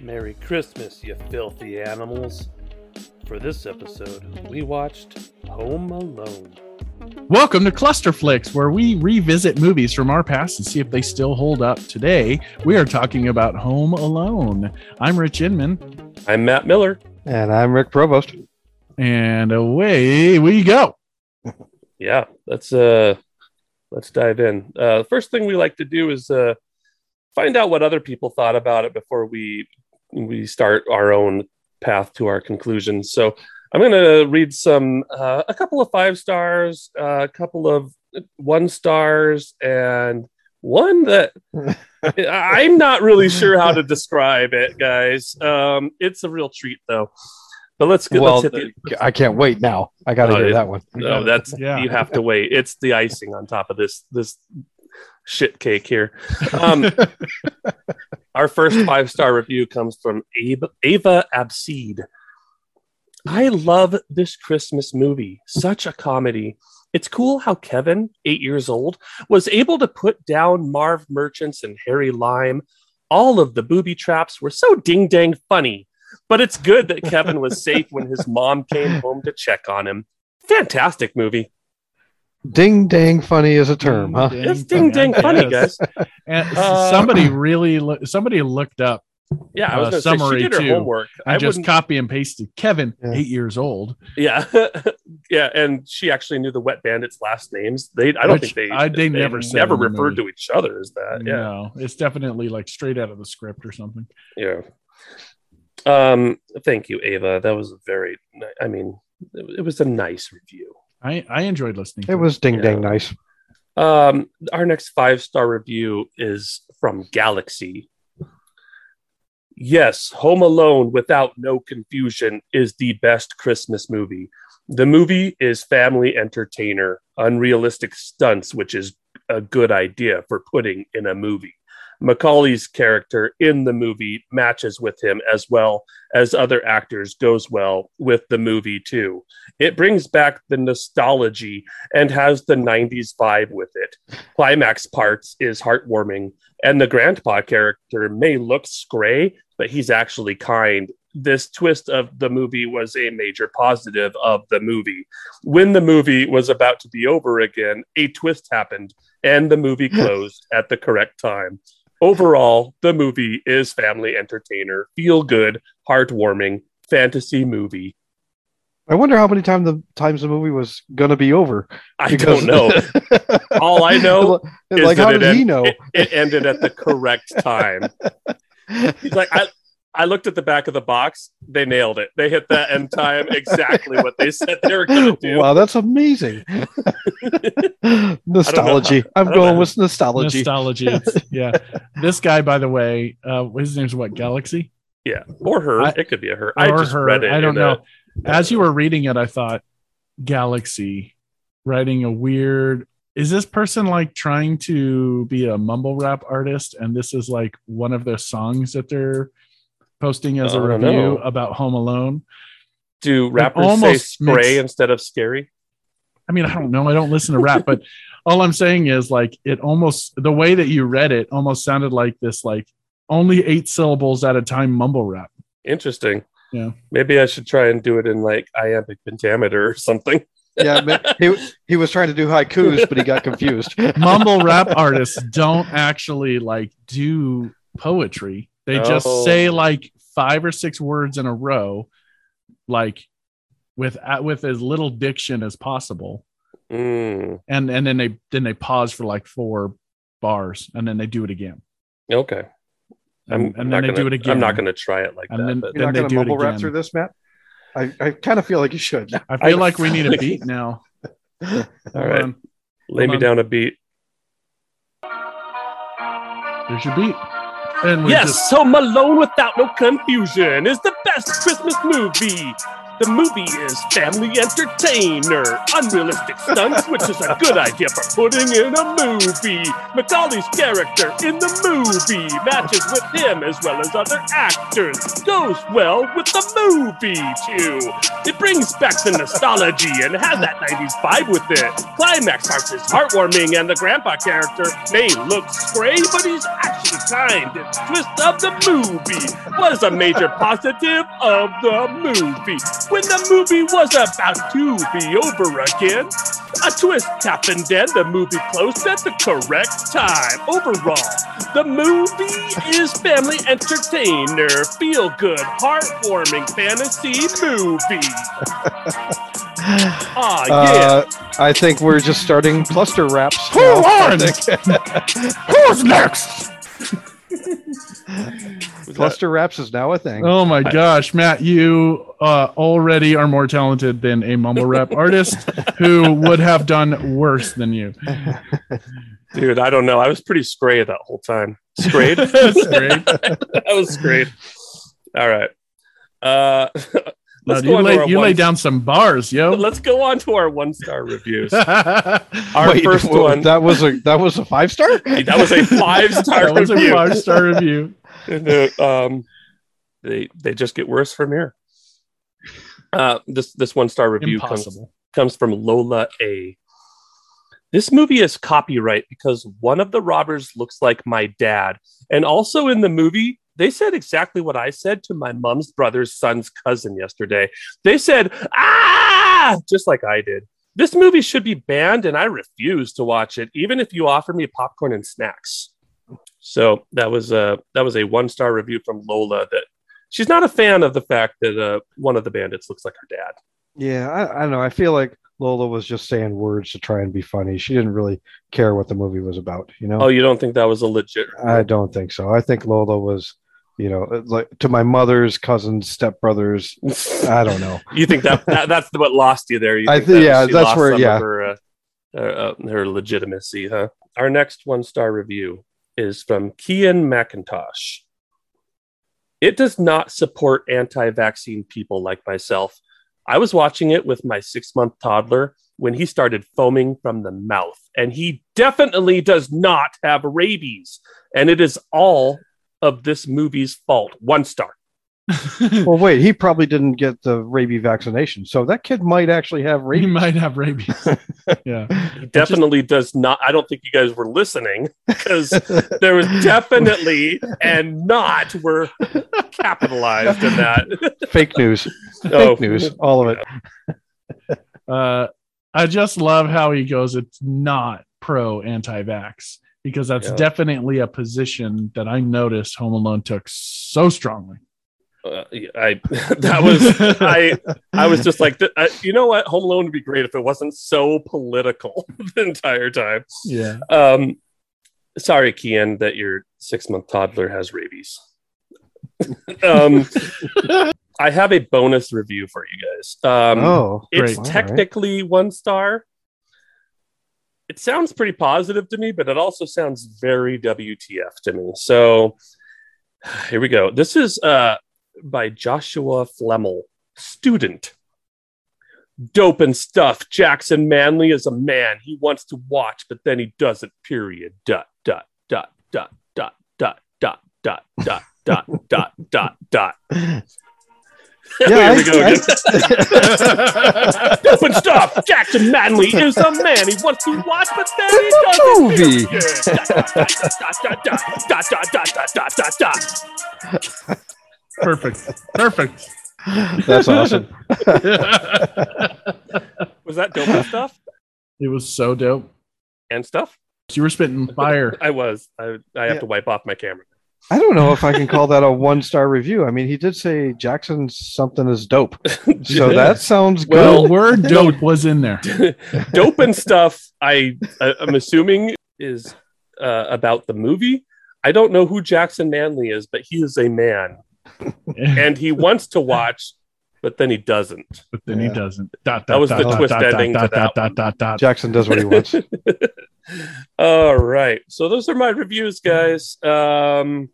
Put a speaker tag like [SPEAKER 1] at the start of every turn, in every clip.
[SPEAKER 1] Merry Christmas, you filthy animals. For this episode, we watched Home Alone.
[SPEAKER 2] Welcome to Cluster Flicks, where we revisit movies from our past and see if they still hold up today. We are talking about Home Alone. I'm Rich Inman,
[SPEAKER 1] I'm Matt Miller.
[SPEAKER 3] And I'm Rick Provost.
[SPEAKER 2] and away we go.
[SPEAKER 1] Yeah, let's uh let's dive in. Uh the first thing we like to do is uh find out what other people thought about it before we we start our own path to our conclusions. So I'm going to read some uh, a couple of five stars, uh, a couple of one stars and one that I'm not really sure how to describe it, guys. Um, it's a real treat, though. But let's get
[SPEAKER 3] well, uh,
[SPEAKER 1] let's hit the,
[SPEAKER 3] I can't wait now. I got to
[SPEAKER 1] Oh,
[SPEAKER 3] hear
[SPEAKER 1] yeah.
[SPEAKER 3] that one.
[SPEAKER 1] no, that's
[SPEAKER 2] Yeah.
[SPEAKER 1] you have to wait. It's the icing on top of this this shit cake here. Um, our first five star review comes from Abe, Ava Abseed. I love this Christmas movie. Such a comedy. It's cool how Kevin, eight years old, was able to put down Marv Merchants and Harry Lime. All of the booby traps were so ding dang funny. But it's good that Kevin was safe when his mom came home to check on him. Fantastic movie.
[SPEAKER 3] Ding dang funny is a term, huh?
[SPEAKER 1] It's ding dang funny, guys.
[SPEAKER 2] And
[SPEAKER 1] Uh,
[SPEAKER 2] somebody really loo- somebody looked up.
[SPEAKER 1] Yeah, I was
[SPEAKER 2] Uh,
[SPEAKER 1] gonna say
[SPEAKER 2] summary
[SPEAKER 1] she did her
[SPEAKER 2] too.
[SPEAKER 1] homework.
[SPEAKER 2] I,
[SPEAKER 1] I
[SPEAKER 2] just
[SPEAKER 1] wouldn't-
[SPEAKER 2] copy and pasted Kevin,
[SPEAKER 3] Yeah.
[SPEAKER 2] eight years old.
[SPEAKER 1] yeah, yeah, and she actually knew the Wet Bandits' last names. They, I don't
[SPEAKER 2] Which
[SPEAKER 1] think they,
[SPEAKER 2] I- they never said
[SPEAKER 1] never
[SPEAKER 2] in the
[SPEAKER 1] referred
[SPEAKER 2] movie. Mm-hmm.
[SPEAKER 1] to each other as that. Uh, Yeah,
[SPEAKER 2] No, it's definitely like straight out of the script or something.
[SPEAKER 1] Yeah. Um, thank you, Ava. That was a very, ni- I mean, it, it was a nice review.
[SPEAKER 2] I, I enjoyed listening. to
[SPEAKER 3] It was ding dang nice.
[SPEAKER 1] Um, our next five star review is from Galaxy. Yes, Home Alone without no confusion is the best Christmas movie. The movie is family entertainer, unrealistic stunts, which is a good idea for putting in a movie. Macaulay's character in the movie matches with him as well as other actors goes well with the movie too. It brings back the nostalgia and has the 90s vibe with it. Climax parts is heartwarming, and the grandpa character may look scray, but he's actually kind. This twist of the movie was a major positive of the movie. When the movie was about to be over again, a twist happened, and the movie closed at the correct time. Overall, the movie is family entertainer, feel good, heartwarming, fantasy movie.
[SPEAKER 3] I wonder how many time the times the movie was going to be over.
[SPEAKER 1] I
[SPEAKER 3] because-
[SPEAKER 1] don't know. All I know is
[SPEAKER 3] like,
[SPEAKER 1] that
[SPEAKER 3] how
[SPEAKER 1] it
[SPEAKER 3] did
[SPEAKER 1] en-
[SPEAKER 3] he know?
[SPEAKER 1] It, it ended at the correct time. He's like, I, I looked at the back of the box. They nailed it. They hit that end time exactly what they said they were going to do.
[SPEAKER 3] wow, that's amazing. nostalgia. I'm
[SPEAKER 1] I don't
[SPEAKER 3] going
[SPEAKER 1] know.
[SPEAKER 3] with nostalgia.
[SPEAKER 2] Nostalgia. It's- yeah. This guy, by the way, uh, his name's what? Galaxy?
[SPEAKER 1] Yeah, or her.
[SPEAKER 2] I-
[SPEAKER 1] it could be a her. I just read it.
[SPEAKER 2] I don't
[SPEAKER 1] in a- uh,
[SPEAKER 2] know. As you were reading it, I thought Galaxy writing a weird. Is this person like trying to be a mumble rap artist? And this is like one of their songs that they're posting as
[SPEAKER 1] I
[SPEAKER 2] a
[SPEAKER 1] don't
[SPEAKER 2] review
[SPEAKER 1] know.
[SPEAKER 2] about Home Alone.
[SPEAKER 1] do rappers
[SPEAKER 2] almost
[SPEAKER 1] say spray
[SPEAKER 2] makes-
[SPEAKER 1] instead of scary?
[SPEAKER 2] I mean, I don't know. I don't listen to rap, but all I'm saying is like it almost the way that you read it almost sounded like this like only eight syllables at a time mumble rap.
[SPEAKER 1] Interesting.
[SPEAKER 2] Yeah.
[SPEAKER 1] Maybe I should try and do it in like iambic pentameter or something.
[SPEAKER 3] yeah, but he, he was trying to do haikus, but he got confused.
[SPEAKER 2] mumble rap artists don't actually like do poetry. They just
[SPEAKER 1] Oh.
[SPEAKER 2] say like five or six words in a row, like with at- with as little diction as possible,
[SPEAKER 1] Mm,
[SPEAKER 2] and and then they then they pause for like four bars, and then they do it again,
[SPEAKER 1] okay.
[SPEAKER 2] and, and
[SPEAKER 1] not
[SPEAKER 2] then they
[SPEAKER 1] gonna,
[SPEAKER 2] do it again.
[SPEAKER 1] I'm not going to try it like
[SPEAKER 2] And
[SPEAKER 1] that.
[SPEAKER 2] then-
[SPEAKER 1] but-
[SPEAKER 3] You're not
[SPEAKER 2] they
[SPEAKER 3] going to
[SPEAKER 2] do it
[SPEAKER 3] mumble rap
[SPEAKER 2] again.
[SPEAKER 3] through this, Matt? I, I kind of feel like you should.
[SPEAKER 2] I feel
[SPEAKER 1] I-
[SPEAKER 2] like we need a beat now.
[SPEAKER 1] All right.
[SPEAKER 2] Um,
[SPEAKER 1] lay me
[SPEAKER 2] on.
[SPEAKER 1] down a beat.
[SPEAKER 2] there's your beat, and we
[SPEAKER 1] yes,
[SPEAKER 2] just
[SPEAKER 1] Home Alone Without No Confusion is the best Christmas movie. The movie is family entertainer. Unrealistic stunts, which is a good idea for putting in a movie. Macaulay's character in the movie matches with him as well as other actors. Goes well with the movie, too. It brings back the nostalgia and has that 90s vibe with it. Climax arc is heartwarming, and the grandpa character may look stray, but he's actually kind. It's twist of the movie was a major positive of the movie. When the movie was about to be over again, a twist happened and the movie closed at the correct time. Overall, the movie is family entertainer, feel good, heartwarming fantasy movie. Ah, yeah.
[SPEAKER 3] Uh, I think we're just starting cluster wraps.
[SPEAKER 2] Who
[SPEAKER 3] now,
[SPEAKER 2] won?
[SPEAKER 3] I think.
[SPEAKER 2] Who's next?
[SPEAKER 4] Was that-
[SPEAKER 3] cluster wraps is now a thing.
[SPEAKER 2] Oh my gosh, Matt, you uh, already are more talented than a mumble rap artist who would have done worse than you.
[SPEAKER 1] Dude, I don't know. I was pretty sprayed that whole time. Sprayed?
[SPEAKER 2] That's great.
[SPEAKER 1] that was great. All right. Uh,
[SPEAKER 2] No,
[SPEAKER 1] let's
[SPEAKER 2] you
[SPEAKER 1] go on to
[SPEAKER 2] lay,
[SPEAKER 1] our
[SPEAKER 2] you
[SPEAKER 1] one,
[SPEAKER 2] lay down some bars, yo.
[SPEAKER 1] Let's go on to our one star reviews.
[SPEAKER 2] that
[SPEAKER 1] Our
[SPEAKER 3] Wait,
[SPEAKER 1] first
[SPEAKER 3] whoa,
[SPEAKER 1] one. That,
[SPEAKER 3] That was a that was a five star.
[SPEAKER 1] was a five star
[SPEAKER 2] was a
[SPEAKER 1] review.
[SPEAKER 2] five star review.
[SPEAKER 1] And, uh, um, they they just get worse from here. Uh, this this one star review comes
[SPEAKER 2] Impossible.
[SPEAKER 1] comes from Lola A. This movie is copyright because one of the robbers looks like my dad. And also in the movie, they said exactly what I said to my mom's brother's son's cousin yesterday. They said, ah, just like I did. This movie should be banned, and I refuse to watch it, even if you offer me popcorn and snacks. So that was a that was a one star review from Lola. That she's not a fan of the fact that uh, one of the bandits looks like her dad.
[SPEAKER 3] Yeah, I, I don't know. I feel like Lola was just saying words to try and be funny. She didn't really care what the movie was about. You know,
[SPEAKER 1] Oh, you don't think that was a legit?
[SPEAKER 3] I don't think so. I think Lola was, you know, uh, like to my mother's cousin's stepbrothers. I don't know.
[SPEAKER 1] You think that, that that's what lost you there? You
[SPEAKER 3] I
[SPEAKER 1] that
[SPEAKER 3] thi- yeah,
[SPEAKER 1] she
[SPEAKER 3] that's
[SPEAKER 1] lost
[SPEAKER 3] where-
[SPEAKER 1] some of
[SPEAKER 3] yeah.
[SPEAKER 1] her, uh, uh, uh, her legitimacy, huh? Our next one star review is from Kian McIntosh. It does not support anti vaccine people like myself. I was watching it with my six month toddler when he started foaming from the mouth, and he definitely does not have rabies. And it is all of this movie's fault. One star.
[SPEAKER 3] Well, wait, he probably didn't get the rabies vaccination, so that kid might actually have
[SPEAKER 2] You
[SPEAKER 3] rabies.
[SPEAKER 2] might have rabies. yeah.
[SPEAKER 1] He definitely does not. I don't think you guys were listening because there was definitely and not were capitalized in that.
[SPEAKER 3] Fake news. Fake
[SPEAKER 1] Oh.
[SPEAKER 3] news. All of it.
[SPEAKER 2] Uh, I just love how he goes, it's not pro anti vax, because that's
[SPEAKER 1] Yeah.
[SPEAKER 2] definitely a position that I noticed Home Alone took so strongly.
[SPEAKER 1] Uh, I that was I I was just like th- I, you know what Home Alone would be great if it wasn't so political the entire time.
[SPEAKER 2] yeah.
[SPEAKER 1] Um, sorry, Kian, that your six month toddler has rabies. um, I have a bonus review for you guys. Um,
[SPEAKER 3] oh,
[SPEAKER 1] It's
[SPEAKER 3] Great.
[SPEAKER 1] technically one star. It sounds pretty positive to me, but it also sounds very WTF to me. So here we go. This is uh, by Joshua Flemmel, student. Dope and stuff. Jackson Manley is a man. He wants to watch, but then he doesn't. Period. Dot, dot, dot, dot, dot, dot, dot, dot, dot, dot, dot, dot, dot.
[SPEAKER 3] Yeah,
[SPEAKER 1] Here we
[SPEAKER 3] I-
[SPEAKER 1] go again.
[SPEAKER 3] I-
[SPEAKER 1] Open stop. Jackson Manley is a man. He wants to watch, but then he doesn't.
[SPEAKER 3] Movie.
[SPEAKER 1] Period. Dot, dot, dot, dot, dot, dot, dot, dot, dot, dot, dot, dot.
[SPEAKER 2] Perfect. Perfect.
[SPEAKER 3] That's awesome.
[SPEAKER 2] it
[SPEAKER 1] Was that dope and stuff?
[SPEAKER 2] was so dope.
[SPEAKER 1] And stuff?
[SPEAKER 2] You were spitting fire.
[SPEAKER 1] I was. I, I have
[SPEAKER 3] Yeah.
[SPEAKER 1] to wipe off my camera.
[SPEAKER 3] I don't know if I can call that a one star review. I mean, he did say Jackson something is dope. So
[SPEAKER 2] Yeah.
[SPEAKER 3] that sounds good.
[SPEAKER 1] Well-
[SPEAKER 2] the word dope was in there.
[SPEAKER 1] dope and stuff. I, I I'm assuming is uh, about the movie. I don't know who Jackson Manley is, but he is a man, and he wants to watch, but then he doesn't.
[SPEAKER 2] but then he
[SPEAKER 3] Yeah.
[SPEAKER 2] doesn't. Dot,
[SPEAKER 1] That was
[SPEAKER 2] dot,
[SPEAKER 1] the
[SPEAKER 2] dot,
[SPEAKER 1] twist
[SPEAKER 2] dot, dot,
[SPEAKER 1] ending to
[SPEAKER 2] Dot,
[SPEAKER 1] that
[SPEAKER 2] dot, dot, dot, dot.
[SPEAKER 3] Jackson does what he wants.
[SPEAKER 1] All right. So those are my reviews, guys. Um,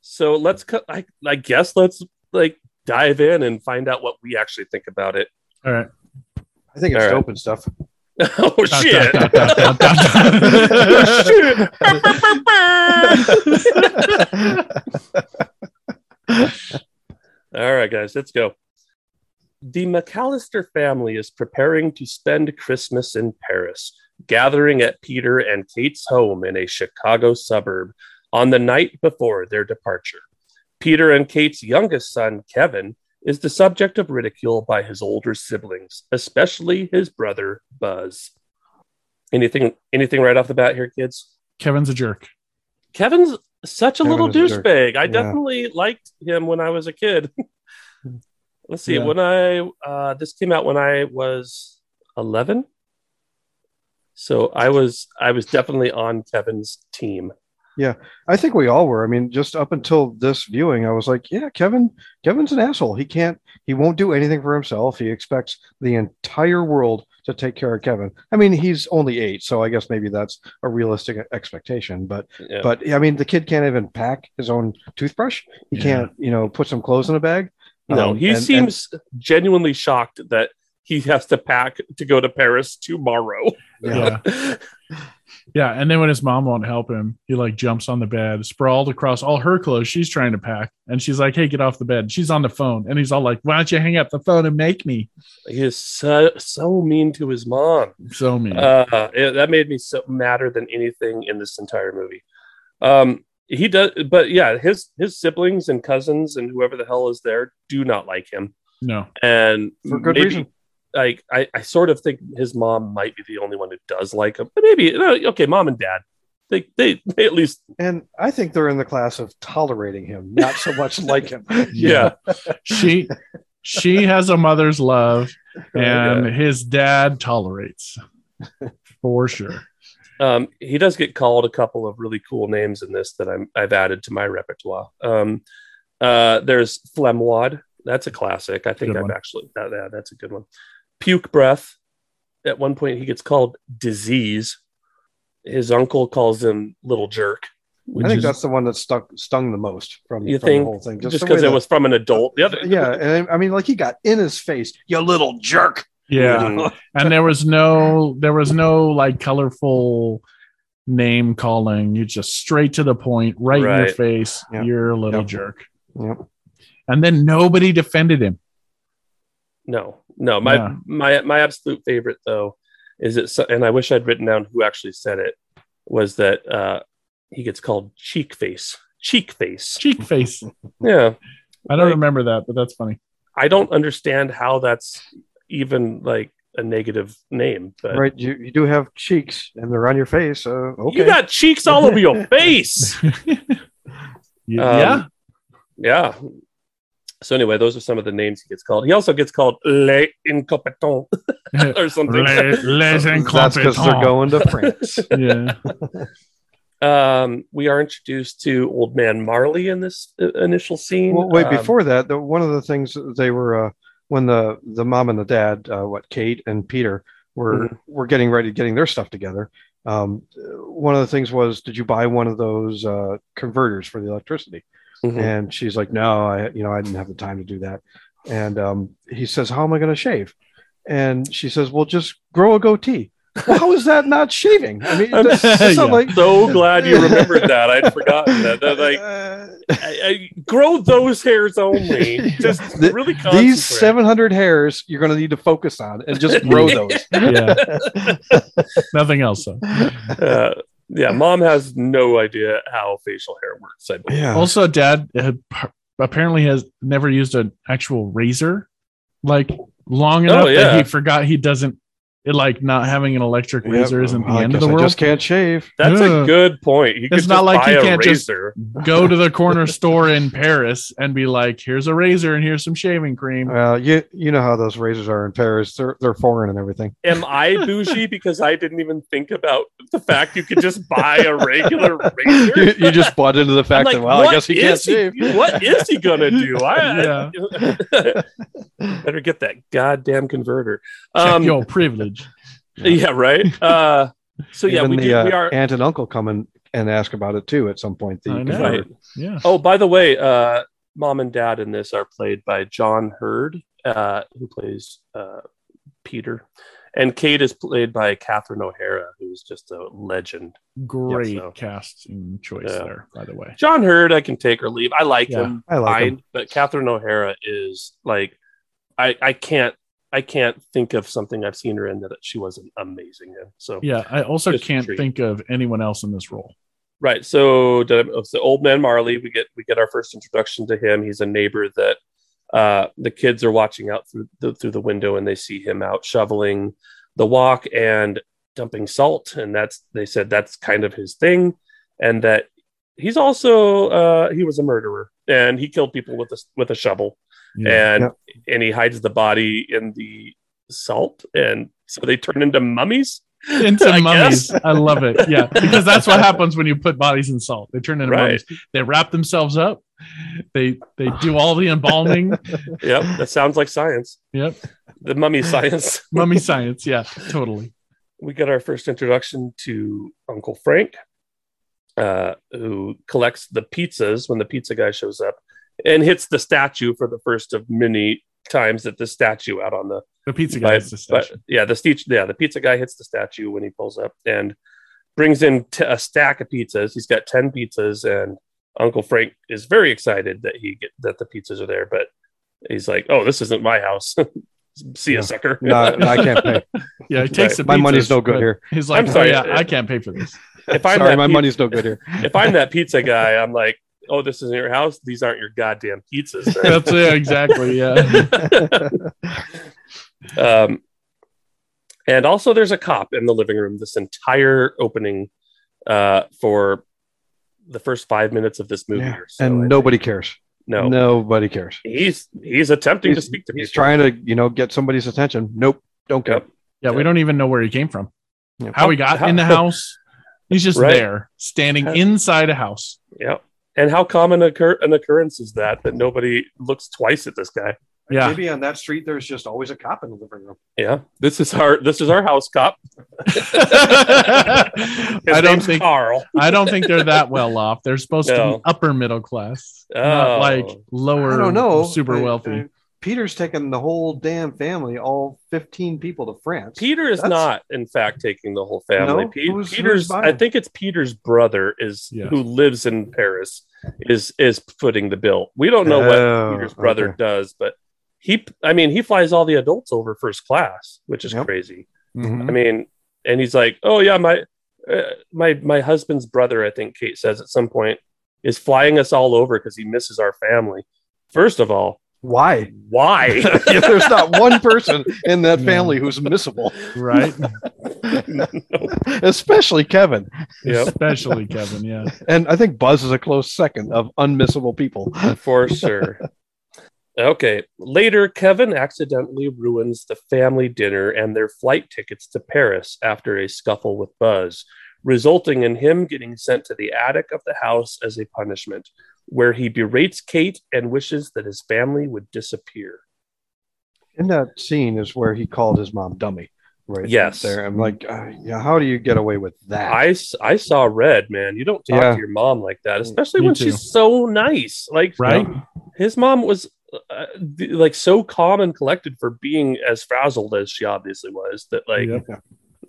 [SPEAKER 1] so let's, co- I, I guess let's like dive in and find out what we actually think about it.
[SPEAKER 2] All right.
[SPEAKER 3] I think it's
[SPEAKER 1] All right.
[SPEAKER 3] dope and stuff.
[SPEAKER 1] oh
[SPEAKER 2] Dot,
[SPEAKER 1] shit!
[SPEAKER 2] dot, dot, dot, dot, dot.
[SPEAKER 1] All right, guys, let's go. The McAllister family is preparing to spend Christmas in Paris, gathering at Peter and Kate's home in a Chicago suburb on the night before their departure. Peter and Kate's youngest son, Kevin, is the subject of ridicule by his older siblings, especially his brother, Buzz. Anything anything right off the bat here, kids?
[SPEAKER 2] Kevin's a jerk.
[SPEAKER 1] Kevin's such a
[SPEAKER 3] Kevin
[SPEAKER 1] little
[SPEAKER 3] is a jerk.
[SPEAKER 1] douchebag. I
[SPEAKER 3] Yeah.
[SPEAKER 1] definitely liked him when I was a kid. Let's see.
[SPEAKER 2] Yeah.
[SPEAKER 1] When I uh, this came out when I was eleven, so I was I was definitely on Kevin's team.
[SPEAKER 3] I think we all were. I mean, just up until this viewing, I was like, yeah, Kevin, Kevin's an asshole. He can't, he won't do anything for himself. He expects the entire world to take care of Kevin. I mean, he's only eight, so I guess maybe that's a realistic expectation. But,
[SPEAKER 1] Yeah.
[SPEAKER 3] but I mean, the kid can't even pack his own toothbrush. He
[SPEAKER 2] Yeah.
[SPEAKER 3] can't, you know, put some clothes in a bag.
[SPEAKER 1] no,
[SPEAKER 3] Um,
[SPEAKER 1] he
[SPEAKER 3] and- and-
[SPEAKER 1] seems genuinely shocked that he has to pack to go to Paris tomorrow.
[SPEAKER 3] yeah.
[SPEAKER 2] Yeah. Yeah. And then when his mom won't help him, he like jumps on the bed, sprawled across all her clothes she's trying to pack. And she's like, hey, get off the bed. She's on the phone. And he's all like, why don't you hang up the phone and make me?
[SPEAKER 1] he is so so mean to his mom.
[SPEAKER 2] So mean.
[SPEAKER 1] Uh, it- that made me so madder than anything in this entire movie. Um, he does, but yeah, his his siblings and cousins and whoever the hell is there do not like him,
[SPEAKER 2] no.
[SPEAKER 1] and
[SPEAKER 3] For good
[SPEAKER 1] maybe,
[SPEAKER 3] reason.
[SPEAKER 1] Like I, I sort of think his mom might be the only one who does like him, but maybe no, okay, mom and dad, they they, they at least
[SPEAKER 3] And I think they're in the class of tolerating him, not so much like him.
[SPEAKER 1] yeah
[SPEAKER 2] She she has a mother's love
[SPEAKER 1] Oh
[SPEAKER 2] and his dad tolerates for sure.
[SPEAKER 1] Um, he does get called a couple of really cool names in this that I'm, I've added to my repertoire. Um, uh, there's Flemwad. That's a classic. I think
[SPEAKER 2] Good
[SPEAKER 1] I've
[SPEAKER 2] one.
[SPEAKER 1] actually that, that- that's a good one. Puke breath. At one point, he gets called disease. His uncle calls him little jerk.
[SPEAKER 3] I
[SPEAKER 2] Which
[SPEAKER 3] think
[SPEAKER 2] is-
[SPEAKER 3] that's the one that stuck stung the most from,
[SPEAKER 1] You
[SPEAKER 3] from
[SPEAKER 1] think?
[SPEAKER 3] the whole thing.
[SPEAKER 1] Just
[SPEAKER 3] the
[SPEAKER 1] because
[SPEAKER 3] way
[SPEAKER 1] it
[SPEAKER 3] that-
[SPEAKER 1] was from an adult. The other,
[SPEAKER 3] yeah, and I I mean, like he got in his face, you little jerk.
[SPEAKER 2] yeah.
[SPEAKER 1] Mhm.
[SPEAKER 2] and there was no there was no like colorful name calling you just straight to the point right, in
[SPEAKER 1] Right.
[SPEAKER 2] your face
[SPEAKER 3] Yeah.
[SPEAKER 2] you're a little
[SPEAKER 3] Yep.
[SPEAKER 2] jerk
[SPEAKER 3] Yep.
[SPEAKER 2] and then nobody defended him
[SPEAKER 1] No, no. My
[SPEAKER 2] Yeah.
[SPEAKER 1] my my absolute favorite though is it, so- and I wish I'd written down who actually said it. Was that uh, he gets called cheek face? Cheek face.
[SPEAKER 2] cheek face
[SPEAKER 1] Yeah,
[SPEAKER 2] i don't
[SPEAKER 1] Like-
[SPEAKER 2] remember that but that's funny
[SPEAKER 1] I don't understand how that's even like a negative name. But
[SPEAKER 3] Right, you, you do have cheeks, and they're on your face. Uh, okay,
[SPEAKER 1] you got cheeks all over your face.
[SPEAKER 2] Y-
[SPEAKER 1] Um,
[SPEAKER 2] yeah
[SPEAKER 1] Yeah. So anyway, those are some of the names he gets called. He also gets called Le Incompetent or something.
[SPEAKER 2] Les- les
[SPEAKER 3] that's because they're
[SPEAKER 2] incompetents.
[SPEAKER 3] going to France.
[SPEAKER 2] yeah
[SPEAKER 1] Um, we are introduced to Old Man Marley in this uh, initial scene.
[SPEAKER 3] well, wait,
[SPEAKER 1] Um,
[SPEAKER 3] before that, the, one of the things that they were uh, when the the mom and the dad, uh, what Kate and Peter were
[SPEAKER 1] Mm-hmm.
[SPEAKER 3] were getting ready, getting their stuff together. Um, one of the things was, did you buy one of those uh, converters for the electricity?
[SPEAKER 2] Hmm.
[SPEAKER 1] Mhm.
[SPEAKER 3] and she's like no i you know i didn't have the time to do that and um, he says how am i going to shave and she says well just grow a goatee Well, how is that not shaving i mean
[SPEAKER 1] I'm
[SPEAKER 3] that's, that's not
[SPEAKER 2] Yeah.
[SPEAKER 3] like
[SPEAKER 1] so glad you remembered that. I'd forgotten that. They're like,
[SPEAKER 3] Uh,
[SPEAKER 1] I, I, grow those hairs only.
[SPEAKER 3] Yeah.
[SPEAKER 1] Just
[SPEAKER 3] The-
[SPEAKER 1] really concentrate.
[SPEAKER 3] these 700 hairs you're going to need to focus on and just grow those
[SPEAKER 2] yeah nothing else though.
[SPEAKER 1] Uh, yeah, mom has no idea how facial hair works. I believe.
[SPEAKER 3] yeah
[SPEAKER 2] also dad had, apparently has never used an actual razor like long
[SPEAKER 1] Oh,
[SPEAKER 2] enough
[SPEAKER 1] yeah.
[SPEAKER 2] that he forgot he doesn't it, like not having an electric
[SPEAKER 3] Yep.
[SPEAKER 2] razor isn't the
[SPEAKER 3] I
[SPEAKER 2] end of
[SPEAKER 3] guess
[SPEAKER 2] the
[SPEAKER 3] I
[SPEAKER 2] world
[SPEAKER 3] just can't shave
[SPEAKER 1] That's a
[SPEAKER 2] Ugh.
[SPEAKER 1] good point. You
[SPEAKER 2] It's
[SPEAKER 1] could
[SPEAKER 2] not
[SPEAKER 1] just
[SPEAKER 2] like
[SPEAKER 1] buy
[SPEAKER 2] you
[SPEAKER 1] a
[SPEAKER 2] can't just-
[SPEAKER 1] razor.
[SPEAKER 2] go to the corner store in paris and be like here's a razor and here's some shaving cream
[SPEAKER 3] well Uh, you you know how those razors are in paris they're, they're foreign and everything
[SPEAKER 1] Am I bougie because I didn't even think about the fact you could just buy a regular razor?
[SPEAKER 3] you, you just bought into the
[SPEAKER 1] I'm
[SPEAKER 3] fact
[SPEAKER 1] like,
[SPEAKER 3] that well i
[SPEAKER 1] what
[SPEAKER 3] guess he can't
[SPEAKER 1] is
[SPEAKER 3] shave
[SPEAKER 1] What is he gonna do? I, better get that goddamn converter.
[SPEAKER 2] Check
[SPEAKER 1] Um,
[SPEAKER 2] your privilege
[SPEAKER 1] yeah, right. Uh, so yeah,
[SPEAKER 3] Even
[SPEAKER 1] we
[SPEAKER 3] the,
[SPEAKER 1] do,
[SPEAKER 3] uh,
[SPEAKER 1] we are.
[SPEAKER 3] aunt and uncle come and and ask about it too at some point. The
[SPEAKER 2] I know.
[SPEAKER 3] converter.
[SPEAKER 2] yeah
[SPEAKER 1] Oh, by the Oh, way, uh, mom and dad in this are played by John Hurd, uh, who plays uh, Peter, and Kate is played by Catherine O'Hara, who's just a legend.
[SPEAKER 2] Great
[SPEAKER 1] Yeah, so-
[SPEAKER 2] casting choice
[SPEAKER 1] Yeah.
[SPEAKER 2] there, by the way.
[SPEAKER 1] John Hurd, I can take or leave. I like
[SPEAKER 2] Yeah,
[SPEAKER 1] him,
[SPEAKER 3] I like
[SPEAKER 1] fine,
[SPEAKER 3] him.
[SPEAKER 1] but Catherine O'Hara is like, I I can't I can't think of something I've seen her in that she wasn't amazing in. So
[SPEAKER 2] Yeah, I also
[SPEAKER 1] Just a
[SPEAKER 2] can't
[SPEAKER 1] treat.
[SPEAKER 2] think of anyone else in this role.
[SPEAKER 1] Right. So the so old man Marley, we get we get our first introduction to him. He's a neighbor that uh, the kids are watching out through the, through the window, and they see him out shoveling the walk and dumping salt, and that's they said that's kind of his thing, and that he's also uh, he was a murderer and he killed people with a with a shovel,
[SPEAKER 2] Yeah.
[SPEAKER 1] and
[SPEAKER 3] Yeah.
[SPEAKER 1] and he hides the body in the salt, and so they turn into mummies.
[SPEAKER 2] into
[SPEAKER 1] I
[SPEAKER 2] mummies.
[SPEAKER 1] guess.
[SPEAKER 2] I love it. Yeah, because that's what happens when you put bodies in salt. They turn into
[SPEAKER 1] Right.
[SPEAKER 2] mummies. They wrap themselves up. They they do all the embalming.
[SPEAKER 1] Yep, that sounds like science.
[SPEAKER 2] Yep.
[SPEAKER 1] The mummy science.
[SPEAKER 2] Mummy science. Yeah, totally.
[SPEAKER 1] we get our first introduction to Uncle Frank, uh, who collects the pizzas when the pizza guy shows up and hits the statue for the first of many times that the statue out on the
[SPEAKER 2] The pizza
[SPEAKER 1] But-
[SPEAKER 2] guy is the
[SPEAKER 1] but
[SPEAKER 2] station.
[SPEAKER 1] yeah the stitch yeah the pizza guy hits the statue when he pulls up and brings in t- a stack of pizzas he's got 10 pizzas and uncle frank is very excited that he get that the pizzas are there but he's like oh this isn't my house see
[SPEAKER 3] Yeah.
[SPEAKER 1] ya, sucker
[SPEAKER 3] No, no, I can't pay.
[SPEAKER 2] Yeah, he takes the
[SPEAKER 3] My money's
[SPEAKER 2] pizzas,
[SPEAKER 3] no good
[SPEAKER 2] but
[SPEAKER 3] here.
[SPEAKER 2] He's like,
[SPEAKER 1] I'm
[SPEAKER 2] oh,
[SPEAKER 1] sorry.
[SPEAKER 2] yeah, I can't pay for this.
[SPEAKER 1] if i'm
[SPEAKER 3] Sorry,
[SPEAKER 1] that
[SPEAKER 3] my
[SPEAKER 1] pe-
[SPEAKER 3] money's no good here.
[SPEAKER 1] if i'm that pizza guy i'm like oh this isn't your house these aren't your goddamn pizzas man."
[SPEAKER 2] That's yeah, exactly. Yeah.
[SPEAKER 1] um, and also, there's a cop in the living room. This entire opening uh, for the first five minutes of this movie,
[SPEAKER 3] Yeah,
[SPEAKER 1] or so, I
[SPEAKER 3] And nobody cares.
[SPEAKER 1] no,
[SPEAKER 3] Nobody cares.
[SPEAKER 1] he's he's attempting to
[SPEAKER 3] He's,
[SPEAKER 1] speak to
[SPEAKER 3] he's
[SPEAKER 1] people.
[SPEAKER 3] trying to, you know, get somebody's attention. Nope. Don't care.
[SPEAKER 1] Yep.
[SPEAKER 2] Yeah, we don't even know where he came from.
[SPEAKER 3] Yeah.
[SPEAKER 2] How he got
[SPEAKER 1] How-
[SPEAKER 2] in the house. He's just
[SPEAKER 1] Right.
[SPEAKER 2] there, standing
[SPEAKER 1] How-
[SPEAKER 2] inside a house.
[SPEAKER 1] yeah. And how common occur- an occurrence is that that nobody looks twice at this guy?
[SPEAKER 2] Yeah.
[SPEAKER 3] Maybe on that street, there's just always a cop in the living room.
[SPEAKER 1] Yeah, this is our this is our house cop.
[SPEAKER 2] I
[SPEAKER 1] His
[SPEAKER 2] don't
[SPEAKER 1] name's
[SPEAKER 2] think
[SPEAKER 1] Carl.
[SPEAKER 2] I don't think they're that well off. They're supposed to
[SPEAKER 1] No.
[SPEAKER 2] be upper middle class,
[SPEAKER 1] Oh.
[SPEAKER 2] not like lower,
[SPEAKER 3] I don't know.
[SPEAKER 2] super
[SPEAKER 3] I-
[SPEAKER 2] wealthy.
[SPEAKER 3] I- Peter's taking the whole damn family, all 15 people to France.
[SPEAKER 1] Peter is
[SPEAKER 3] That's-
[SPEAKER 1] not, in fact, taking the whole family.
[SPEAKER 3] No?
[SPEAKER 1] Pe-
[SPEAKER 3] Who's- who's
[SPEAKER 1] Peter's, I
[SPEAKER 3] buying?
[SPEAKER 1] think it's Peter's brother is
[SPEAKER 2] Yeah.
[SPEAKER 1] who lives in Paris is is footing the bill. We don't know
[SPEAKER 3] Oh,
[SPEAKER 1] what Peter's brother
[SPEAKER 3] okay.
[SPEAKER 1] does, but he, I mean, he flies all the adults over first class, which is
[SPEAKER 3] Yep.
[SPEAKER 1] crazy.
[SPEAKER 2] Mhm.
[SPEAKER 1] I mean, and he's like, oh yeah, my uh, my my husband's brother, I think Kate says at some point, is flying us all over because he misses our family. First of all,
[SPEAKER 3] Why?
[SPEAKER 1] why?
[SPEAKER 3] if there's not one person in that
[SPEAKER 2] No.
[SPEAKER 3] family who's missable,
[SPEAKER 2] Right,
[SPEAKER 3] especially Kevin.
[SPEAKER 1] Yep.
[SPEAKER 2] especially Kevin. Yeah,
[SPEAKER 3] And I think Buzz is a close second of unmissable people.
[SPEAKER 1] for sure. Okay. Later, Kevin accidentally ruins the family dinner and their flight tickets to Paris after a scuffle with Buzz, resulting in him getting sent to the attic of the house as a punishment, where he berates Kate and wishes that his family would disappear.
[SPEAKER 3] In that scene is where he called his mom dummy. Right
[SPEAKER 1] Yes.
[SPEAKER 3] there. I'm like, uh, yeah, how do you get away with that?
[SPEAKER 1] I, s- I saw red, man. You don't talk
[SPEAKER 3] Yeah.
[SPEAKER 1] to your mom like that, especially
[SPEAKER 2] Mm, Me
[SPEAKER 1] when
[SPEAKER 2] too.
[SPEAKER 1] she's so nice. Like,
[SPEAKER 2] right.
[SPEAKER 1] his mom was uh, th- like so calm and collected for being as frazzled as she obviously was that like
[SPEAKER 2] Yep.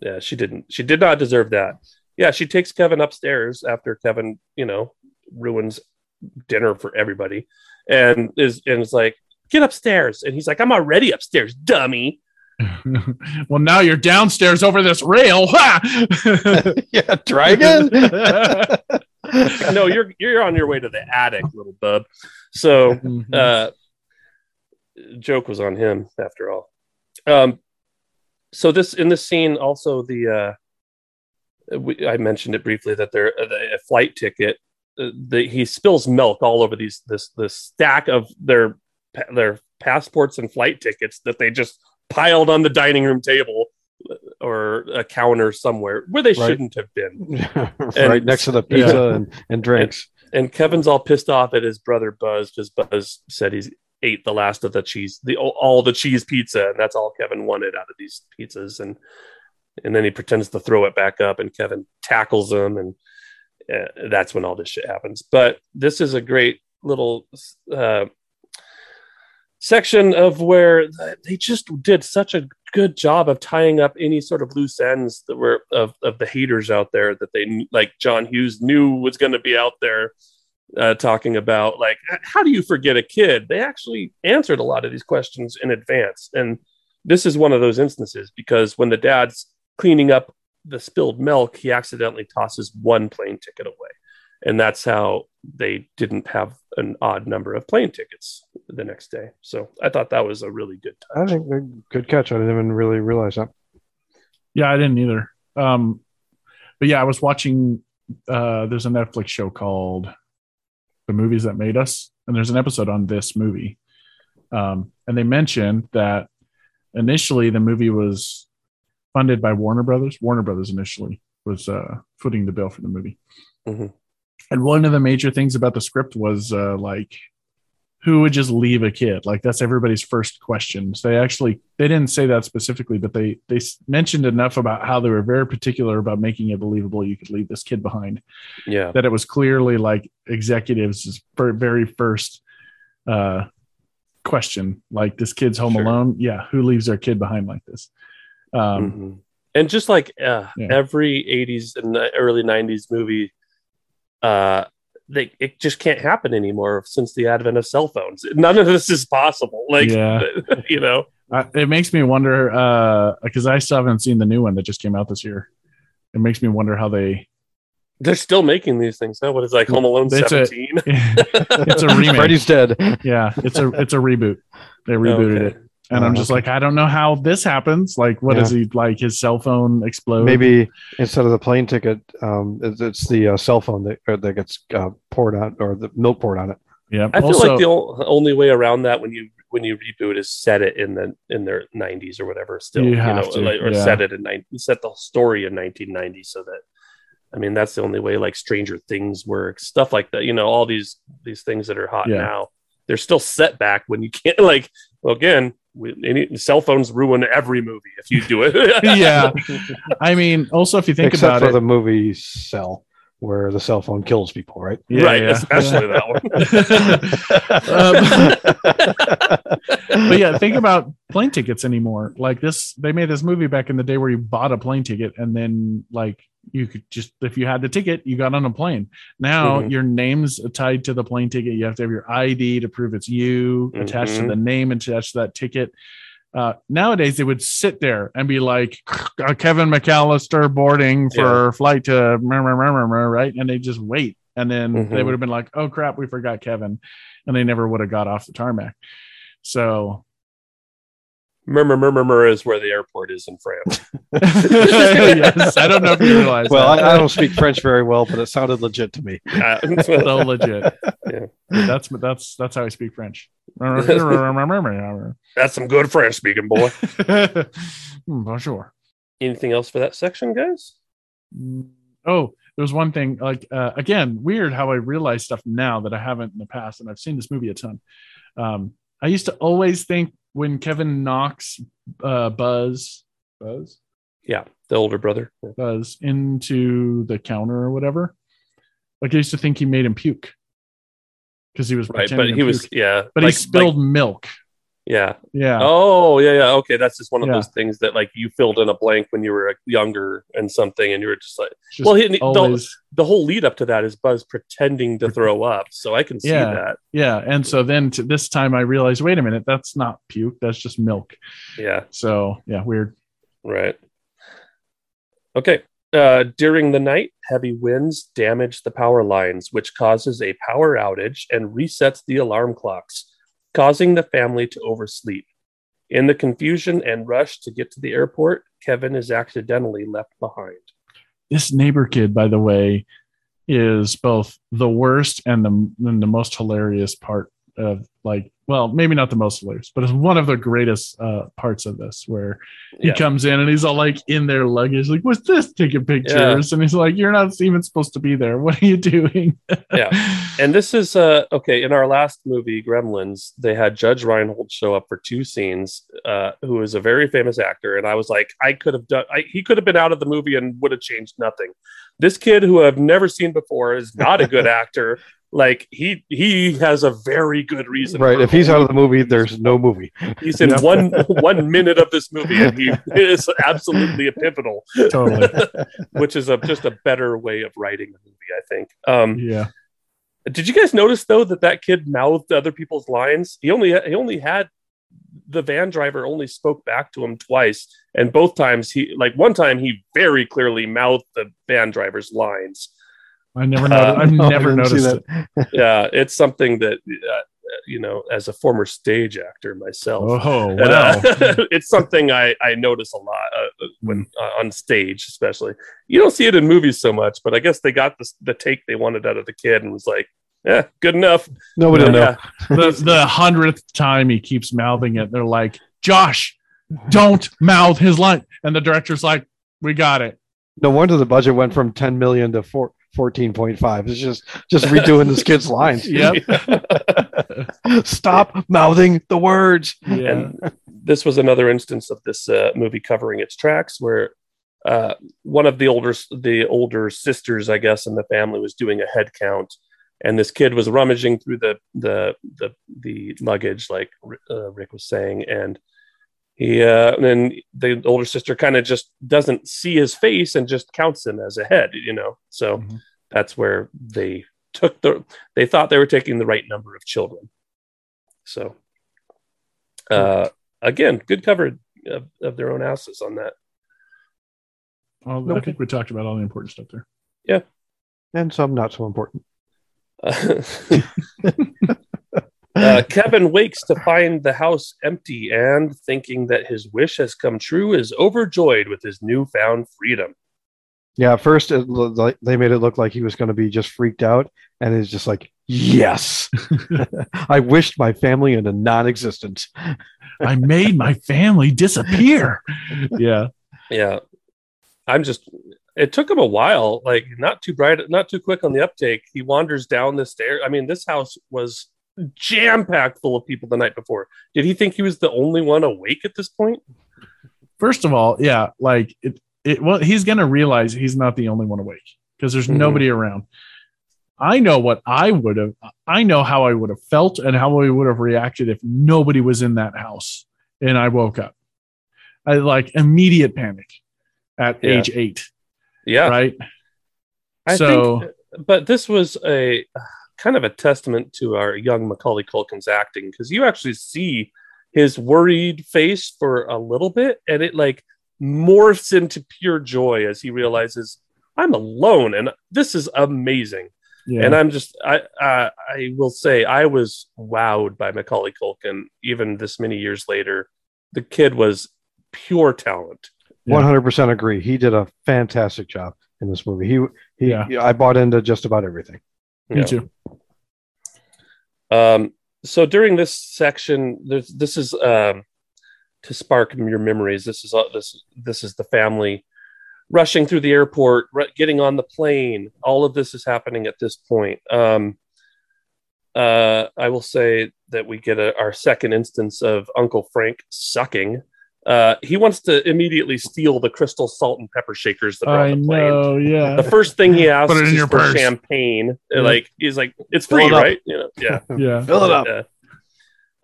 [SPEAKER 1] yeah she didn't she did not deserve that yeah she takes kevin upstairs after kevin you know ruins dinner for everybody and is and is like get upstairs and he's like i'm already upstairs dummy
[SPEAKER 2] well, now you're downstairs over this rail. Ha!
[SPEAKER 3] yeah, try again.
[SPEAKER 1] no you're you're on your way to the attic little bub so uh, joke was on him after all. Um, so this in this scene also the uh, we, I mentioned it briefly that there uh, the- a flight ticket uh, the, he spills milk all over these this this stack of their pa- their passports and flight tickets that they just piled on the dining room table uh, or a counter somewhere where they
[SPEAKER 3] Right.
[SPEAKER 1] shouldn't have been
[SPEAKER 3] right next to the pizza and, and drinks.
[SPEAKER 1] and Kevin's all pissed off at his brother Buzz because Buzz said he's ate the last of the cheese, the all the cheese pizza, and that's all Kevin wanted out of these pizzas. And and then he pretends to throw it back up, and Kevin tackles him, and uh, that's when all this shit happens. But this is a great little uh, section of where they just did such a good job of tying up any sort of loose ends that were of, of the haters out there that they like John Hughes knew was going to be out there uh, talking about like how do you forget a kid? They actually answered a lot of these questions in advance, and this is one of those instances because when the dad's cleaning up the spilled milk, he accidentally tosses one plane ticket away. And that's how they didn't have an odd number of plane tickets the next day. So I thought that was a really good
[SPEAKER 3] touch. I think a good catch. I didn't even really realize that.
[SPEAKER 2] Yeah, I didn't either. Um, but yeah, I was watching. Uh, there's a Netflix show called "The Movies That Made Us," and there's an episode on this movie. Um, and they mentioned that initially the movie was funded by Warner Brothers. Warner Brothers initially was uh, footing the bill for the movie. Mm-hmm. And one of the major things about the script was uh, like, who would just leave a kid? Like that's everybody's first question. So they actually they didn't say that specifically, but they they mentioned enough about how they were very particular about making it believable you could leave this kid behind.
[SPEAKER 1] Yeah,
[SPEAKER 2] that it was clearly like executives' very first uh, question. Like this kid's home sure. alone. Yeah, who leaves their kid behind like this?
[SPEAKER 1] Um, mm-hmm. And just like uh, yeah. every 80s and early 90s movie, uh, they, it just can't happen anymore since the advent of cell phones. None of this is possible. Like, yeah. you know,
[SPEAKER 2] I, it makes me wonder because uh, I still haven't seen the new one that just came out this year. It makes me wonder how they.
[SPEAKER 1] They're still making these things. Huh? What is like Home Alone Seventeen?
[SPEAKER 2] it's a remake.
[SPEAKER 3] Freddy's dead.
[SPEAKER 2] Yeah, it's a it's a reboot. They rebooted okay. it and I'm just like, I don't know how this happens. Like, what yeah. is he like? His cell phone explodes.
[SPEAKER 3] Maybe instead of the plane ticket, um, it's, it's the uh, cell phone that that gets uh, poured out or the milk poured on it.
[SPEAKER 2] Yeah,
[SPEAKER 1] I also, feel like the o- only way around that when you when you reboot is set it in the in their 90s or whatever. Still, you, you know, to, like, or yeah. set it in 90, set the story in 1990 so that. I mean, that's the only way. Like Stranger Things works, stuff like that. You know, all these these things that are hot yeah. now. They're still set back when you can't like well, again, we, any, cell phones ruin every movie if you do it.
[SPEAKER 2] yeah, I mean, also if you think
[SPEAKER 3] Except
[SPEAKER 2] about
[SPEAKER 3] for
[SPEAKER 2] it,
[SPEAKER 3] the movie Cell, where the cell phone kills people, right?
[SPEAKER 1] Yeah, right, yeah. especially that one.
[SPEAKER 2] um, but yeah, think about plane tickets anymore. Like this, they made this movie back in the day where you bought a plane ticket and then like you could just if you had the ticket you got on a plane now mm-hmm. your name's tied to the plane ticket you have to have your id to prove it's you mm-hmm. attached to the name attached to that ticket uh, nowadays they would sit there and be like "Uh, kevin mcallister boarding for yeah. flight to right and they just wait and then mm-hmm. they would have been like oh crap we forgot kevin and they never would have got off the tarmac so
[SPEAKER 1] Murmur, murmur, murmur is where the airport is in France.
[SPEAKER 2] yes, I don't know if you realize.
[SPEAKER 3] Well,
[SPEAKER 2] that.
[SPEAKER 3] I, I, don't speak French very well, but it sounded legit to me.
[SPEAKER 2] Uh, so legit. Yeah. That's that's that's how I speak French. Hmm,
[SPEAKER 1] that's some good French speaking, boy.
[SPEAKER 2] Bonjour.
[SPEAKER 1] Anything else for that section, guys?
[SPEAKER 2] Oh, there was one thing. Like uh, again, weird how I realize stuff now that I haven't in the past, and I've seen this movie a ton. Um, I used to always think when Kevin Knox uh, Buzz Buzz
[SPEAKER 1] yeah the older brother
[SPEAKER 2] Buzz into the counter or whatever like I used to think he made him puke because he was
[SPEAKER 1] right but he was yeah
[SPEAKER 2] but
[SPEAKER 1] like,
[SPEAKER 2] he spilled like, milk
[SPEAKER 1] yeah
[SPEAKER 2] yeah
[SPEAKER 1] oh yeah yeah okay that's just one of yeah. those things that like you filled in a blank when you were younger and something and you were just like just well he, the, the, whole lead up to that is Buzz pretending to throw up so I can see
[SPEAKER 2] yeah,
[SPEAKER 1] that
[SPEAKER 2] yeah and so then to this time I realized wait a minute that's not puke that's just milk
[SPEAKER 1] yeah
[SPEAKER 2] so yeah weird
[SPEAKER 1] right okay uh, during the night, heavy winds damage the power lines, which causes a power outage and resets the alarm clocks causing the family to oversleep. In the confusion and rush to get to the airport, Kevin is accidentally left behind.
[SPEAKER 2] This neighbor kid, by the way, is both the worst and the, and the most hilarious part of like, well, maybe not the most hilarious, but it's one of the greatest uh, parts of this where he yeah. comes in and he's all like in their luggage, like, what's this? Taking pictures. Yeah. And he's like, you're not even supposed to be there. What are you doing?
[SPEAKER 1] yeah. And this is uh, okay. In our last movie, Gremlins, they had Judge Reinhold show up for two scenes, uh, who is a very famous actor. And I was like, I could have done, I, he could have been out of the movie and would have changed nothing. This kid who I've never seen before is not a good actor Like he he has a very good reason.
[SPEAKER 3] Right.
[SPEAKER 1] for
[SPEAKER 3] If he's out of the movie, there's no movie.
[SPEAKER 1] he's in one one minute of this movie, and he is absolutely a pivotal,
[SPEAKER 2] totally.
[SPEAKER 1] which is a, just a better way of writing a movie, I think. Um,
[SPEAKER 2] Yeah.
[SPEAKER 1] Did you guys notice though that that kid mouthed other people's lines? He only he only had the van driver only spoke back to him twice, and both times he like one time he very clearly mouthed the van driver's lines.
[SPEAKER 2] I never noticed.
[SPEAKER 1] Uh,
[SPEAKER 2] I've
[SPEAKER 3] No, I
[SPEAKER 2] never
[SPEAKER 3] didn't see
[SPEAKER 2] noticed
[SPEAKER 3] that.
[SPEAKER 2] it.
[SPEAKER 1] Yeah, it's something that uh, you know, as a former stage actor myself,
[SPEAKER 2] Oh,
[SPEAKER 1] And,
[SPEAKER 2] wow.
[SPEAKER 1] uh, it's something I, I notice a lot uh, when uh, on stage, especially. You don't see it in movies so much, but I guess they got the, the take they wanted out of the kid and was like, yeah, good enough.
[SPEAKER 3] Nobody will
[SPEAKER 1] And,
[SPEAKER 3] know.
[SPEAKER 1] uh,
[SPEAKER 2] the, the hundredth time he keeps mouthing it, they're like, Josh, don't mouth his line. And the director's like, we got it.
[SPEAKER 3] No wonder the budget went from 10 million to four, 14.5. It's just just redoing this kid's lines.
[SPEAKER 2] Yep.
[SPEAKER 3] Stop mouthing the words.
[SPEAKER 2] Yeah.
[SPEAKER 1] And this was another instance of this uh, movie covering its tracks, where uh, one of the older the older sisters, I guess, in the family was doing a head count, and this kid was rummaging through the the the, the luggage, like uh, Rick was saying, and he uh, and then the older sister kind of just doesn't see his face and just counts him as a head, you know. So
[SPEAKER 2] Mhm.
[SPEAKER 1] that's where they took the they thought they were taking the right number of children. So uh, again, good cover of, of their own asses on that.
[SPEAKER 2] Well, I
[SPEAKER 3] Okay.
[SPEAKER 2] think we talked about all the important stuff there.
[SPEAKER 3] And some not so important.
[SPEAKER 1] Uh, Kevin wakes to find the house empty and, thinking that his wish has come true, is overjoyed with his newfound freedom.
[SPEAKER 3] Yeah, at first it, lo- like- they made it look like he was going to be just freaked out. And it's just like, yes, I wished my family into non existence.
[SPEAKER 2] I made my family disappear. Yeah.
[SPEAKER 1] Yeah, I'm just. It took him a while, like not too bright, not too quick on the uptake. He wanders down the stairs. I mean, this house was jam packed full of people the night before. Did he think he was the only one awake at this point?
[SPEAKER 2] First of all, yeah, like it, it well, he's gonna realize he's not the only one awake because there's
[SPEAKER 1] Mhm.
[SPEAKER 2] nobody around. I know what I would have I know how I would have felt and how I would have reacted if nobody was in that house and I woke up. I like immediate panic at
[SPEAKER 1] Yeah.
[SPEAKER 2] age eight,
[SPEAKER 1] Yeah,
[SPEAKER 2] right?
[SPEAKER 1] I
[SPEAKER 2] So-
[SPEAKER 1] think, uh, but this was a kind of a testament to our young Macaulay Culkin's acting because you actually see his worried face for a little bit, and it like morphs into pure joy as he realizes I'm alone, and this is amazing.
[SPEAKER 2] Yeah.
[SPEAKER 1] And I'm just I uh, I will say I was wowed by Macaulay Culkin even this many years later. The kid was pure talent.
[SPEAKER 2] Yeah.
[SPEAKER 3] 100% agree. He did a fantastic job in this movie. He, he
[SPEAKER 2] Yeah.
[SPEAKER 3] I bought into just about everything.
[SPEAKER 2] Me
[SPEAKER 1] Yeah.
[SPEAKER 2] too.
[SPEAKER 1] Um, so during this section, there's, this is um, to spark your memories. This is uh, this this is the family rushing through the airport, ru- getting on the plane. All of this is happening at this point. Um, uh, I will say that we get a, our second instance of Uncle Frank sucking. Uh, he wants to immediately steal the crystal salt and pepper shakers that are
[SPEAKER 2] I
[SPEAKER 1] on the plane.
[SPEAKER 2] know, yeah.
[SPEAKER 1] The first thing he asks
[SPEAKER 2] in
[SPEAKER 1] is
[SPEAKER 2] your
[SPEAKER 1] for
[SPEAKER 2] purse.
[SPEAKER 1] champagne.
[SPEAKER 2] Yeah.
[SPEAKER 1] Like he's like, it's
[SPEAKER 3] Fill
[SPEAKER 1] free,
[SPEAKER 3] it up.
[SPEAKER 1] right? You know, yeah.
[SPEAKER 2] yeah.
[SPEAKER 3] Fill it up.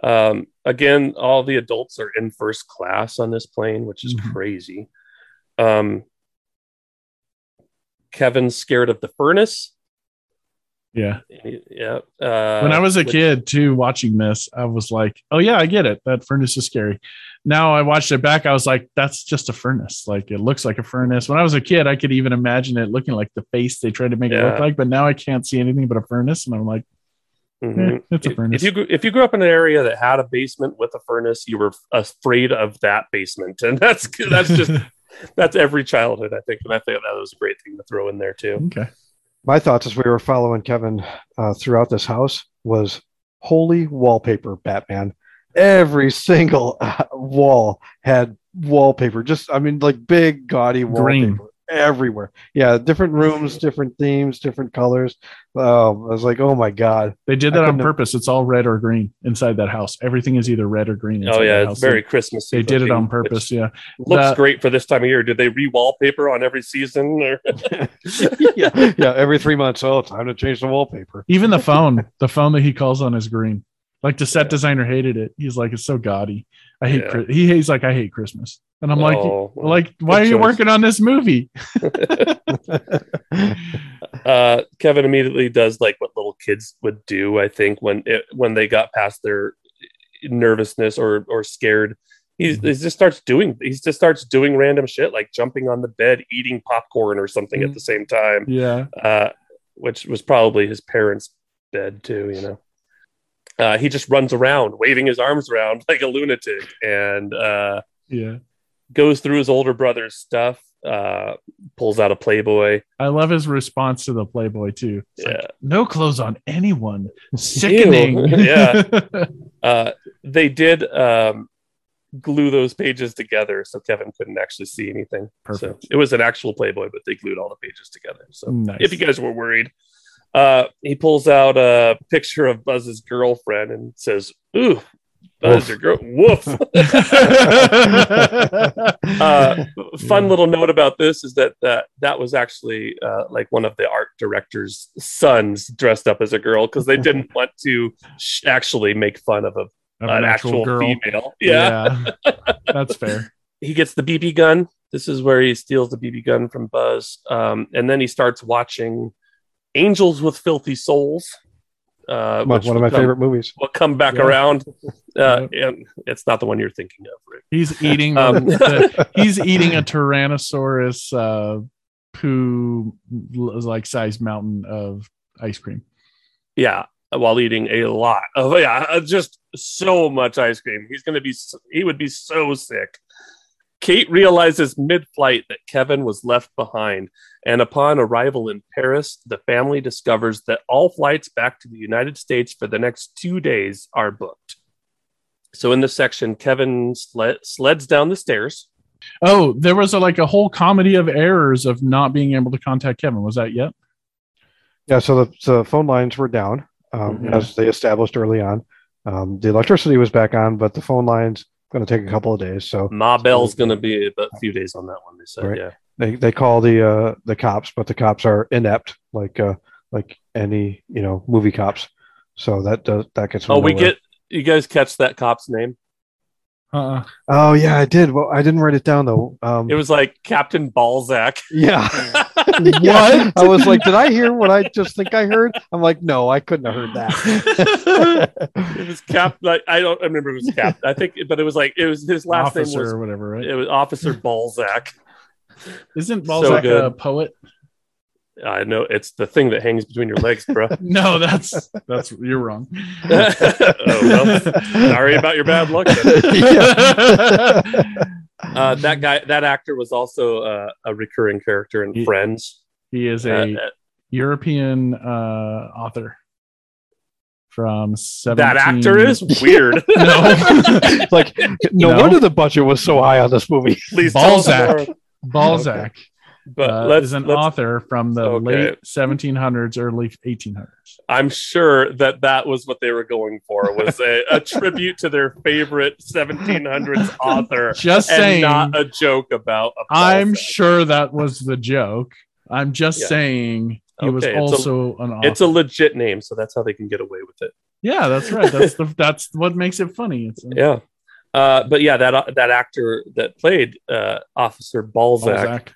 [SPEAKER 1] Yeah. Um, again, all the adults are in first class on this plane, which is
[SPEAKER 2] Mhm.
[SPEAKER 1] crazy. Um, Kevin's scared of the furnace.
[SPEAKER 2] Yeah.
[SPEAKER 1] Yeah. Uh,
[SPEAKER 2] when I was a
[SPEAKER 1] which-
[SPEAKER 2] kid too, watching this, I was like, "Oh yeah, I get it. That furnace is scary." Now I watched it back, I was like, "That's just a furnace. Like it looks like a furnace." When I was a kid, I could even imagine it looking like the face they tried to make it
[SPEAKER 1] Yeah.
[SPEAKER 2] look like, but now I can't see anything but a furnace, and I'm like,
[SPEAKER 1] Mhm.
[SPEAKER 2] eh, "It's a
[SPEAKER 1] If, if
[SPEAKER 2] furnace."
[SPEAKER 1] you grew, if you grew up in an area that had a basement with a furnace, you were afraid of that basement, and that's that's just that's every childhood, I think. And I think that was a great thing to throw in there too.
[SPEAKER 2] okay.
[SPEAKER 3] my thoughts as we were following Kevin uh, throughout this house was holy wallpaper, Batman. Every single uh, wall had wallpaper. Just, I mean, like big, gaudy wallpaper.
[SPEAKER 2] Green.
[SPEAKER 3] everywhere. Yeah, different rooms, different themes, different colors. Um, I was like, oh my god,
[SPEAKER 2] They did that
[SPEAKER 3] I
[SPEAKER 2] on
[SPEAKER 3] couldn't-
[SPEAKER 2] purpose. It's all red or green inside that house. Everything is either red or green.
[SPEAKER 1] oh
[SPEAKER 2] inside that
[SPEAKER 1] yeah,
[SPEAKER 2] house.
[SPEAKER 1] it's very Christmassy.
[SPEAKER 2] They did it
[SPEAKER 1] looking,
[SPEAKER 2] on
[SPEAKER 1] which
[SPEAKER 2] purpose. Yeah.
[SPEAKER 1] Looks
[SPEAKER 2] The-
[SPEAKER 1] great for this time of year. Did they re-wallpaper on every season? Or
[SPEAKER 3] yeah, yeah. Every three months, oh, time to change the wallpaper.
[SPEAKER 2] Even the phone, the phone that he calls on is green. Like the set designer hated it. He's like, it's so gaudy. I hate.
[SPEAKER 1] Yeah.
[SPEAKER 2] Chri- He hates like I hate Christmas. And I'm like,
[SPEAKER 1] Oh, well.
[SPEAKER 2] like, why are
[SPEAKER 1] good
[SPEAKER 2] you
[SPEAKER 1] choice.
[SPEAKER 2] working on this movie?
[SPEAKER 1] uh, Kevin immediately does like what little kids would do. I think when it, when they got past their nervousness or or scared, he,
[SPEAKER 2] Mm-hmm.
[SPEAKER 1] he just starts doing he just starts doing random shit like jumping on the bed, eating popcorn or something at the same time,
[SPEAKER 2] Mm-hmm. Yeah.
[SPEAKER 1] uh, which was probably his parents' bed too. You know, uh, he just runs around waving his arms around like a lunatic, and uh,
[SPEAKER 2] Yeah.
[SPEAKER 1] goes through his older brother's stuff, uh, pulls out a Playboy.
[SPEAKER 2] I love his response to the Playboy too. It's like,
[SPEAKER 1] Yeah.
[SPEAKER 2] no clothes on anyone. Sickening.
[SPEAKER 1] Yeah. Uh, they did um, glue those pages together, so Kevin couldn't actually see anything.
[SPEAKER 2] Perfect.
[SPEAKER 1] So it was an actual Playboy, but they glued all the pages together. So
[SPEAKER 2] nice.
[SPEAKER 1] if you guys were worried, uh, he pulls out a picture of Buzz's girlfriend and says, "Ooh, Buzz,
[SPEAKER 3] Woof.
[SPEAKER 1] your girl, woof." uh, fun
[SPEAKER 2] Yeah.
[SPEAKER 1] little note about this is that that, that was actually uh, like one of the art director's sons dressed up as a girl because they didn't want to sh- actually make fun of a,
[SPEAKER 2] Of
[SPEAKER 1] an actual, female. Yeah.
[SPEAKER 2] Yeah. That's fair.
[SPEAKER 1] he gets the BB gun. This is where he steals the BB gun from Buzz, um, and then he starts watching Angels with Filthy Souls. Uh,
[SPEAKER 3] One
[SPEAKER 1] which
[SPEAKER 3] one of my
[SPEAKER 1] will come-
[SPEAKER 3] favorite movies.
[SPEAKER 1] Will come back
[SPEAKER 2] Yeah.
[SPEAKER 1] around. Uh, and it's not the one you're thinking of, Rick.
[SPEAKER 2] He's eating the-
[SPEAKER 1] Um,
[SPEAKER 2] the- he's eating a Tyrannosaurus uh poo like size mountain of ice cream.
[SPEAKER 1] yeah while eating a lot of yeah uh, just so much ice cream he's gonna be s- he would be so sick kate realizes mid-flight that kevin was left behind and upon arrival in paris the family discovers that all flights back to the united states for the next two days are booked so in this section kevin sled, sleds down the stairs
[SPEAKER 2] Oh, there was a, like a whole comedy of errors of not being able to contact Kevin. Was that yet?
[SPEAKER 3] Yeah, so the, so the phone lines were down, um,
[SPEAKER 1] Mhm.
[SPEAKER 3] as they established early on. Um, the electricity was back on, but the phone lines going to take a couple of days. So
[SPEAKER 1] ma bell's gonna be about a few days on that one they said
[SPEAKER 3] Right.
[SPEAKER 1] yeah
[SPEAKER 3] they, they call the uh, the cops, but the cops are inept, like uh, like any you know movie cops. So that does that gets. them
[SPEAKER 1] oh we
[SPEAKER 3] nowhere.
[SPEAKER 1] get you guys catch that cop's name
[SPEAKER 2] Uh-uh.
[SPEAKER 3] Oh yeah, I did. Well, I didn't write it down though. Um,
[SPEAKER 1] it was like captain balzac
[SPEAKER 3] yeah.
[SPEAKER 2] What?
[SPEAKER 3] Yeah. I was like, did I hear what I just think I heard? I'm like, no, I couldn't have heard that.
[SPEAKER 1] it was Cap. Like I don't I remember. It was Cap. I think, but it was like it was his last
[SPEAKER 2] Officer
[SPEAKER 1] name was
[SPEAKER 2] or whatever, right?
[SPEAKER 1] it was Officer Balzac.
[SPEAKER 2] Isn't
[SPEAKER 1] so
[SPEAKER 2] Balzac a
[SPEAKER 1] good.
[SPEAKER 2] poet?
[SPEAKER 1] I know it's the thing that hangs between your legs, bro.
[SPEAKER 2] No, that's that's you're wrong.
[SPEAKER 1] oh, well, sorry about your bad luck. then. Uh, that guy, that actor, was also uh, a recurring character in
[SPEAKER 2] He-
[SPEAKER 1] Friends.
[SPEAKER 2] he is
[SPEAKER 1] Uh,
[SPEAKER 2] a European uh, author from 17...
[SPEAKER 1] that actor is weird.
[SPEAKER 2] no
[SPEAKER 3] like, no,
[SPEAKER 2] No.
[SPEAKER 3] wonder the budget was so high on this movie.
[SPEAKER 1] Please tell us
[SPEAKER 2] Balzac.
[SPEAKER 1] more.
[SPEAKER 2] Balzac
[SPEAKER 1] But
[SPEAKER 2] uh,
[SPEAKER 1] let's,
[SPEAKER 2] is an
[SPEAKER 1] let's-
[SPEAKER 2] author from the
[SPEAKER 1] Okay.
[SPEAKER 2] late 1700s, early 1800s.
[SPEAKER 1] I'm sure that that was what they were going for was a, a tribute to their favorite 1700s author.
[SPEAKER 2] Just
[SPEAKER 1] and
[SPEAKER 2] saying,
[SPEAKER 1] not a joke about. A
[SPEAKER 2] I'm
[SPEAKER 1] Balzac.
[SPEAKER 2] sure that was the joke. I'm just
[SPEAKER 1] Yeah.
[SPEAKER 2] saying he was
[SPEAKER 1] Okay, it's a-
[SPEAKER 2] also an author.
[SPEAKER 1] it's a legit name, so that's how they can get away with it.
[SPEAKER 2] yeah, that's right. That's the that's what makes it funny. It's
[SPEAKER 1] Yeah, uh, but yeah, that that actor that played uh, Officer Balzac,
[SPEAKER 2] Balzac.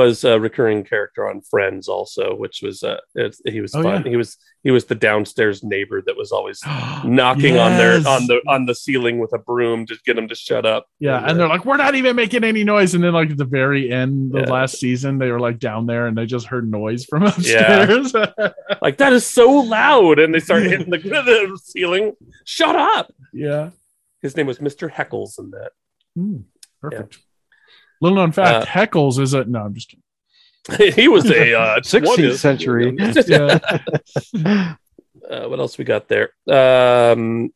[SPEAKER 1] was a recurring character on Friends, also, which was uh, it's, he was
[SPEAKER 2] Oh,
[SPEAKER 1] fun.
[SPEAKER 2] yeah.
[SPEAKER 1] He was he was the downstairs neighbor that was always knocking on their
[SPEAKER 2] Yes.
[SPEAKER 1] on the on the ceiling with a broom to get him to shut up.
[SPEAKER 2] Yeah, and they're like, we're not even making any noise. And then, like at the very end, the
[SPEAKER 1] Yeah.
[SPEAKER 2] last season, they were like down there, and they just heard noise from upstairs. Yeah,
[SPEAKER 1] like, that is so loud, and they start hitting the, the ceiling. Shut up! His name was Mister Heckles in that.
[SPEAKER 2] Hmm, perfect. Little known
[SPEAKER 1] Uh,
[SPEAKER 2] fact: Heckles is a no. I'm just kidding.
[SPEAKER 1] he was a uh,
[SPEAKER 3] 16th
[SPEAKER 1] twentieth-
[SPEAKER 3] century.
[SPEAKER 2] Yeah,
[SPEAKER 1] Uh, what else we got there? Um,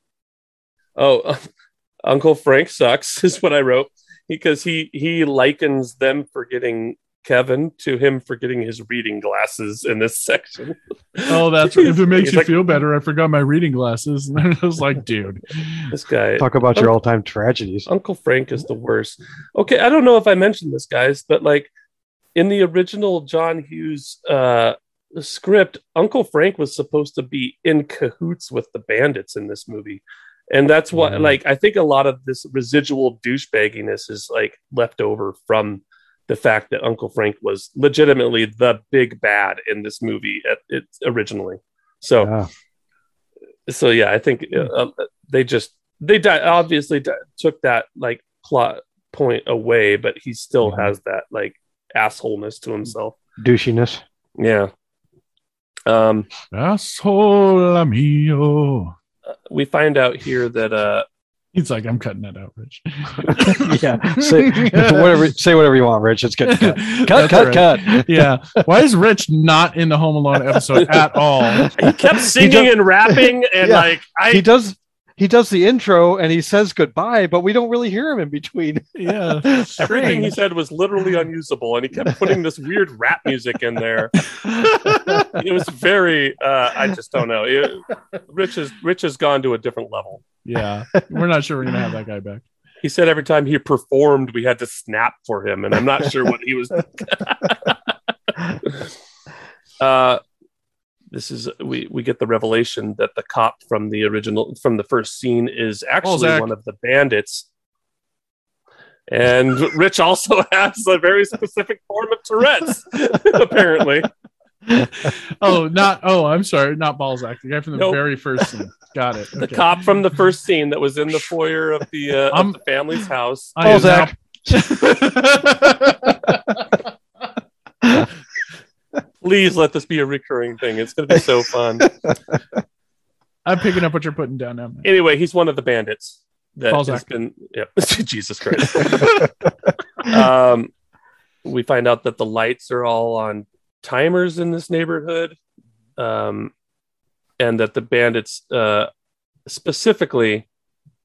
[SPEAKER 1] oh, Uncle Frank sucks is what I wrote because he he likens them forgetting Kevin to him for getting his reading glasses in this section.
[SPEAKER 2] Oh, that's if it makes
[SPEAKER 1] He's
[SPEAKER 2] you
[SPEAKER 1] like-
[SPEAKER 2] feel better. I forgot my reading glasses, and I was like, dude,
[SPEAKER 1] This guy,
[SPEAKER 3] Talk about your all time tragedies.
[SPEAKER 1] Uncle Frank is the worst. Okay, I don't know if I mentioned this, guys, but like in the original John Hughes uh, script, Uncle Frank was supposed to be in cahoots with the bandits in this movie. And that's what,
[SPEAKER 2] Yeah.
[SPEAKER 1] like, I think a lot of this residual douchebagginess is like left over from the fact that Uncle Frank was legitimately the big bad in this movie at, it, originally. So,
[SPEAKER 3] Yeah.
[SPEAKER 1] so yeah, I think uh, uh, they just they di- obviously di- took that like plot point away, but he still
[SPEAKER 3] Mhm.
[SPEAKER 1] has that like assholeness to himself.
[SPEAKER 3] Douchiness.
[SPEAKER 1] Yeah. Um,
[SPEAKER 2] asshole mio.
[SPEAKER 1] we find out here that uh,
[SPEAKER 2] He's like, I'm cutting that out, Rich.
[SPEAKER 3] Yeah. Say whatever say whatever you want, Rich. It's getting cut. Cut,
[SPEAKER 2] That's
[SPEAKER 3] cut,
[SPEAKER 2] right.
[SPEAKER 3] cut.
[SPEAKER 2] Yeah. Why is Rich not in the Home Alone episode at all?
[SPEAKER 1] he kept singing and rapping, and
[SPEAKER 3] Yeah.
[SPEAKER 1] like
[SPEAKER 3] He
[SPEAKER 1] I
[SPEAKER 3] does he does the intro and he says goodbye, but we don't really hear him in between.
[SPEAKER 2] Yeah.
[SPEAKER 1] everything he
[SPEAKER 2] strange.
[SPEAKER 1] said was literally unusable, and he kept putting this weird rap music in there.
[SPEAKER 3] Oh,
[SPEAKER 1] It was very uh, I just don't know. It, Rich has Rich has gone to a different level.
[SPEAKER 2] Yeah. We're not sure we're gonna have that guy back.
[SPEAKER 1] He said every time he performed, we had to snap for him, and I'm not sure what he was. uh, this is we we get the revelation that the cop from the original from the first scene is actually
[SPEAKER 2] Balzac.
[SPEAKER 1] one of the bandits, and Rich also has a very specific form of Tourette's, apparently.
[SPEAKER 2] Oh, not oh, I'm sorry, not Balzac. The guy from the
[SPEAKER 1] Nope.
[SPEAKER 2] very first scene. Got it.
[SPEAKER 1] The cop from the first scene that was in the foyer of the uh,
[SPEAKER 2] I'm-
[SPEAKER 1] of the family's house.
[SPEAKER 2] I am
[SPEAKER 3] Balzac.
[SPEAKER 2] now-
[SPEAKER 1] Please let this be a recurring thing. It's going to be so fun.
[SPEAKER 2] I'm picking up what you're putting down now. man.
[SPEAKER 1] anyway, he's one of the bandits that
[SPEAKER 2] Balzac.
[SPEAKER 1] has been. Yeah, Jesus Christ. um, we find out that the lights are all on timers in this neighborhood, um, and that the bandits uh, specifically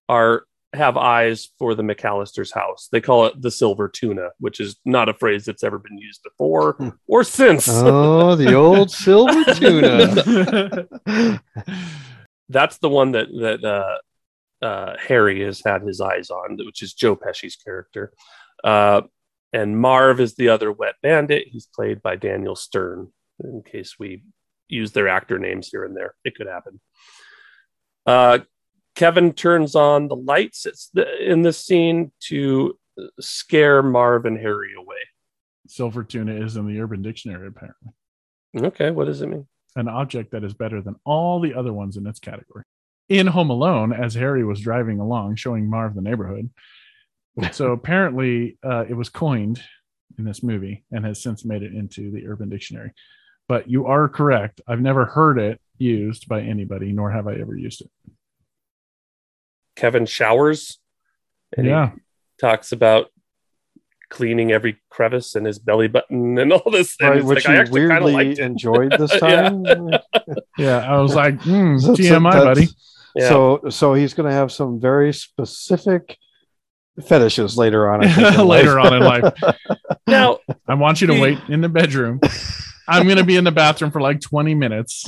[SPEAKER 1] are have eyes for the McAllister's house. They call it the silver tuna, which is not a phrase that's ever been used
[SPEAKER 3] Hmm.
[SPEAKER 1] before or since.
[SPEAKER 3] oh, the old silver tuna.
[SPEAKER 1] that's the one that that uh, uh, Harry has had his eyes on, which is Joe Pesci's character, uh, and Marv is the other wet bandit. He's played by Daniel Stern. In case we use their actor names here and there, it could happen. Uh, Kevin turns on the lights it's the, in this scene to scare Marv and Harry away.
[SPEAKER 2] Silver tuna is in the Urban Dictionary, apparently.
[SPEAKER 1] Okay, what does it mean?
[SPEAKER 2] An object that is better than all the other ones in its category. In Home Alone, as Harry was driving along, showing Marv the neighborhood. So apparently, uh, it was coined in this movie and has since made it into the Urban Dictionary. But you are correct. I've never heard it used by anybody, nor have I ever used it.
[SPEAKER 1] Kevin showers. and he
[SPEAKER 2] yeah.
[SPEAKER 1] talks about cleaning every crevice in his belly button and all this. And
[SPEAKER 3] right,
[SPEAKER 1] it's
[SPEAKER 3] which
[SPEAKER 1] like, I
[SPEAKER 3] you
[SPEAKER 1] actually kind of liked
[SPEAKER 3] weirdly
[SPEAKER 1] it.
[SPEAKER 3] enjoyed this
[SPEAKER 1] Yeah.
[SPEAKER 3] time.
[SPEAKER 2] Yeah. I was like, hmm,
[SPEAKER 3] So- so
[SPEAKER 2] TMI,
[SPEAKER 3] that's-
[SPEAKER 2] buddy.
[SPEAKER 1] Yeah.
[SPEAKER 3] So so he's gonna have some very specific fetishes later on. I think, in
[SPEAKER 2] Later
[SPEAKER 3] life.
[SPEAKER 2] on in life.
[SPEAKER 1] now,
[SPEAKER 2] I want you to
[SPEAKER 1] He-
[SPEAKER 2] wait in the bedroom. I'm going to be in the bathroom for like 20 minutes.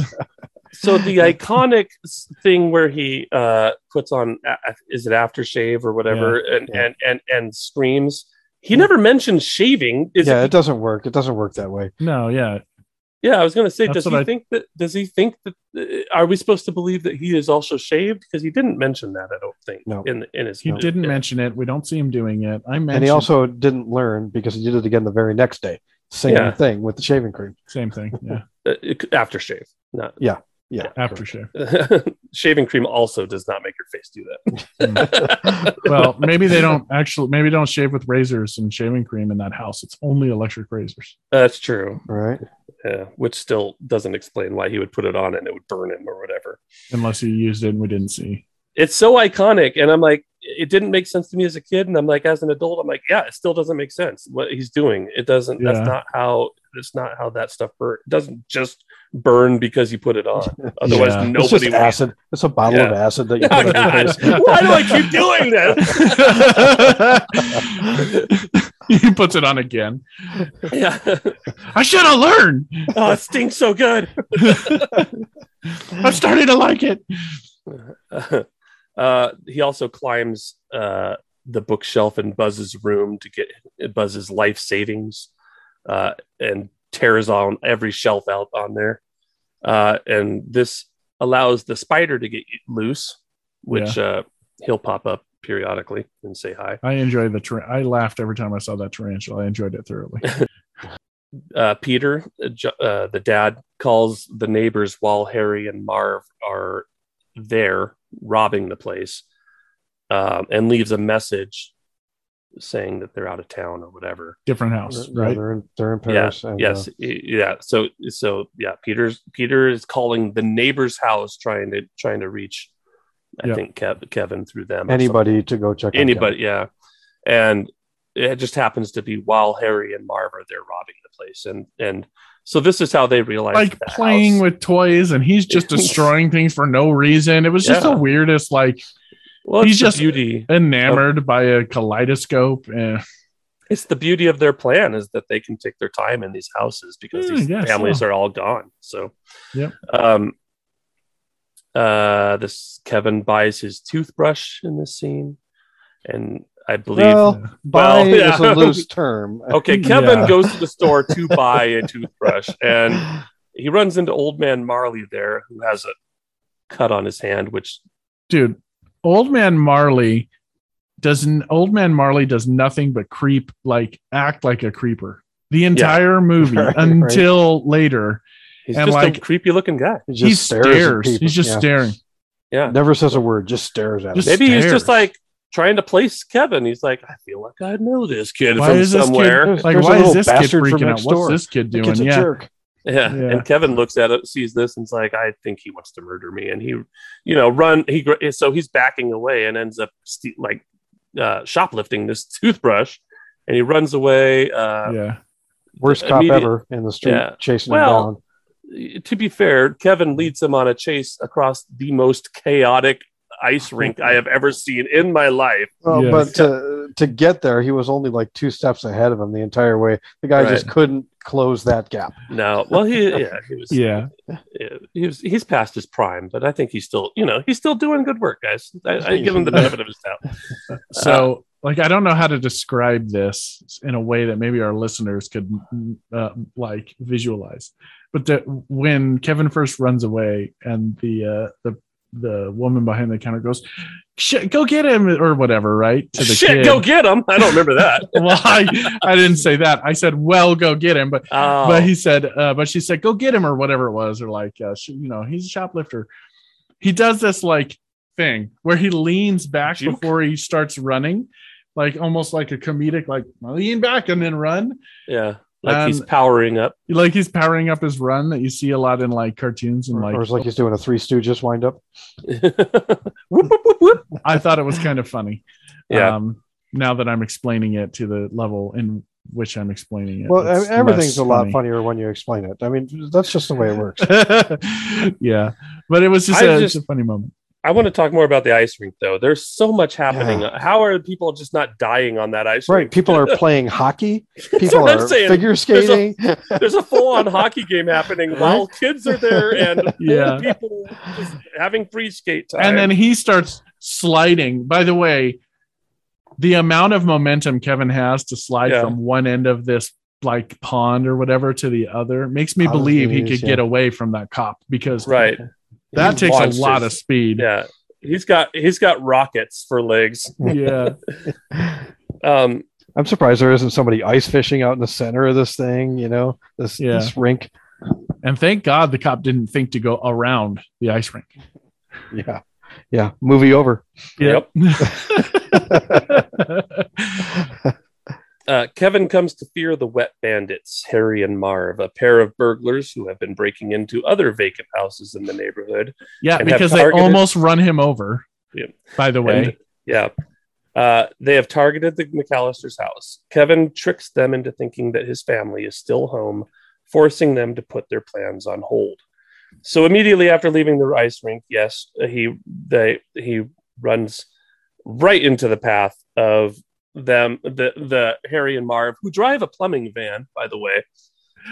[SPEAKER 1] so the iconic s- thing where he uh, puts on, a- a- is it aftershave or whatever, and,
[SPEAKER 3] Yeah.
[SPEAKER 1] And, and, and screams. He never mentions shaving. Is
[SPEAKER 3] yeah,
[SPEAKER 1] yeah,
[SPEAKER 3] it doesn't work. It doesn't work that way.
[SPEAKER 2] No, yeah.
[SPEAKER 1] yeah, I was going to say,
[SPEAKER 2] That's
[SPEAKER 1] does he
[SPEAKER 2] what I-
[SPEAKER 1] think that? Does he think that? Uh, are we supposed to believe that he is also shaved? Because he didn't mention that. I don't think.
[SPEAKER 3] No.
[SPEAKER 1] In in his
[SPEAKER 2] He
[SPEAKER 1] note.
[SPEAKER 2] didn't
[SPEAKER 1] Yeah.
[SPEAKER 2] mention it. We don't see him doing it. I mentioned
[SPEAKER 3] And he also didn't learn because he did it again the very next day. Same
[SPEAKER 1] Yeah.
[SPEAKER 3] thing with the shaving cream.
[SPEAKER 2] same thing. Yeah.
[SPEAKER 1] Uh, it- aftershave. Not
[SPEAKER 3] Yeah.
[SPEAKER 2] Aftershave.
[SPEAKER 1] shaving cream also does not make your face do that.
[SPEAKER 2] Well, maybe they don't actually, maybe don't shave with razors and shaving cream in that house. It's only electric razors.
[SPEAKER 1] That's true.
[SPEAKER 3] right.
[SPEAKER 1] Yeah, which still doesn't explain why he would put it on and it would burn him or whatever.
[SPEAKER 2] Unless he used it and we didn't see.
[SPEAKER 1] It's so iconic, and I'm like, it didn't make sense to me as a kid, and I'm like, as an adult, I'm like, yeah, it still doesn't make sense what he's doing. It doesn't.
[SPEAKER 2] Yeah.
[SPEAKER 1] That's not how. That's not how that stuff burn. It doesn't just burn because you put it on. Otherwise,
[SPEAKER 2] Yeah.
[SPEAKER 1] nobody.
[SPEAKER 3] it's just
[SPEAKER 1] would-
[SPEAKER 3] acid. It's a bottle of acid that you
[SPEAKER 1] Oh,
[SPEAKER 3] put on your
[SPEAKER 1] God.
[SPEAKER 3] face.
[SPEAKER 1] Why do I keep doing this?
[SPEAKER 2] he puts it on again.
[SPEAKER 1] Yeah.
[SPEAKER 2] I should have learned.
[SPEAKER 1] oh, it stinks so good.
[SPEAKER 2] I'm starting to like it.
[SPEAKER 1] Uh, he also climbs uh, the bookshelf in Buzz's room to get Buzz's life savings uh, and tears on every shelf out on there. Uh, and this allows the spider to get loose, which uh, he'll pop up periodically and say hi.
[SPEAKER 2] I enjoy the. Tar- I laughed every time I saw that tarantula. I enjoyed it thoroughly.
[SPEAKER 1] uh, Peter, uh, Ju- uh, the dad, calls the neighbors while Harry and Marv are there robbing the place um, and leaves a message saying that they're out of town or whatever.
[SPEAKER 2] Different house,
[SPEAKER 3] Yeah,
[SPEAKER 2] right?
[SPEAKER 3] They're in, they're in Paris. and,
[SPEAKER 1] yes.
[SPEAKER 3] uh,
[SPEAKER 1] y- yeah. So, so yeah, Peter's Peter is calling the neighbor's house trying to, trying to reach, I
[SPEAKER 2] Yeah.
[SPEAKER 1] think Kev, Kevin through them. or
[SPEAKER 3] uh, anybody to go check. on
[SPEAKER 1] anybody yeah and it just happens to be while harry and marv are there robbing the place and and so this is how they realize
[SPEAKER 2] Like
[SPEAKER 1] the
[SPEAKER 2] playing
[SPEAKER 1] house-
[SPEAKER 2] with toys, and he's just destroying things for no reason. It was just
[SPEAKER 1] Yeah.
[SPEAKER 2] the weirdest, like
[SPEAKER 1] well it's
[SPEAKER 2] he's
[SPEAKER 1] the
[SPEAKER 2] just-
[SPEAKER 1] beauty
[SPEAKER 2] enamored by a kaleidoscope. Eh.
[SPEAKER 1] it's the beauty of their plan is that they can take their time in these houses because
[SPEAKER 2] Mm, Yeah,
[SPEAKER 1] these
[SPEAKER 2] I guess
[SPEAKER 1] families
[SPEAKER 2] so.
[SPEAKER 1] are all gone so
[SPEAKER 2] Yep.
[SPEAKER 1] um uh this kevin buys his toothbrush in this scene and i believe
[SPEAKER 3] Well, buy
[SPEAKER 1] Well, yeah.
[SPEAKER 3] is a loose term.
[SPEAKER 1] okay kevin
[SPEAKER 2] Yeah.
[SPEAKER 1] goes to the store to buy a toothbrush and he runs into old man Marley there, who has a cut on his hand, which
[SPEAKER 2] dude, old man Marley doesn't. Old man Marley does nothing but creep, like act like a creeper the entire movie
[SPEAKER 3] Right, right.
[SPEAKER 2] until later.
[SPEAKER 1] he's
[SPEAKER 2] And
[SPEAKER 1] just
[SPEAKER 2] like-
[SPEAKER 1] a creepy looking guy.
[SPEAKER 3] He
[SPEAKER 2] he
[SPEAKER 3] at
[SPEAKER 2] stares.
[SPEAKER 3] people.
[SPEAKER 2] He's just
[SPEAKER 3] Yeah.
[SPEAKER 2] staring.
[SPEAKER 1] Yeah.
[SPEAKER 3] Never says a word. Just stares at.
[SPEAKER 2] Just-
[SPEAKER 3] them.
[SPEAKER 1] Maybe he's
[SPEAKER 2] stares.
[SPEAKER 1] just like trying to place Kevin. He's like, I feel like I know this kid
[SPEAKER 2] Why
[SPEAKER 1] from
[SPEAKER 2] is this kid-
[SPEAKER 1] somewhere.
[SPEAKER 3] There's-
[SPEAKER 2] Like,
[SPEAKER 3] there's a
[SPEAKER 2] why is
[SPEAKER 3] little
[SPEAKER 2] this kid
[SPEAKER 3] bastard from
[SPEAKER 2] freaking out?
[SPEAKER 3] next
[SPEAKER 2] What's
[SPEAKER 3] door.
[SPEAKER 2] this kid
[SPEAKER 3] The
[SPEAKER 2] doing?
[SPEAKER 3] kid's a
[SPEAKER 2] yeah,
[SPEAKER 3] jerk.
[SPEAKER 1] Yeah.
[SPEAKER 2] Yeah.
[SPEAKER 1] And Kevin looks at it, sees this, and's like, I think he wants to murder me. And he, you know, run. He gr- so he's backing away and ends up ste- like uh, shoplifting this toothbrush, and he runs away. Uh,
[SPEAKER 2] yeah.
[SPEAKER 3] Worst cop
[SPEAKER 1] Immediate-
[SPEAKER 3] ever in the street
[SPEAKER 1] Yeah.
[SPEAKER 3] chasing
[SPEAKER 1] Well,
[SPEAKER 3] him down.
[SPEAKER 1] to be fair,
[SPEAKER 2] Mm-hmm.
[SPEAKER 1] Kevin leads him on a chase across the most chaotic ice rink I have ever seen in my life.
[SPEAKER 3] Well,
[SPEAKER 2] Yes.
[SPEAKER 3] but to to get there, he was only like two steps ahead of him the entire way. The guy just
[SPEAKER 1] Right.
[SPEAKER 3] couldn't close that gap.
[SPEAKER 1] No, well, he yeah, he was
[SPEAKER 2] Yeah.
[SPEAKER 1] he was he's past his prime, but I think he's still you know he's still doing good work, guys. I, I give him the benefit of his doubt. Uh,
[SPEAKER 2] So, like, I don't know how to describe this in a way that maybe our listeners could uh, like visualize. But the, when Kevin first runs away, and the uh, the the woman behind the counter goes, "Shit, go get him," or whatever, right? To the
[SPEAKER 1] Shit,
[SPEAKER 2] kid.
[SPEAKER 1] go get him! I don't remember that.
[SPEAKER 2] well, I, I didn't say that. I said, "Well, go get him," but
[SPEAKER 1] Oh,
[SPEAKER 2] but he said uh, but she said go get him or whatever it was or like uh, sh- you know he's a shoplifter he does this like thing where he leans back
[SPEAKER 1] Juke?
[SPEAKER 2] before he starts running like almost like a comedic like lean back and then run
[SPEAKER 1] yeah, like he's
[SPEAKER 2] Um,
[SPEAKER 1] powering up.
[SPEAKER 2] like he's powering up his run that you see a lot in like cartoons and
[SPEAKER 3] Or-
[SPEAKER 2] like
[SPEAKER 3] or it's like he's doing a Three Stooges wind up.
[SPEAKER 1] whoop, whoop, whoop, whoop.
[SPEAKER 2] i thought it was kind of funny
[SPEAKER 1] Yeah.
[SPEAKER 2] um now that i'm explaining it to the level in which i'm explaining it
[SPEAKER 3] Well,
[SPEAKER 2] it's
[SPEAKER 3] I-
[SPEAKER 2] less
[SPEAKER 3] everything's a lot
[SPEAKER 2] funny.
[SPEAKER 3] funnier when you explain it. I mean, that's just the way it works.
[SPEAKER 2] yeah but it was just
[SPEAKER 1] I
[SPEAKER 2] a,
[SPEAKER 1] just-
[SPEAKER 2] just a funny moment
[SPEAKER 1] I want to talk more about the ice rink though. There's so much happening. How are people just not dying on that ice
[SPEAKER 3] Right?
[SPEAKER 1] rink?
[SPEAKER 3] People are playing hockey. People
[SPEAKER 1] what I'm
[SPEAKER 3] are
[SPEAKER 1] saying.
[SPEAKER 3] figure
[SPEAKER 1] a-
[SPEAKER 3] skating.
[SPEAKER 1] there's a full-on hockey game happening while kids are there and
[SPEAKER 2] Yeah.
[SPEAKER 1] people just having free skate time.
[SPEAKER 2] and then he starts sliding. By the way, the amount of momentum Kevin has to slide
[SPEAKER 1] Yeah.
[SPEAKER 2] from one end of this like pond or whatever to the other makes me
[SPEAKER 3] Pond of
[SPEAKER 2] believe he
[SPEAKER 3] views,
[SPEAKER 2] could
[SPEAKER 3] yeah.
[SPEAKER 2] get away from that cop because
[SPEAKER 1] right,
[SPEAKER 2] that
[SPEAKER 1] He
[SPEAKER 2] takes
[SPEAKER 1] launched
[SPEAKER 2] a lot
[SPEAKER 1] his-
[SPEAKER 2] of speed.
[SPEAKER 1] Yeah, he's got he's got rockets for legs.
[SPEAKER 2] Yeah.
[SPEAKER 1] Um,
[SPEAKER 3] I'm surprised there isn't somebody ice fishing out in the center of this thing. You know, this
[SPEAKER 2] Yeah.
[SPEAKER 3] this rink.
[SPEAKER 2] and thank God the cop didn't think to go around the ice rink.
[SPEAKER 3] Yeah, yeah. Movie over.
[SPEAKER 1] Yep.
[SPEAKER 2] Yep.
[SPEAKER 1] uh, Kevin comes to fear the wet bandits, Harry and Marv, a pair of burglars who have been breaking into other vacant houses in the neighborhood.
[SPEAKER 2] yeah,
[SPEAKER 1] And have
[SPEAKER 2] because they
[SPEAKER 1] targeted-
[SPEAKER 2] almost run him over.
[SPEAKER 1] Yep.
[SPEAKER 2] By the way,
[SPEAKER 1] And- yeah. Uh, they have targeted the McAllister's house. Kevin tricks them into thinking that his family is still home, forcing them to put their plans on hold. So immediately after leaving the ice rink, yes, he they he runs right into the path of them the the Harry and Marv who drive a plumbing van, by the way,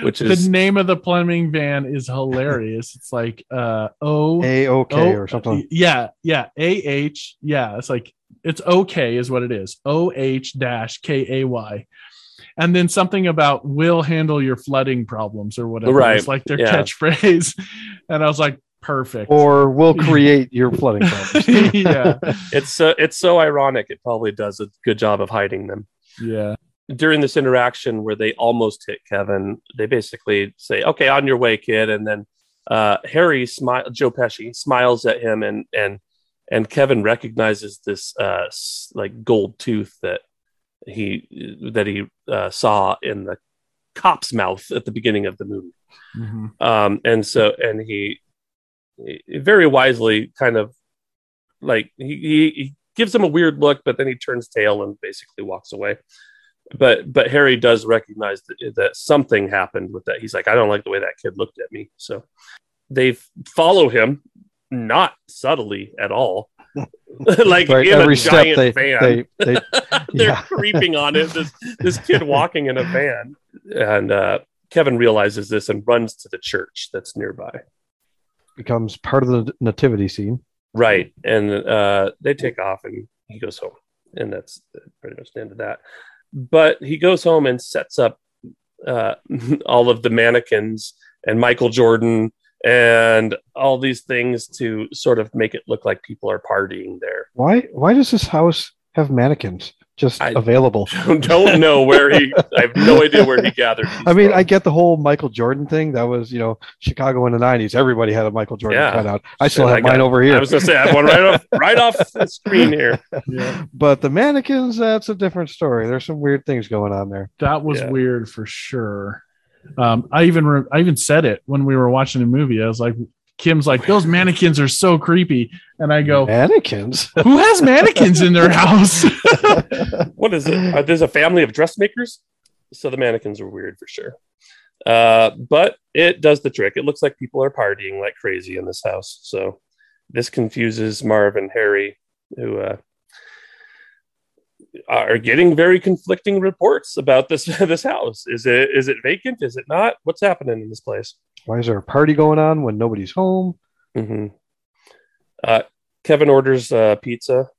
[SPEAKER 1] which is
[SPEAKER 2] the name of the plumbing van is hilarious. it's like uh O
[SPEAKER 3] A
[SPEAKER 1] Oh,
[SPEAKER 3] OK or something.
[SPEAKER 2] Yeah, yeah. A H. Yeah, it's like it's okay is what it is. O H dash K A Y. And then something about will handle your flooding problems or whatever.
[SPEAKER 1] Right,
[SPEAKER 2] It's like their
[SPEAKER 1] yeah.
[SPEAKER 2] catchphrase. And I was like, perfect.
[SPEAKER 3] Or will create your flooding problems.
[SPEAKER 2] yeah.
[SPEAKER 1] it's so it's so ironic. It probably does a good job of hiding them.
[SPEAKER 2] Yeah.
[SPEAKER 1] during this interaction where they almost hit Kevin, they basically say, "Okay, on your way, kid." And then uh, Harry smile, Joe Pesci smiles at him, and and and Kevin recognizes this uh, s- like gold tooth that he that he uh, saw in the cop's mouth at the beginning of the movie
[SPEAKER 2] Mhm.
[SPEAKER 1] um, and so and he, he very wisely kind of like he, he he gives him a weird look but then he turns tail and basically walks away but but harry does recognize that, that something happened with that he's like i don't like the way that kid looked at me so they f- follow him not subtly at all like
[SPEAKER 3] Right,
[SPEAKER 1] in
[SPEAKER 3] every
[SPEAKER 1] a
[SPEAKER 3] step
[SPEAKER 1] giant
[SPEAKER 3] they,
[SPEAKER 1] van
[SPEAKER 3] they they
[SPEAKER 1] they're
[SPEAKER 3] Yeah.
[SPEAKER 1] creeping on it. This this kid walking in a van, and uh, Kevin realizes this and runs to the church that's nearby.
[SPEAKER 3] becomes part of the nativity scene.
[SPEAKER 1] Right, and uh, they take off, and he goes home, and that's pretty much the end of that. But he goes home and sets up uh, all of the mannequins and Michael Jordan and all these things to sort of make it look like people are partying there.
[SPEAKER 3] Why why does this house have mannequins just
[SPEAKER 1] I-
[SPEAKER 3] available?
[SPEAKER 1] Don't know where he. I have no idea where he gathered. these
[SPEAKER 3] I mean,
[SPEAKER 1] from.
[SPEAKER 3] I get the whole Michael Jordan thing. That was, you know, Chicago in the '90s. Everybody had a Michael Jordan
[SPEAKER 1] Yeah.
[SPEAKER 3] cutout. I still
[SPEAKER 1] Shit,
[SPEAKER 3] have
[SPEAKER 1] I
[SPEAKER 3] mine
[SPEAKER 1] got-
[SPEAKER 3] over here.
[SPEAKER 1] I was gonna say I have one right off right off the screen here.
[SPEAKER 2] Yeah.
[SPEAKER 3] But the mannequins—that's a different story. There's some weird things going on there.
[SPEAKER 2] That was
[SPEAKER 1] Yeah.
[SPEAKER 2] weird for sure. Um, I even re- I even said it when we were watching a movie. I was like, Kim's like, those mannequins are so creepy. And I go,
[SPEAKER 3] Mannequins.
[SPEAKER 2] Who has mannequins in their house?
[SPEAKER 1] What is it? Uh, there's a family of dressmakers, so the mannequins are weird for sure. Uh, but it does the trick. It looks like people are partying like crazy in this house. So this confuses Marv and Harry, who uh, are getting very conflicting reports about this this house. Is it is it vacant? Is it not? What's happening in this place?
[SPEAKER 3] Why is there a party going on when nobody's home?
[SPEAKER 1] hmm Uh, Kevin orders uh, pizza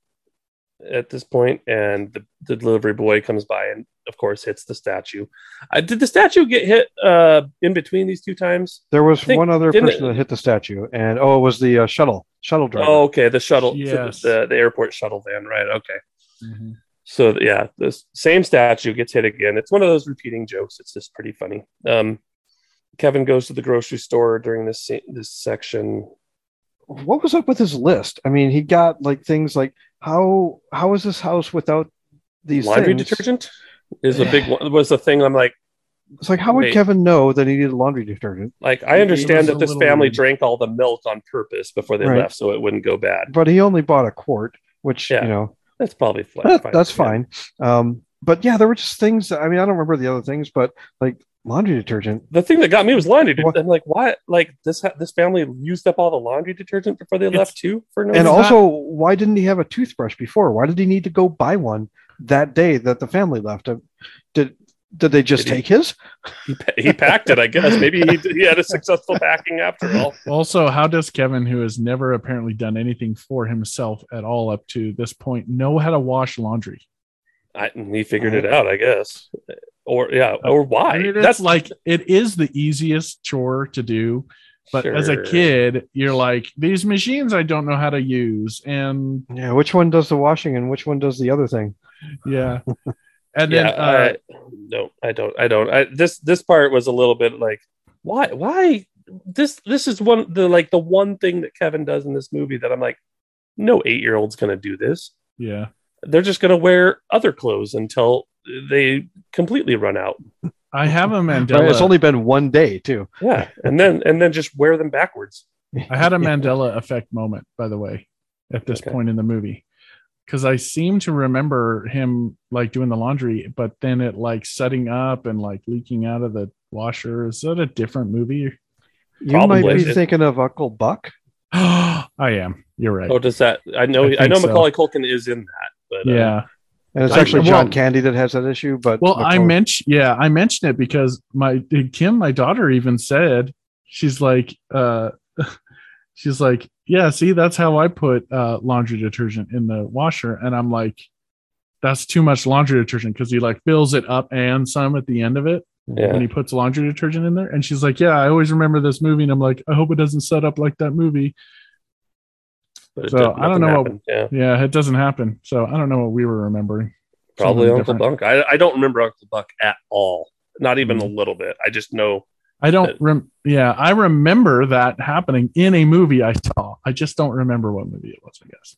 [SPEAKER 1] at this point, and the, the delivery boy comes by and, of course, hits the statue. Uh, did the statue get hit uh, in between these two times?
[SPEAKER 3] There was
[SPEAKER 1] Think-
[SPEAKER 3] one other
[SPEAKER 1] didn't
[SPEAKER 3] person
[SPEAKER 1] it-
[SPEAKER 3] that hit the statue, and oh, it was the uh, shuttle shuttle driver.
[SPEAKER 1] Oh, okay. The shuttle,
[SPEAKER 2] Yes.
[SPEAKER 1] the, the airport shuttle van, right? Okay. So yeah, the same statue gets hit again. It's one of those repeating jokes. It's just pretty funny. Um, Kevin goes to the grocery store during this se- this section.
[SPEAKER 3] What was up with his list? I mean, he got like things like how how is this house without these
[SPEAKER 1] laundry
[SPEAKER 3] things?
[SPEAKER 1] detergent is a big one. Was the thing I'm like.
[SPEAKER 3] It's like how would
[SPEAKER 1] Wait.
[SPEAKER 3] Kevin know that he needed laundry detergent?
[SPEAKER 1] Like
[SPEAKER 2] It-
[SPEAKER 1] I
[SPEAKER 2] it was
[SPEAKER 1] understand
[SPEAKER 2] a
[SPEAKER 1] that this
[SPEAKER 2] little
[SPEAKER 1] family
[SPEAKER 2] weird.
[SPEAKER 1] drank all the milk on purpose before they
[SPEAKER 3] Right.
[SPEAKER 1] left, so it wouldn't go bad.
[SPEAKER 3] but he only bought a quart, which
[SPEAKER 1] Yeah.
[SPEAKER 3] you know
[SPEAKER 1] That's probably flat,
[SPEAKER 3] that- that's fine. Um, but yeah, there were just things. That, I mean, I don't remember the other things, but like laundry detergent.
[SPEAKER 1] The thing that got me was laundry. detergent.
[SPEAKER 3] What-
[SPEAKER 1] I'm like, why? Like this? Ha- this family used up all the laundry detergent before they
[SPEAKER 2] It's-
[SPEAKER 1] left too for no
[SPEAKER 3] and
[SPEAKER 1] reason.
[SPEAKER 2] all-
[SPEAKER 3] also, why didn't he have a toothbrush before? Why did he need to go buy one that day that the family left? Uh, Did did they just
[SPEAKER 1] Did he-
[SPEAKER 3] take his?
[SPEAKER 1] he, pa- he packed it, I guess. Maybe he, he had a successful packing after all.
[SPEAKER 2] Also, how does Kevin, who has never apparently done anything for himself at all up to this point, know how to wash laundry?
[SPEAKER 1] I, he figured it out, I guess. Or yeah, or
[SPEAKER 2] I
[SPEAKER 1] why?
[SPEAKER 2] mean,
[SPEAKER 1] that's
[SPEAKER 2] that's like it is the easiest chore to do, but as a
[SPEAKER 1] Sure.
[SPEAKER 2] kid, you're like these machines I don't know how to use, and
[SPEAKER 3] Yeah, which one does the washing and which one does the other thing?
[SPEAKER 2] yeah, and
[SPEAKER 1] yeah,
[SPEAKER 2] then uh,
[SPEAKER 1] I, no, I don't. I don't. I, this this part was a little bit like why why this this is one the like the one thing that Kevin does in this movie that I'm like no eight year old's gonna do this.
[SPEAKER 2] yeah,
[SPEAKER 1] They're just gonna wear other clothes until they completely run out.
[SPEAKER 2] I have a Mandela.
[SPEAKER 3] Right, It's only been one day too.
[SPEAKER 1] Yeah, and then and then just wear them backwards.
[SPEAKER 2] I had a Mandela effect moment, by the way, at this
[SPEAKER 1] Okay.
[SPEAKER 2] point in the movie, because I seem to remember him like doing the laundry, but then it like setting up and like leaking out of the washer. Is that a different movie?
[SPEAKER 3] You might
[SPEAKER 1] Probably.
[SPEAKER 3] be thinking of Uncle Buck.
[SPEAKER 2] I am. You're right.
[SPEAKER 1] Oh, does that? I know.
[SPEAKER 2] I
[SPEAKER 1] I, know
[SPEAKER 2] think so.
[SPEAKER 1] Macaulay Culkin is in that, but uh,
[SPEAKER 2] yeah.
[SPEAKER 3] And it's
[SPEAKER 1] I-
[SPEAKER 3] actually
[SPEAKER 2] well-
[SPEAKER 3] John Candy that has that issue. But
[SPEAKER 2] Well,
[SPEAKER 3] but
[SPEAKER 2] I
[SPEAKER 3] Cohen-
[SPEAKER 2] mentioned, yeah, I mentioned it because my Kim, my daughter, even said she's like, uh, she's like, yeah, see, that's how I put uh, laundry detergent in the washer, and I'm like, that's too much laundry detergent because he like fills it up and some at the end of it
[SPEAKER 1] Yeah.
[SPEAKER 2] when he puts laundry detergent in there, and she's like, yeah, I always remember this movie, and I'm like, I hope it doesn't set up like that movie.
[SPEAKER 1] But it
[SPEAKER 2] So,
[SPEAKER 1] didn't-
[SPEAKER 2] I
[SPEAKER 1] nothing
[SPEAKER 2] don't know what-
[SPEAKER 1] happened. yeah.
[SPEAKER 2] Yeah, it doesn't happen, so I don't know what we were remembering.
[SPEAKER 1] Probably
[SPEAKER 2] Something
[SPEAKER 1] Uncle Buck. I, I don't remember Uncle Buck at all. Not even
[SPEAKER 2] Mm-hmm.
[SPEAKER 1] a little bit. I just know.
[SPEAKER 2] I
[SPEAKER 1] Uh,
[SPEAKER 2] don't rem- yeah, I remember that happening in a movie I saw. I just don't remember what movie it was, I guess.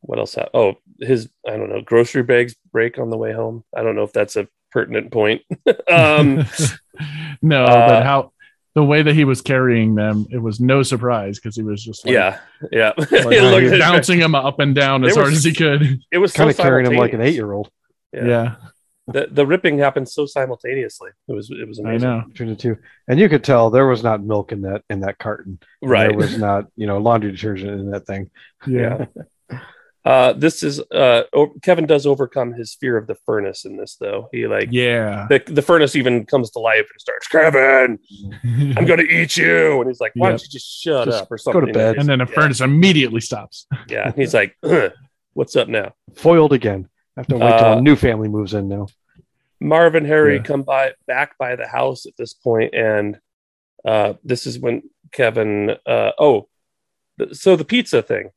[SPEAKER 1] what else happened? Oh, his I don't know grocery bags break on the way home. I don't know if that's a pertinent point. um,
[SPEAKER 2] no,
[SPEAKER 1] uh,
[SPEAKER 2] but how the way that he was carrying them, it was no surprise because he was just like,
[SPEAKER 1] yeah, yeah.
[SPEAKER 2] like,
[SPEAKER 1] it,
[SPEAKER 3] how
[SPEAKER 1] looked-
[SPEAKER 3] you
[SPEAKER 2] bouncing them up and down
[SPEAKER 1] They
[SPEAKER 2] as
[SPEAKER 1] were
[SPEAKER 2] hard as he could.
[SPEAKER 1] it was
[SPEAKER 3] kind
[SPEAKER 1] kind
[SPEAKER 3] of carrying him like an eight year old
[SPEAKER 1] Yeah.
[SPEAKER 2] Yeah,
[SPEAKER 1] The, the ripping happened so simultaneously. It was it was
[SPEAKER 2] I
[SPEAKER 1] amazing.
[SPEAKER 2] know.
[SPEAKER 3] between the two. And you could tell there was not milk in that in that carton. And
[SPEAKER 1] Right.
[SPEAKER 3] There was not, you know, laundry detergent in that thing.
[SPEAKER 2] Yeah.
[SPEAKER 1] Uh, this is uh, o- Kevin does overcome his fear of the furnace in this though. He like
[SPEAKER 2] Yeah.
[SPEAKER 1] the, the furnace even comes to life and starts Kevin, I'm gonna eat you, and he's like, Why
[SPEAKER 2] Yep.
[SPEAKER 1] don't you just shut
[SPEAKER 3] Just
[SPEAKER 1] up or something?
[SPEAKER 3] bed.
[SPEAKER 2] and then the
[SPEAKER 1] yeah,
[SPEAKER 2] furnace immediately stops.
[SPEAKER 1] Yeah, and he's like, What's up now?
[SPEAKER 3] Foiled again. I have to wait till
[SPEAKER 1] Uh,
[SPEAKER 3] a new family moves in now.
[SPEAKER 1] Marv and Harry
[SPEAKER 2] Yeah.
[SPEAKER 1] come by back by the house at this point, and uh, this is when Kevin. Uh, oh, th- so the pizza thing.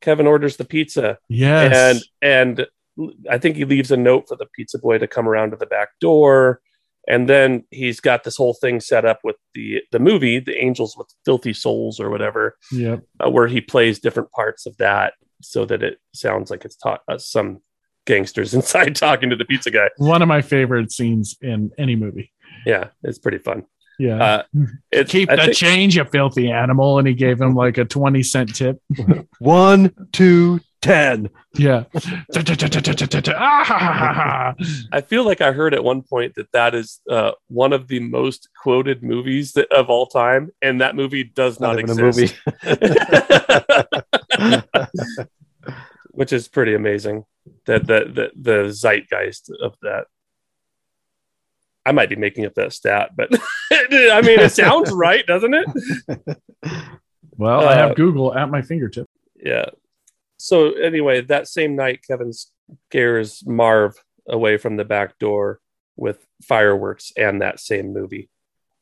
[SPEAKER 1] Kevin orders the pizza,
[SPEAKER 2] Yes.
[SPEAKER 1] and and I think he leaves a note for the pizza boy to come around to the back door, and then he's got this whole thing set up with the the movie, the Angels with Filthy Souls or whatever,
[SPEAKER 2] yep.
[SPEAKER 1] uh, where he plays different parts of that so that it sounds like it's ta- uh, some gangsters inside talking to the pizza guy.
[SPEAKER 2] One of my favorite scenes in any movie.
[SPEAKER 1] Yeah, it's pretty fun.
[SPEAKER 2] Yeah.
[SPEAKER 1] Uh, it's,
[SPEAKER 2] Keep
[SPEAKER 1] I
[SPEAKER 2] the
[SPEAKER 1] think-
[SPEAKER 2] change, you filthy animal. And he gave him like a 20 cent tip.
[SPEAKER 3] One, two, ten.
[SPEAKER 2] Yeah. Ah,
[SPEAKER 1] I feel like I heard at one point that that is uh, one of the most quoted movies that, of all time, and that movie does not,
[SPEAKER 3] Not, even
[SPEAKER 1] exist,
[SPEAKER 3] a movie.
[SPEAKER 1] which is pretty amazing. That the, the the zeitgeist of that. I might be making up that stat, but I mean, it sounds right, doesn't it?
[SPEAKER 2] Well, I
[SPEAKER 1] Uh,
[SPEAKER 2] have Google at my fingertip.
[SPEAKER 1] Yeah. So anyway, that same night, Kevin scares Marv away from the back door with fireworks and that same movie.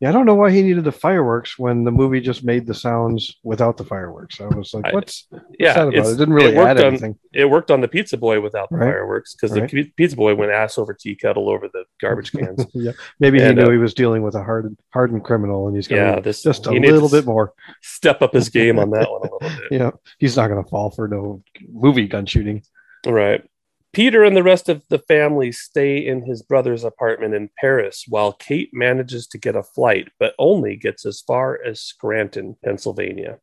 [SPEAKER 3] yeah, I don't know why he needed the fireworks when the movie just made the sounds without the fireworks. I was like,
[SPEAKER 1] I-
[SPEAKER 3] what's, what's
[SPEAKER 1] Yeah,
[SPEAKER 3] that about?
[SPEAKER 1] it's-
[SPEAKER 3] It didn't really
[SPEAKER 1] it worked
[SPEAKER 3] add
[SPEAKER 1] on-
[SPEAKER 3] anything.
[SPEAKER 1] it worked on the pizza boy without the
[SPEAKER 3] Right.
[SPEAKER 1] fireworks because
[SPEAKER 3] Right.
[SPEAKER 1] the pi- pizza boy went ass over tea kettle over the garbage cans.
[SPEAKER 3] yeah. Maybe
[SPEAKER 1] And,
[SPEAKER 3] he knew
[SPEAKER 1] uh,
[SPEAKER 3] he was dealing with a hardened hardened criminal and he's gonna
[SPEAKER 1] yeah, this
[SPEAKER 3] just a
[SPEAKER 1] he needs
[SPEAKER 3] little
[SPEAKER 1] to
[SPEAKER 3] bit more.
[SPEAKER 1] Step up his game on that one a little bit,
[SPEAKER 3] Yeah. He's not gonna fall for no movie gun shooting.
[SPEAKER 1] right? Peter and the rest of the family stay in his brother's apartment in Paris while Kate manages to get a flight, but only gets as far as Scranton, Pennsylvania.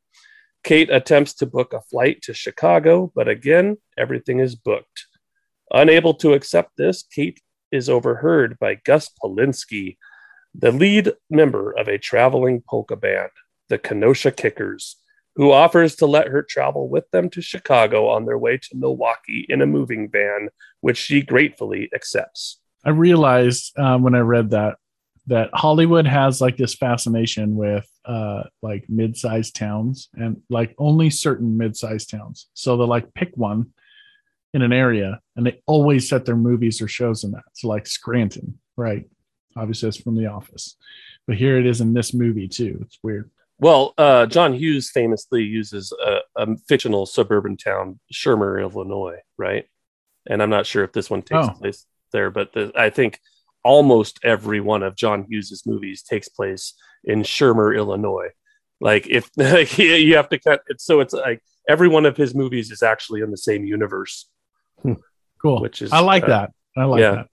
[SPEAKER 1] Kate attempts to book a flight to Chicago, but again, everything is booked. Unable to accept this, Kate is overheard by Gus Polinsky, the lead member of a traveling polka band, the Kenosha Kickers, who offers to let her travel with them to Chicago on their way to Milwaukee in a moving van, which she gratefully accepts.
[SPEAKER 2] I realized um, when I read that that Hollywood has like this fascination with uh, like mid-sized towns and like only certain mid-sized towns. So they'll like pick one in an area and they always set their movies or shows in that. So like Scranton, right? Obviously, it's from The Office, but here it is in this movie too. It's weird.
[SPEAKER 1] Well, uh, John Hughes famously uses a, a fictional suburban town, Shermer, Illinois, right? And I'm not sure if this one takes
[SPEAKER 2] Oh.
[SPEAKER 1] place there, but the, I think almost every one of John Hughes's movies takes place in Shermer, Illinois. Like if like, you- you have to cut it, so it's like every one of his movies is actually in the same universe.
[SPEAKER 2] Cool.
[SPEAKER 1] Which is,
[SPEAKER 2] I like
[SPEAKER 1] uh,
[SPEAKER 2] that. I like
[SPEAKER 1] yeah.
[SPEAKER 2] that.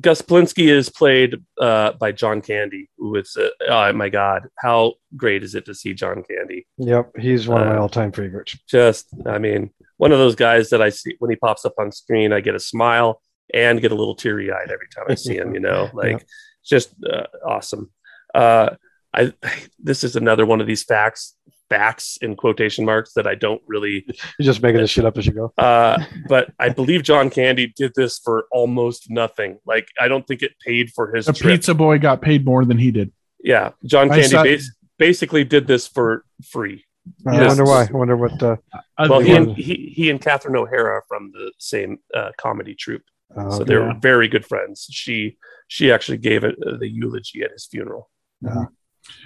[SPEAKER 1] Gus Plinsky is played uh, by John Candy. Who is uh, oh my god, how great is it to see John Candy?
[SPEAKER 3] Yep. He's one of my
[SPEAKER 1] Uh,
[SPEAKER 3] all time favorites.
[SPEAKER 1] Just, I mean, one of those guys that I see when he pops up on screen, I get a smile and get a little teary eyed every time I see him. You know, like just uh, awesome. Uh, I this is another one of these facts facts in quotation marks that I don't really.
[SPEAKER 3] You're just making this shit up as you go.
[SPEAKER 1] Uh, but I believe John Candy did this for almost nothing. Like I don't think it paid for his
[SPEAKER 2] The
[SPEAKER 1] trip.
[SPEAKER 2] pizza boy got paid more than he did.
[SPEAKER 1] Yeah, John
[SPEAKER 2] I
[SPEAKER 1] Candy
[SPEAKER 2] saw-
[SPEAKER 1] bas- basically did this for free.
[SPEAKER 3] I
[SPEAKER 1] Yes.
[SPEAKER 3] wonder why. I wonder what. Uh,
[SPEAKER 2] I
[SPEAKER 1] Well,
[SPEAKER 2] think-
[SPEAKER 1] he and, he, he and Catherine O'Hara are from the same uh, comedy troupe,
[SPEAKER 3] uh,
[SPEAKER 1] so they're
[SPEAKER 2] yeah.
[SPEAKER 1] very good friends. She she actually gave it, uh, the eulogy at his funeral.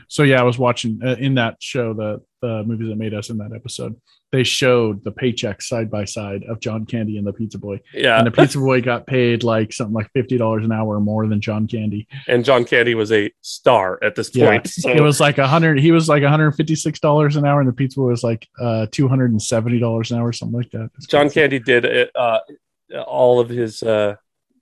[SPEAKER 2] so yeah, I was watching uh, in that show the the movies that made us in that episode. They showed the paycheck side by side of John Candy and the Pizza Boy,
[SPEAKER 1] Yeah,
[SPEAKER 2] and the Pizza Boy got paid like something like fifty dollars an hour more than John Candy.
[SPEAKER 1] and John Candy was a star at this
[SPEAKER 2] Yeah.
[SPEAKER 1] point. so-
[SPEAKER 2] It was like a hundred. He was like one hundred fifty six dollars an hour, and the Pizza Boy was like uh, two hundred and seventy dollars an hour, something like that. It's
[SPEAKER 1] John
[SPEAKER 2] crazy.
[SPEAKER 1] Candy did it, uh, all of his. Uh,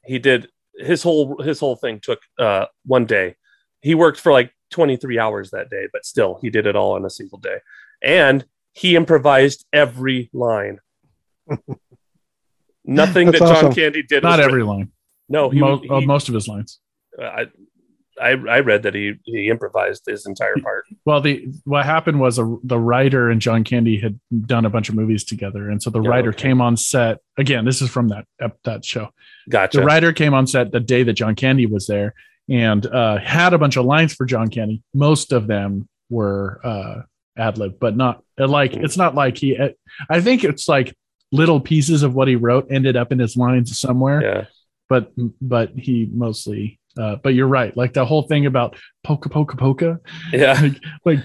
[SPEAKER 1] he did his whole his whole thing took uh, one day. He worked for like 23 hours that day, but still he did it all in a single day, and he improvised every line. Nothing that
[SPEAKER 3] That's
[SPEAKER 1] John
[SPEAKER 3] awesome.
[SPEAKER 1] Candy did.
[SPEAKER 2] Not
[SPEAKER 1] was
[SPEAKER 2] every line.
[SPEAKER 1] written. No, he.
[SPEAKER 2] Mo-
[SPEAKER 1] he
[SPEAKER 2] uh, most of his lines.
[SPEAKER 1] I, I I read that he he improvised his entire part.
[SPEAKER 2] Well, the what happened was a, the writer and John Candy had done a bunch of movies together, and so the
[SPEAKER 1] Yeah,
[SPEAKER 2] writer
[SPEAKER 1] Oh, okay.
[SPEAKER 2] came on set again. This is from that ep- that show.
[SPEAKER 1] Gotcha.
[SPEAKER 2] The writer came on set the day that John Candy was there and uh, had a bunch of lines for John Candy. Most of them were uh, ad lib, but not uh, like
[SPEAKER 1] Mm.
[SPEAKER 2] it's not like he. uh, I think it's like little pieces of what he wrote ended up in his lines somewhere
[SPEAKER 1] Yeah.
[SPEAKER 2] but but he mostly uh, but you're right like the whole thing about poka poka poka
[SPEAKER 1] Yeah.
[SPEAKER 2] like like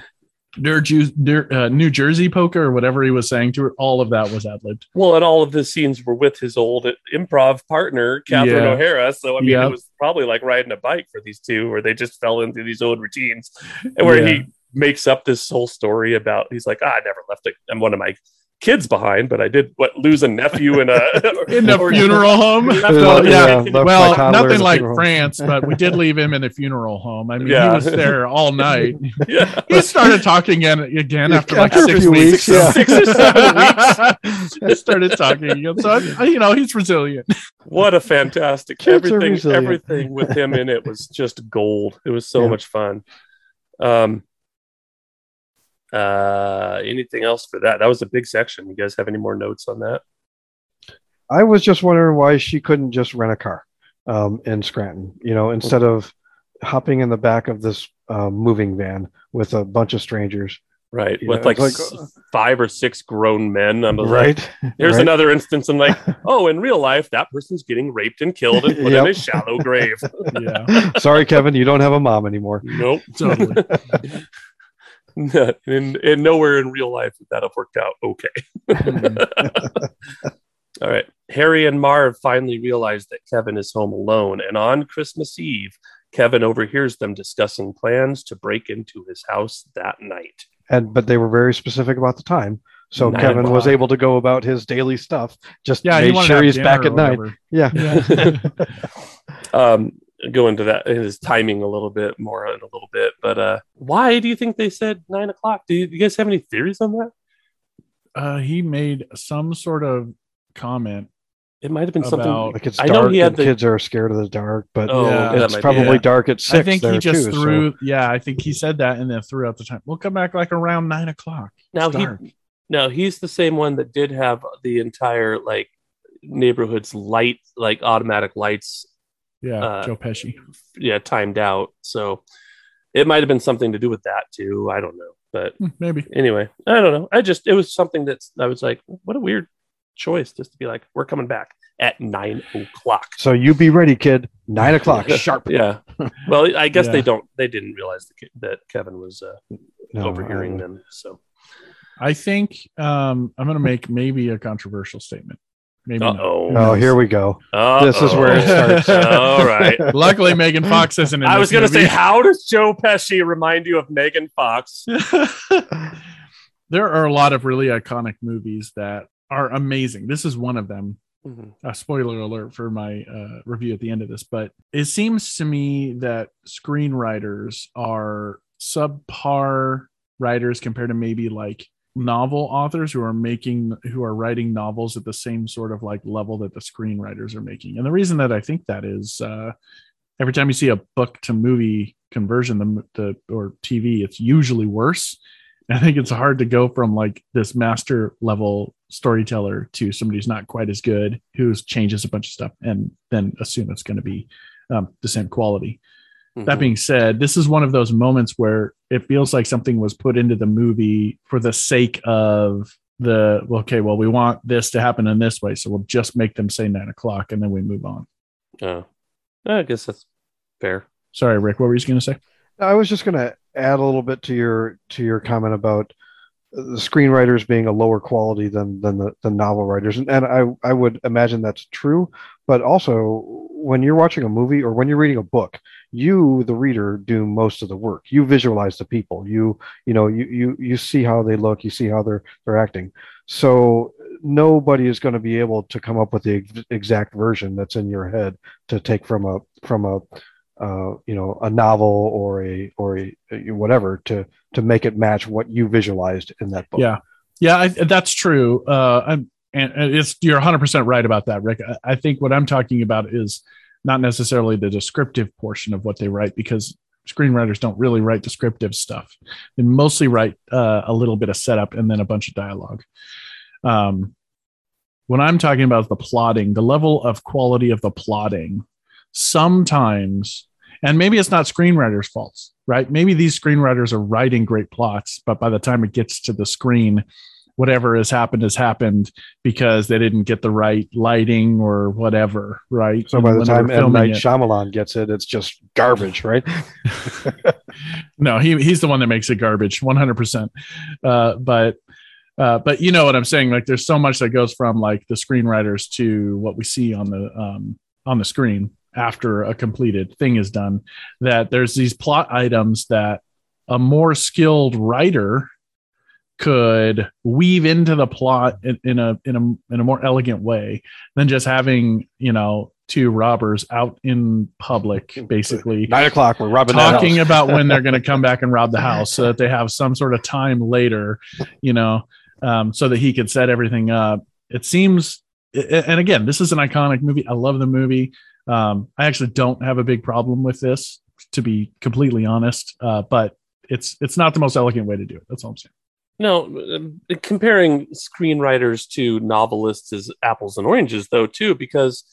[SPEAKER 2] New, Ju- New, uh, New Jersey poker or whatever he was saying to her all of that was ad libbed
[SPEAKER 1] Well, and all of the scenes were with his old improv partner, Catherine
[SPEAKER 2] Yeah.
[SPEAKER 1] O'Hara. So, I mean,
[SPEAKER 2] Yeah.
[SPEAKER 1] it was probably like riding a bike for these two, where they just fell into these old routines, and where
[SPEAKER 2] Yeah.
[SPEAKER 1] he makes up this whole story about he's like, ah, I never left a, one of my kids behind, but I did what lose a nephew in a
[SPEAKER 2] in the
[SPEAKER 1] or-
[SPEAKER 2] funeral home
[SPEAKER 1] Well,
[SPEAKER 2] yeah.
[SPEAKER 1] yeah.
[SPEAKER 3] uh, left my toddler
[SPEAKER 2] well
[SPEAKER 3] in
[SPEAKER 2] nothing
[SPEAKER 3] the
[SPEAKER 2] like
[SPEAKER 3] funeral.
[SPEAKER 2] France but we did leave him in a funeral home I mean
[SPEAKER 1] Yeah.
[SPEAKER 2] he was there all night
[SPEAKER 1] yeah.
[SPEAKER 2] he started talking again again after like
[SPEAKER 3] After a
[SPEAKER 2] six
[SPEAKER 3] few
[SPEAKER 2] weeks,
[SPEAKER 3] weeks, yeah.
[SPEAKER 1] Six or seven weeks.
[SPEAKER 2] he started talking again so I- you know he's resilient
[SPEAKER 1] What a fantastic
[SPEAKER 3] Kids are
[SPEAKER 1] everything!
[SPEAKER 3] resilient.
[SPEAKER 1] Everything with him in it was just gold. It was so
[SPEAKER 3] Yeah.
[SPEAKER 1] much fun. Um. Uh, anything else for that? That was a big section. You guys have any more notes on that?
[SPEAKER 3] I was just wondering why she couldn't just rent a car um, in Scranton, you know, instead of hopping in the back of this um, moving van with a bunch of strangers,
[SPEAKER 1] Right,
[SPEAKER 3] You
[SPEAKER 1] with
[SPEAKER 3] know,
[SPEAKER 1] like,
[SPEAKER 3] it's like,
[SPEAKER 1] s- five or six grown men. I'm right.
[SPEAKER 3] right?
[SPEAKER 1] Here's
[SPEAKER 3] Right.
[SPEAKER 1] another instance. I'm like, oh, in real life, that person's getting raped and killed and put
[SPEAKER 3] Yep.
[SPEAKER 1] in a shallow grave.
[SPEAKER 2] yeah
[SPEAKER 3] Sorry, Kevin, you don't have a mom anymore.
[SPEAKER 1] nope.
[SPEAKER 2] totally
[SPEAKER 1] and, and nowhere in real life would that have worked out okay. All right. Harry and Marv finally realize that Kevin is home alone, and on Christmas Eve, Kevin overhears them discussing plans to break into his house that night.
[SPEAKER 3] And but they were very specific about the time. So
[SPEAKER 1] Nine
[SPEAKER 3] Kevin was
[SPEAKER 2] o'clock.
[SPEAKER 3] able to go about his daily stuff. Just
[SPEAKER 2] Yeah,
[SPEAKER 3] yeah,
[SPEAKER 2] he
[SPEAKER 3] made
[SPEAKER 2] wanted to
[SPEAKER 3] sure
[SPEAKER 2] have
[SPEAKER 3] he's
[SPEAKER 2] dinner
[SPEAKER 3] back
[SPEAKER 2] or
[SPEAKER 3] at night.
[SPEAKER 2] whatever.
[SPEAKER 3] Yeah.
[SPEAKER 2] Yeah.
[SPEAKER 1] Um, go into that his timing a little bit more in a little bit, but uh, why do you think they said nine o'clock? Do you, you guys have any theories on that?
[SPEAKER 2] uh, he made some sort of comment.
[SPEAKER 1] It might have been
[SPEAKER 2] About-
[SPEAKER 1] something.
[SPEAKER 3] Like it's
[SPEAKER 1] I
[SPEAKER 3] dark.
[SPEAKER 1] know he had
[SPEAKER 3] and
[SPEAKER 1] the-
[SPEAKER 3] kids are scared of the dark, but
[SPEAKER 1] Oh,
[SPEAKER 2] Yeah.
[SPEAKER 1] that
[SPEAKER 3] it's
[SPEAKER 1] might be
[SPEAKER 3] probably
[SPEAKER 1] it.
[SPEAKER 3] dark at six.
[SPEAKER 2] I think
[SPEAKER 3] there
[SPEAKER 2] he just
[SPEAKER 3] too, so-
[SPEAKER 2] threw. Yeah, I think he said that and then threw out the time. We'll come back like around nine o'clock.
[SPEAKER 1] now
[SPEAKER 2] It's
[SPEAKER 1] he
[SPEAKER 2] dark.
[SPEAKER 1] No, he's the same one that did have the entire like neighborhood's light, like automatic lights,
[SPEAKER 2] yeah,
[SPEAKER 1] uh,
[SPEAKER 2] Joe Pesci.
[SPEAKER 1] yeah, timed out. So it might have been something to do with that too. I don't know, but
[SPEAKER 2] Hmm, Maybe.
[SPEAKER 1] anyway, I don't know. I just it was something that's I was like, what a weird choice just to be like, we're coming back at nine o'clock.
[SPEAKER 3] So you be ready, kid. Nine o'clock sharp.
[SPEAKER 1] Yeah. Well, I guess
[SPEAKER 2] Yeah.
[SPEAKER 1] they don't. They didn't realize that, Ke- that Kevin was uh,
[SPEAKER 3] No,
[SPEAKER 1] overhearing
[SPEAKER 3] I-
[SPEAKER 1] them. So
[SPEAKER 2] I think um, I'm going to make maybe a controversial statement. Maybe.
[SPEAKER 1] uh
[SPEAKER 2] not.
[SPEAKER 1] oh,
[SPEAKER 3] Oh, here we go. This is where it
[SPEAKER 2] starts.
[SPEAKER 1] All right.
[SPEAKER 2] Luckily, Megan Fox isn't. In
[SPEAKER 1] I was
[SPEAKER 2] going
[SPEAKER 1] going
[SPEAKER 2] to
[SPEAKER 1] to say, how does Joe Pesci remind you of Megan Fox?
[SPEAKER 2] there are a lot of really iconic movies that are amazing. This is one of them.
[SPEAKER 1] Mm-hmm.
[SPEAKER 2] a spoiler alert for my uh, review at the end of this, but it seems to me that screenwriters are subpar writers compared to maybe like novel authors who are making who are writing novels at the same sort of like level that the screenwriters are making. And the reason that I think that is uh, every time you see a book to movie conversion, the, the or TV, it's usually worse. I think it's hard to go from like this master level storyteller to somebody who's not quite as good, who changes a bunch of stuff, and then assume it's going to be um, the same quality.
[SPEAKER 1] Mm-hmm.
[SPEAKER 2] That being said, this is one of those moments where it feels like something was put into the movie for the sake of the okay, well, we want this to happen in this way, so we'll just make them say nine o'clock and then we move on.
[SPEAKER 1] Mhm. Oh. I guess that's fair.
[SPEAKER 2] Sorry, Rick, what were you going to say?
[SPEAKER 3] I was just going to add a little bit to your to your comment about the screenwriters being a lower quality than than the, the novel writers, and, and I I would imagine that's true. But also, when you're watching a movie or when you're reading a book, you the reader do most of the work. You visualize the people. You you know you you you see how they look. You see how they're they're acting. So nobody is going to be able to come up with the ex- exact version that's in your head to take from a from a uh, you know a novel or a or a whatever to to make it match what you visualized in that book.
[SPEAKER 2] Yeah, yeah, I, that's true. Uh, I'm, and and it's you're 100 percent right about that, Rick. I, I think what I'm talking about is not necessarily the descriptive portion of what they write because screenwriters don't really write descriptive stuff. They mostly write uh, a little bit of setup and then a bunch of dialogue. Um, when I'm talking about the plotting, the level of quality of the plotting, sometimes, and maybe it's not screenwriters' faults, right? Maybe these screenwriters are writing great plots, but by the time it gets to the screen, whatever has happened has happened because they didn't get the right lighting or whatever, right?
[SPEAKER 3] So by
[SPEAKER 2] And
[SPEAKER 3] the
[SPEAKER 2] when they were
[SPEAKER 3] time M
[SPEAKER 2] filming
[SPEAKER 3] Night
[SPEAKER 2] it-
[SPEAKER 3] Shyamalan gets it, it's just garbage, right?
[SPEAKER 2] no, he he's the one that makes it garbage, one hundred percent. But uh, but you know what I'm saying? Like, there's so much that goes from like the screenwriters to what we see on the um, on the screen after a completed thing is done. That there's these plot items that a more skilled writer could weave into the plot in, in a in a in a more elegant way than just having you know two robbers out in public basically
[SPEAKER 3] Nine o'clock, we're robbing that
[SPEAKER 2] talking
[SPEAKER 3] house.
[SPEAKER 2] about when they're going to come back and rob the house so that they have some sort of time later, you know, um, so that he could set everything up. It seems, a- a- and again, this is an iconic movie. I love the movie. Um, I actually don't have a big problem with this, to be completely honest. Uh, but it's it's not the most elegant way to do it. That's all I'm saying.
[SPEAKER 1] No, um, comparing screenwriters to novelists is apples and oranges, though, too, because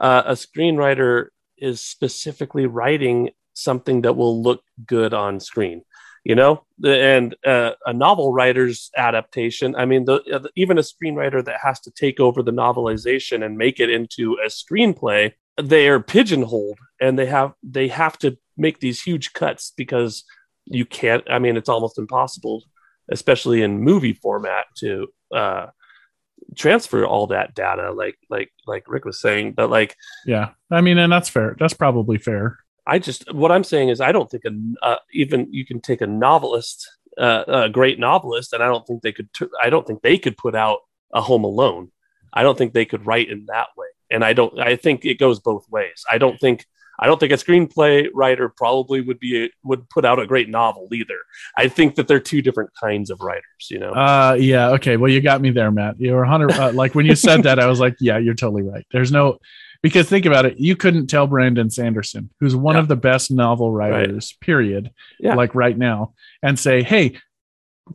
[SPEAKER 1] uh, a screenwriter is specifically writing something that will look good on screen, you know? The- And uh, a novel writer's adaptation, I mean, the, uh, the- even a screenwriter that has to take over the novelization and make it into a screenplay, they are pigeonholed and they have they have to make these huge cuts because you can't i mean it's almost impossible especially in movie format to uh transfer all that data like like like rick was saying but like
[SPEAKER 2] Yeah, I mean, and that's fair. That's probably fair.
[SPEAKER 1] i just what i'm saying is i don't think a, uh, even you can take a novelist uh, a great novelist and i don't think they could t- i don't think they could put out a home alone i don't think they could write in that way and i don't i think it goes both ways i don't think i don't think a screenplay writer probably would be would put out a great novel either i think that they're two different kinds of writers you know
[SPEAKER 2] Uh, yeah. Okay. Well, you got me there, Matt. You were hundred. Uh, like when you said that, I was like, yeah, you're totally right. There's no, because think about it. You couldn't tell Brandon Sanderson, who's one
[SPEAKER 1] Yeah.
[SPEAKER 2] of the best novel writers, period.
[SPEAKER 1] Yeah.
[SPEAKER 2] Like right now, and say, hey,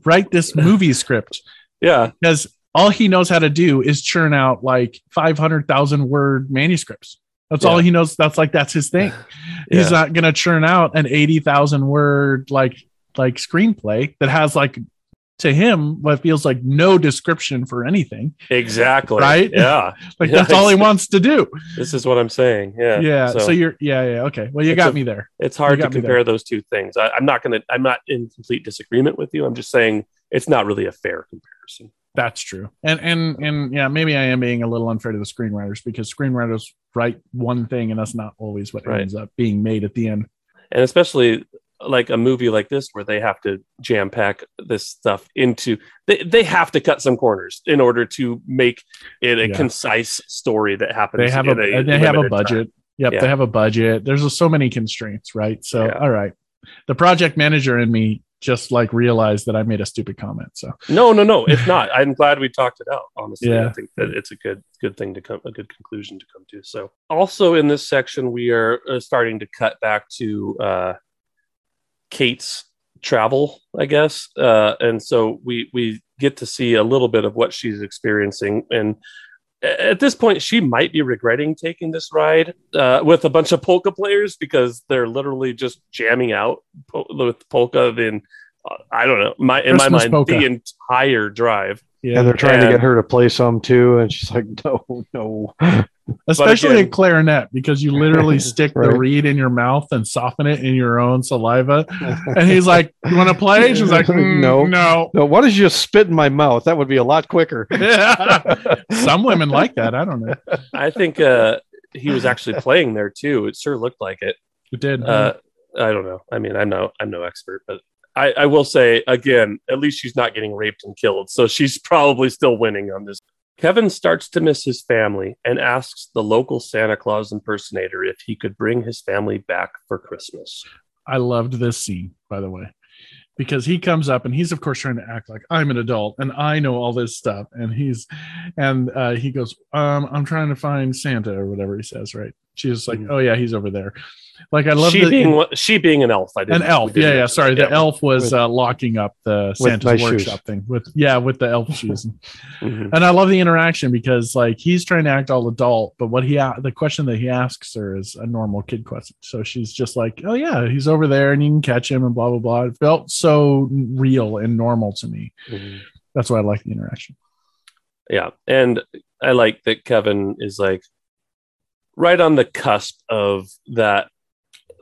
[SPEAKER 2] write this movie script
[SPEAKER 1] yeah
[SPEAKER 2] because all he knows how to do is churn out like 500,000 word manuscripts. That's all
[SPEAKER 1] Yeah.
[SPEAKER 2] he knows. That's like, that's his thing. He's not going to churn out an 80,000 word like, like screenplay that has like to him what feels like no description for anything.
[SPEAKER 1] Exactly.
[SPEAKER 2] Right?
[SPEAKER 1] Yeah.
[SPEAKER 2] Like
[SPEAKER 1] Yeah,
[SPEAKER 2] that's all he wants to do.
[SPEAKER 1] This is what I'm saying. Yeah.
[SPEAKER 2] Yeah. So, you're, yeah, yeah. Okay. Well, you
[SPEAKER 1] It's
[SPEAKER 2] got
[SPEAKER 1] a-
[SPEAKER 2] me there.
[SPEAKER 1] it's hard
[SPEAKER 2] you
[SPEAKER 1] to
[SPEAKER 2] got me
[SPEAKER 1] compare those two things. I, I'm not going to, I'm not in complete disagreement with you. I'm just saying it's not really a fair comparison.
[SPEAKER 2] That's true. And and and yeah, maybe I am being a little unfair to the screenwriters because screenwriters write one thing and that's not always what
[SPEAKER 1] Right.
[SPEAKER 2] ends up being made at the end.
[SPEAKER 1] And especially like a movie like this where they have to jam pack this stuff into, they, they have to cut some corners in order to make it a
[SPEAKER 2] Yeah.
[SPEAKER 1] concise story that happens.
[SPEAKER 2] they have a,
[SPEAKER 1] in
[SPEAKER 2] and they have a
[SPEAKER 1] limited time.
[SPEAKER 2] budget. Yep,
[SPEAKER 1] Yeah.
[SPEAKER 2] they have a budget. There's so many constraints, right? So,
[SPEAKER 1] Yeah.
[SPEAKER 2] all right, the project manager in me just like realized that I made a stupid comment. So,
[SPEAKER 1] No, no, no. It's not. I'm glad we talked it out. Honestly,
[SPEAKER 2] Yeah.
[SPEAKER 1] I think that it's a good good thing to come a good conclusion to come to. So, also in this section, we are uh, starting to cut back to uh, Kate's travel, I guess. Uh, and so we we get to see a little bit of what she's experiencing. And at this point, she might be regretting taking this ride uh, with a bunch of polka players because they're literally just jamming out pol- with polka. Then uh, I don't know. My in my
[SPEAKER 2] Christmas
[SPEAKER 1] mind,
[SPEAKER 2] polka.
[SPEAKER 1] the entire drive.
[SPEAKER 2] Yeah.
[SPEAKER 3] and they're trying to
[SPEAKER 1] And-
[SPEAKER 3] get her to play some too, and she's like, "No, no."
[SPEAKER 2] Especially
[SPEAKER 1] again-
[SPEAKER 2] a clarinet because you literally stick the
[SPEAKER 3] Right.
[SPEAKER 2] reed in your mouth and soften it in your own saliva. And he's like, "You want to play?" She's like, "Mm,
[SPEAKER 3] No.
[SPEAKER 2] no."
[SPEAKER 3] no, why don't you just spit in my mouth? That would be a lot quicker.
[SPEAKER 2] Some women like that. I don't know.
[SPEAKER 1] I think uh, he was actually playing there too. It sure looked like it.
[SPEAKER 2] It did.
[SPEAKER 1] Uh,
[SPEAKER 2] Mm-hmm.
[SPEAKER 1] I don't know. I mean, I'm no, I'm no expert, but I, I will say again, at least she's not getting raped and killed, so she's probably still winning on this. Kevin starts to miss his family and asks the local Santa Claus impersonator if he could bring his family back for Christmas.
[SPEAKER 2] I loved this scene, by the way, because he comes up and he's of course trying to act like I'm an adult and I know all this stuff. And he's and uh, he goes, um, I'm trying to find Santa or whatever he says, right? She's like,
[SPEAKER 1] Mhm.
[SPEAKER 2] Oh yeah, he's over there. Like I love
[SPEAKER 1] she
[SPEAKER 2] the,
[SPEAKER 1] being one- she being an elf. I didn't,
[SPEAKER 2] an
[SPEAKER 1] we
[SPEAKER 2] elf.
[SPEAKER 1] didn't
[SPEAKER 2] Yeah, yeah.
[SPEAKER 1] mention
[SPEAKER 2] Sorry,
[SPEAKER 1] that.
[SPEAKER 2] the elf was
[SPEAKER 3] With-
[SPEAKER 2] uh, locking up the
[SPEAKER 3] With
[SPEAKER 2] Santa's
[SPEAKER 3] nice
[SPEAKER 2] workshop
[SPEAKER 3] shoes.
[SPEAKER 2] thing with yeah with the elf shoes.
[SPEAKER 1] Mhm.
[SPEAKER 2] And I love the interaction because like he's trying to act all adult, but what he a- the question that he asks her is a normal kid question. So she's just like, "Oh yeah, he's over there, and you can catch him," and blah blah blah. It felt so real and normal to me.
[SPEAKER 1] Mhm.
[SPEAKER 2] That's why I like the interaction.
[SPEAKER 1] Yeah. And I like that Kevin is like right on the cusp of that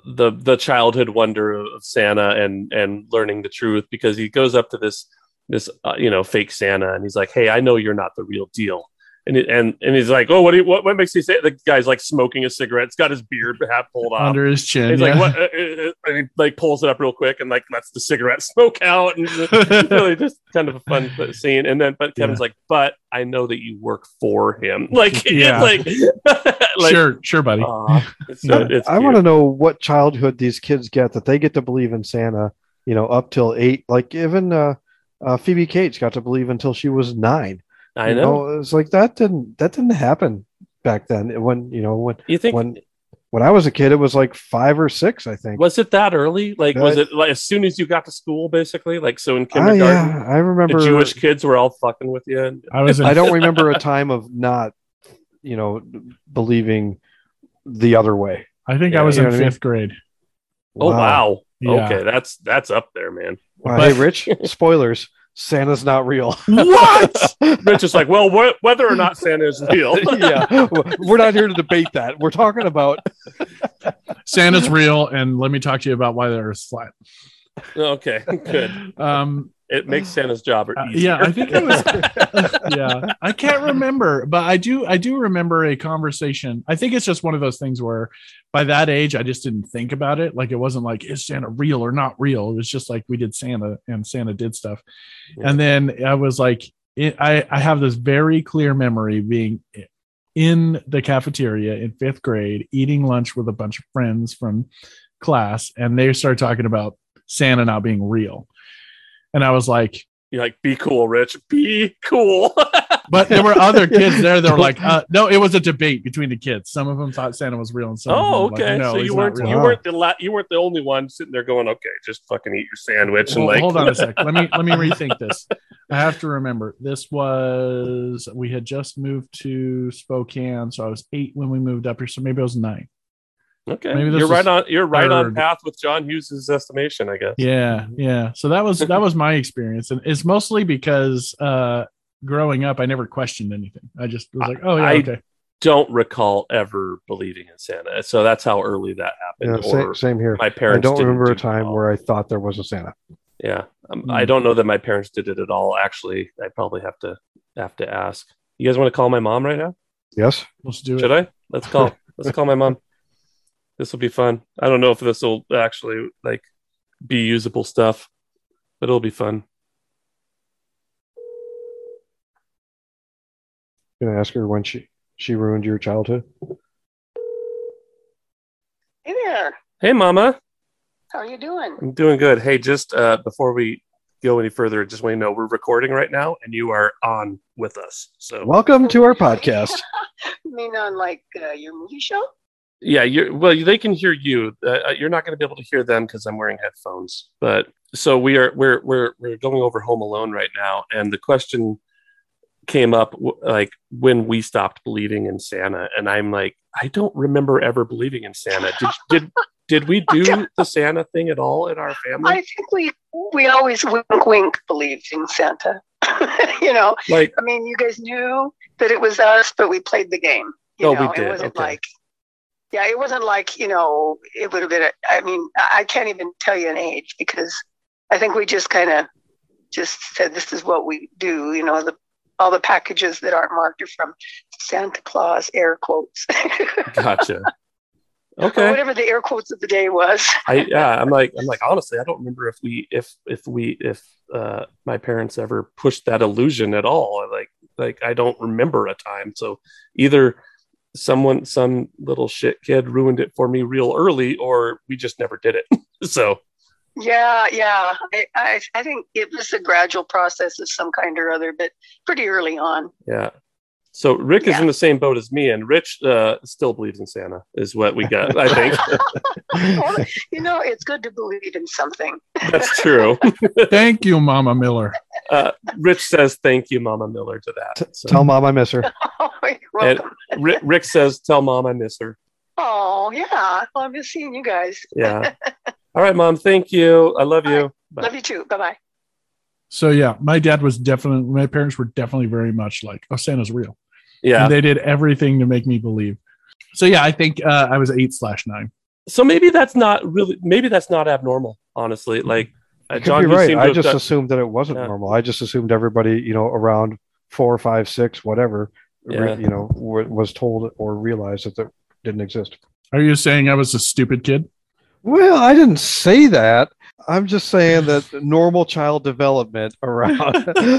[SPEAKER 1] the the childhood wonder of Santa and and learning the truth because he goes up to this this uh, you know fake Santa and he's like, "Hey, I know you're not the real deal." And it, and and he's like, "Oh, what do you, what what makes you say?" The guy's like smoking a cigarette. It's got his beard half pulled off.
[SPEAKER 2] Under his chin,
[SPEAKER 1] And he's
[SPEAKER 2] yeah.
[SPEAKER 1] like, "What?" uh, uh, uh," And he like pulls it up real quick and like lets the cigarette smoke out. And really just kind of a fun scene. And then, but Kevin's like, "But I know that you work for him." Like,
[SPEAKER 2] Yeah.
[SPEAKER 1] it's like, like, uh,
[SPEAKER 2] sure, sure, buddy.
[SPEAKER 1] aw, it's,
[SPEAKER 2] No,
[SPEAKER 1] so- it's
[SPEAKER 3] I
[SPEAKER 1] cute.
[SPEAKER 3] want to know what childhood these kids get that they get to believe in Santa, you know, up till eight. Like even uh, uh, Phoebe Cates got to believe until she was nine.
[SPEAKER 1] I
[SPEAKER 3] you
[SPEAKER 1] know.
[SPEAKER 3] It's like that didn't that didn't happen back then. When you know when
[SPEAKER 1] You think
[SPEAKER 3] when when I was a kid, it was like five or six, I think.
[SPEAKER 1] was it that early? Like,
[SPEAKER 3] Uh,
[SPEAKER 1] was it like as soon as you got to school, basically? Like, so in
[SPEAKER 3] Ah,
[SPEAKER 1] kindergarten,
[SPEAKER 3] yeah, I remember.
[SPEAKER 1] the Jewish kids were all fucking with you. And,
[SPEAKER 2] I was in
[SPEAKER 3] I don't remember a time of not, you know, believing the other way.
[SPEAKER 2] I think
[SPEAKER 1] Yeah,
[SPEAKER 2] I was in
[SPEAKER 3] you know what I mean?
[SPEAKER 2] fifth grade.
[SPEAKER 1] oh wow,
[SPEAKER 2] Yeah.
[SPEAKER 1] okay, that's that's up there, man.
[SPEAKER 3] Wow, hey, Rich, spoilers. Santa's not real.
[SPEAKER 2] What?
[SPEAKER 1] Rich is like, well, wh- whether or not Santa is real,
[SPEAKER 3] yeah, we're not here to debate that. We're talking about
[SPEAKER 2] Santa's real, and let me talk to you about why the Earth's flat.
[SPEAKER 1] okay, good.
[SPEAKER 2] Um,
[SPEAKER 1] It makes Santa's job
[SPEAKER 2] Uh,
[SPEAKER 1] easier.
[SPEAKER 2] yeah, I think it was. yeah, I can't remember, but I do. I do remember a conversation. I think it's just one of those things where, by that age, I just didn't think about it. Like it wasn't like is Santa real or not real. It was just like we did Santa and Santa did stuff,
[SPEAKER 1] Yeah.
[SPEAKER 2] and then I was like, it, I I have this very clear memory being in the cafeteria in fifth grade, eating lunch with a bunch of friends from class, and they started talking about Santa not being real. And I was like,
[SPEAKER 1] You're like, be cool, Rich. Be cool.
[SPEAKER 2] But there were other kids there that were like, uh, no, it was a debate between the kids. Some of them thought Santa was real, and some.
[SPEAKER 1] oh,
[SPEAKER 2] of them were
[SPEAKER 1] okay.
[SPEAKER 2] Like, no,
[SPEAKER 1] so
[SPEAKER 2] he's
[SPEAKER 1] you
[SPEAKER 2] not
[SPEAKER 1] weren't
[SPEAKER 2] real."
[SPEAKER 1] you
[SPEAKER 3] Wow.
[SPEAKER 1] weren't the la- you weren't the only one sitting there going, okay, just fucking eat your sandwich and
[SPEAKER 2] Well,
[SPEAKER 1] like.
[SPEAKER 2] hold on a sec. Let me let me rethink this. I have to remember. This was we had just moved to Spokane, so I was eight when we moved up here. So maybe I was nine.
[SPEAKER 1] Okay,
[SPEAKER 2] Maybe this
[SPEAKER 1] you're right on.
[SPEAKER 2] was
[SPEAKER 1] You're right on
[SPEAKER 2] third.
[SPEAKER 1] path with John Hughes' estimation, I guess.
[SPEAKER 2] Yeah,
[SPEAKER 1] Mm-hmm.
[SPEAKER 2] yeah. So that was that was my experience, and it's mostly because uh, growing up, I never questioned anything. I just was like, oh yeah,
[SPEAKER 1] I-
[SPEAKER 2] okay.
[SPEAKER 1] Don't recall ever believing in Santa, so that's how early that
[SPEAKER 3] yeah,
[SPEAKER 1] happened.
[SPEAKER 3] same,
[SPEAKER 1] or
[SPEAKER 3] same here.
[SPEAKER 1] my
[SPEAKER 3] I
[SPEAKER 1] parents.
[SPEAKER 3] don't
[SPEAKER 1] didn't
[SPEAKER 3] remember
[SPEAKER 1] do
[SPEAKER 3] a time
[SPEAKER 1] it at all.
[SPEAKER 3] where I thought there was a Santa.
[SPEAKER 1] Yeah, um,
[SPEAKER 2] Hmm.
[SPEAKER 1] I don't know that my parents did it at all. Actually, I probably have to have to ask. You guys want to call my mom right now?
[SPEAKER 3] Yes,
[SPEAKER 2] Let's do it.
[SPEAKER 1] Should I? Let's call. Let's call my mom. This will be fun. I don't know if this will actually like be usable stuff, but it'll be fun.
[SPEAKER 3] gonna ask her when she she ruined your childhood.
[SPEAKER 4] Hey there.
[SPEAKER 1] Hey, Mama.
[SPEAKER 4] How are you doing?
[SPEAKER 1] I'm doing good. Hey, just uh, before we go any further, just want you to know we're recording right now, and you are on with us. So
[SPEAKER 3] Welcome to our podcast.
[SPEAKER 4] You mean on like uh, your movie show?
[SPEAKER 1] uh, yeah, you're well. They can hear you. Uh, you're not going to be able to hear them because I'm wearing headphones. But so we are we're we're we're going over Home Alone right now, and the question came up w- like when we stopped believing in Santa, and I'm like, I don't remember ever believing in Santa. Did did did we do the Santa thing at all in our
[SPEAKER 4] I
[SPEAKER 1] family?
[SPEAKER 4] think we we always wink wink believed in Santa. you know,
[SPEAKER 1] Like,
[SPEAKER 4] I mean, you guys knew that it was us, but we played the game. You
[SPEAKER 1] Oh, we
[SPEAKER 4] know,
[SPEAKER 1] did,
[SPEAKER 4] It wasn't
[SPEAKER 1] okay.
[SPEAKER 4] like, yeah, it wasn't like you know, it would have been. A, I mean, I I can't even tell you an age because I think we just kind of just said this is what we do. You know, the all the packages that aren't marked are from Santa Claus, air quotes,
[SPEAKER 1] gotcha.
[SPEAKER 4] or
[SPEAKER 1] Okay.
[SPEAKER 4] whatever the air quotes of the day was.
[SPEAKER 1] I yeah, I'm like I'm like honestly, I don't remember if we if if we if uh my parents ever pushed that illusion at all. Like like I don't remember a time. So either someone some little shit kid ruined it for me real early or we just never did it. so
[SPEAKER 4] Yeah, yeah. I, I, I think it was a gradual process of some kind or other, but pretty early on.
[SPEAKER 1] yeah. So Rick is
[SPEAKER 4] Yeah.
[SPEAKER 1] in the same boat as me and Rich uh still believes in Santa is what we got, I think.
[SPEAKER 4] Well, Oh, you know, it's good to believe in something.
[SPEAKER 1] That's true.
[SPEAKER 2] Thank you, Mama Miller.
[SPEAKER 1] Uh Rich says thank you Mama Miller to that. So
[SPEAKER 3] Tell mom I miss her.
[SPEAKER 4] Oh, you're welcome.
[SPEAKER 1] Ri- Rick says tell mom I miss her.
[SPEAKER 4] oh, yeah. Well, I'm just seeing you guys.
[SPEAKER 1] yeah. All right, mom. Thank you. I love you. Bye.
[SPEAKER 4] Love you too. Bye bye.
[SPEAKER 2] So yeah, my dad was definitely my parents were definitely very much like, oh, Santa's real.
[SPEAKER 1] Yeah.
[SPEAKER 2] And they did everything to make me believe. So yeah, I think uh, I was eight slash nine.
[SPEAKER 1] So maybe that's not really. Maybe that's not abnormal. Honestly, like uh,
[SPEAKER 3] Could
[SPEAKER 1] John,
[SPEAKER 3] be
[SPEAKER 1] you
[SPEAKER 3] right.
[SPEAKER 1] seem to
[SPEAKER 3] I
[SPEAKER 1] have
[SPEAKER 3] just
[SPEAKER 1] done-
[SPEAKER 3] assumed that it wasn't
[SPEAKER 1] Yeah.
[SPEAKER 3] normal. I just assumed everybody, you know, around four, five, six, whatever, re-
[SPEAKER 1] Yeah.
[SPEAKER 3] you know, w- was told or realized that that didn't exist.
[SPEAKER 2] Are you saying I was a stupid kid?
[SPEAKER 3] Well, I didn't say that. I'm just saying that normal child development around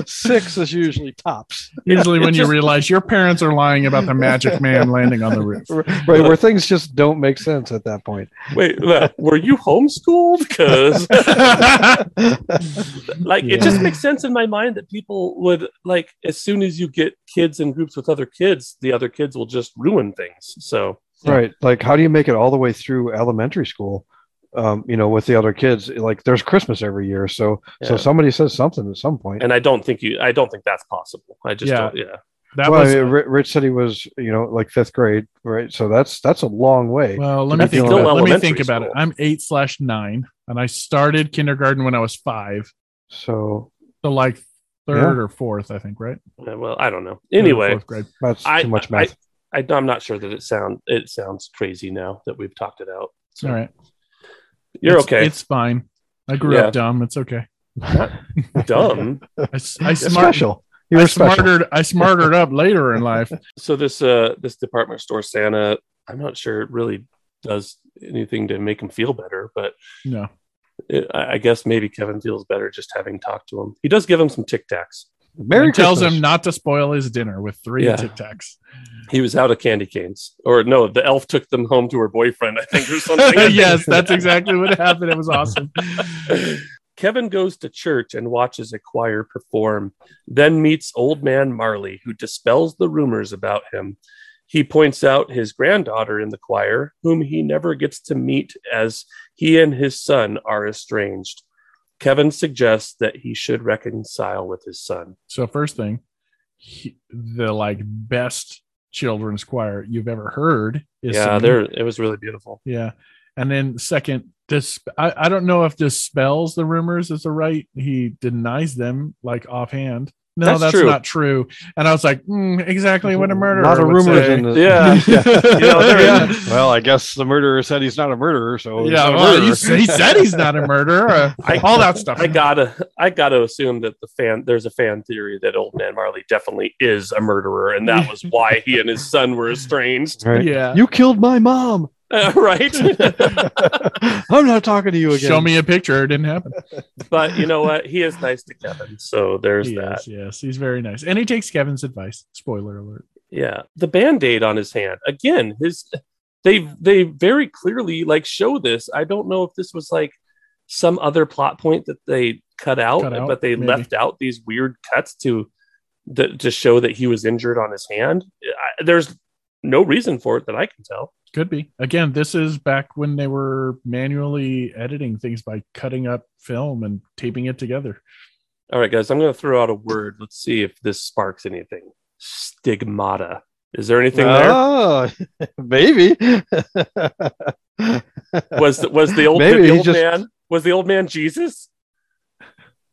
[SPEAKER 3] six is usually tops,
[SPEAKER 2] Usually,
[SPEAKER 1] it
[SPEAKER 2] when
[SPEAKER 1] just-
[SPEAKER 2] you realize your parents are lying about the magic man landing on the roof.
[SPEAKER 3] right? Where things just don't make sense at that point.
[SPEAKER 1] wait, look, were you homeschooled? Because like it just
[SPEAKER 2] Yeah.
[SPEAKER 1] makes sense in my mind that people would like as soon as you get kids in groups with other kids, the other kids will just ruin things. So
[SPEAKER 3] right like how do you make it all the way through elementary school um you know with the other kids like there's christmas every year so so
[SPEAKER 1] Yeah.
[SPEAKER 3] somebody says something at some point
[SPEAKER 1] and I don't think you. I don't think that's possible. I just
[SPEAKER 2] Yeah.
[SPEAKER 1] don't. Yeah.
[SPEAKER 2] That
[SPEAKER 3] well,
[SPEAKER 2] was
[SPEAKER 3] I mean, Ri- rich said he was you know like fifth grade right so that's that's a long way
[SPEAKER 2] well. Let me
[SPEAKER 1] That's
[SPEAKER 2] think.
[SPEAKER 1] still
[SPEAKER 2] About, it. let me
[SPEAKER 1] elementary
[SPEAKER 2] think about it.
[SPEAKER 1] school.
[SPEAKER 2] I'm eight slash nine, and I started kindergarten when I was five.
[SPEAKER 3] so
[SPEAKER 2] So like third
[SPEAKER 3] Yeah.
[SPEAKER 2] or fourth, I think, right?
[SPEAKER 1] Yeah, Uh, Well, I don't know.
[SPEAKER 2] Third or
[SPEAKER 1] Anyway,
[SPEAKER 2] fourth grade.
[SPEAKER 3] that's
[SPEAKER 1] I-
[SPEAKER 3] too much math
[SPEAKER 1] I, I'm not sure that it sound it sounds crazy now that we've talked it out. So
[SPEAKER 2] All right,
[SPEAKER 1] You're
[SPEAKER 2] It's-
[SPEAKER 1] okay.
[SPEAKER 2] It's fine. I grew
[SPEAKER 1] Yeah.
[SPEAKER 2] up dumb. It's okay.
[SPEAKER 1] dumb.
[SPEAKER 2] I, s- I
[SPEAKER 3] You're
[SPEAKER 2] smart.
[SPEAKER 3] special you were
[SPEAKER 2] I
[SPEAKER 3] special
[SPEAKER 2] smartered. I smartered up later in life.
[SPEAKER 1] So this uh this department store Santa, I'm not sure it really does anything to make him feel better, but
[SPEAKER 2] No,
[SPEAKER 1] it, I I guess maybe Kevin feels better just having talked to him. He does give him some Tic Tacs.
[SPEAKER 3] merry
[SPEAKER 2] and tells
[SPEAKER 3] Christmas.
[SPEAKER 2] him not to spoil his dinner with three
[SPEAKER 1] Yeah.
[SPEAKER 2] Tic Tacs.
[SPEAKER 1] He was out of candy canes, or no, the elf took them home to her boyfriend, I think, or something.
[SPEAKER 2] yes, that's exactly what happened. It was awesome.
[SPEAKER 1] Kevin goes to church and watches a choir perform, then meets old man Marley, who dispels the rumors about him. He points out his granddaughter in the choir, whom he never gets to meet as he and his son are estranged. Kevin suggests that he should reconcile with his son.
[SPEAKER 2] So first thing, he, the like best children's choir you've ever heard is
[SPEAKER 1] yeah,
[SPEAKER 2] singing.
[SPEAKER 1] there it was really beautiful.
[SPEAKER 2] Yeah. And then second, this I, I don't know if dispels the rumors is the right. He denies them like offhand. No, that's,
[SPEAKER 1] That's true.
[SPEAKER 2] not true. And I was like, mm, exactly what a murderer.
[SPEAKER 3] not a
[SPEAKER 2] would
[SPEAKER 3] rumor
[SPEAKER 2] say.
[SPEAKER 3] in the
[SPEAKER 1] Yeah. You know, there
[SPEAKER 2] Yeah.
[SPEAKER 1] is-
[SPEAKER 3] well i guess the murderer said he's not a murderer so he's
[SPEAKER 2] Yeah,
[SPEAKER 3] not a
[SPEAKER 2] well, he,
[SPEAKER 3] murderer.
[SPEAKER 2] s- he said he's not a murderer. uh,
[SPEAKER 1] I-
[SPEAKER 2] all that stuff.
[SPEAKER 1] I gotta I gotta assume that the fan there's a fan theory that old man Marley definitely is a murderer, and that was why he and his son were estranged.
[SPEAKER 3] Right.
[SPEAKER 2] Yeah.
[SPEAKER 3] you killed my mom
[SPEAKER 1] Uh, right?
[SPEAKER 3] i'm not talking to you again
[SPEAKER 2] Show me a picture. It didn't happen.
[SPEAKER 1] but you know what? He is nice to Kevin, so there's that.
[SPEAKER 2] Yes, yes, he's very nice, and he takes Kevin's advice. Spoiler alert.
[SPEAKER 1] Yeah, the band aid on his hand again. His they they very clearly like show this. I don't know if this was like some other plot point that they cut out,
[SPEAKER 2] Cut out,
[SPEAKER 1] but they
[SPEAKER 2] maybe.
[SPEAKER 1] left out these weird cuts to that to show that he was injured on his hand. I, there's no reason for it that I can tell.
[SPEAKER 2] Could be. Again, this is back when they were manually editing things by cutting up film and taping it together.
[SPEAKER 1] All right, guys, I'm going to throw out a word. Let's see if this sparks anything. Stigmata. Is there anything
[SPEAKER 3] Oh, maybe.
[SPEAKER 1] there? Was was the old,
[SPEAKER 3] Maybe
[SPEAKER 1] did the
[SPEAKER 3] he
[SPEAKER 1] old
[SPEAKER 3] just-
[SPEAKER 1] man was the old man Jesus?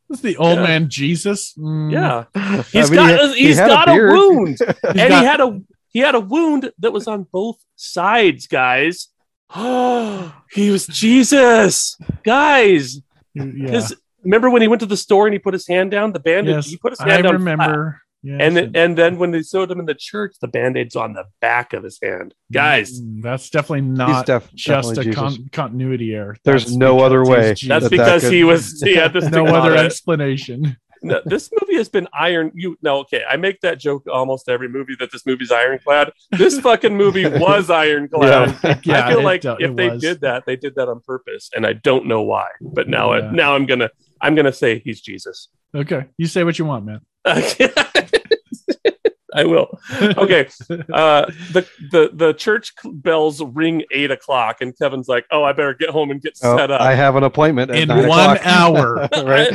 [SPEAKER 2] It's the old
[SPEAKER 1] Yeah.
[SPEAKER 2] man Jesus. Mm,
[SPEAKER 1] Yeah,
[SPEAKER 3] He's
[SPEAKER 1] he's got he, has got a, wound, and
[SPEAKER 2] got-
[SPEAKER 1] he had a he had a wound that was on both sides, guys. Oh, he was Jesus, guys.
[SPEAKER 2] yeah.
[SPEAKER 1] Because remember when he went to the store and he put his hand down, the bandage.
[SPEAKER 2] Yes,
[SPEAKER 1] he put his hand
[SPEAKER 2] I
[SPEAKER 1] down.
[SPEAKER 2] remember. Yes,
[SPEAKER 1] And then, and then when they sewed him in the church, the band aid's on the back of his hand. Guys,
[SPEAKER 2] Mm, that's definitely
[SPEAKER 3] He's
[SPEAKER 2] not
[SPEAKER 3] def-
[SPEAKER 2] just
[SPEAKER 3] definitely
[SPEAKER 2] a
[SPEAKER 3] Jesus.
[SPEAKER 2] con- continuity error.
[SPEAKER 3] There's
[SPEAKER 2] That's
[SPEAKER 3] no
[SPEAKER 2] because
[SPEAKER 3] other
[SPEAKER 2] he's
[SPEAKER 3] way
[SPEAKER 2] Jesus.
[SPEAKER 1] that's
[SPEAKER 3] that
[SPEAKER 1] because
[SPEAKER 3] could-
[SPEAKER 1] he was he had this
[SPEAKER 2] no other
[SPEAKER 1] stigmata.
[SPEAKER 2] explanation.
[SPEAKER 1] No, this movie has been iron. You no, okay. I make that joke almost every movie that this movie's ironclad. This fucking movie was ironclad. I feel
[SPEAKER 2] it
[SPEAKER 1] like
[SPEAKER 2] do-
[SPEAKER 1] if
[SPEAKER 2] it
[SPEAKER 1] they
[SPEAKER 2] was.
[SPEAKER 1] did that, they did that on purpose, and I don't know why. But now, I,
[SPEAKER 2] Yeah.
[SPEAKER 1] now I'm gonna I'm gonna say he's Jesus.
[SPEAKER 2] Okay, you say what you want, man.
[SPEAKER 1] I will. Okay. Uh, the the the church bells ring eight o'clock, and Kevin's like, "Oh, I better get home and get
[SPEAKER 3] Oh,
[SPEAKER 1] set up."
[SPEAKER 3] I have an appointment at
[SPEAKER 2] In
[SPEAKER 3] nine
[SPEAKER 2] one
[SPEAKER 3] o'clock.
[SPEAKER 2] hour,
[SPEAKER 3] right?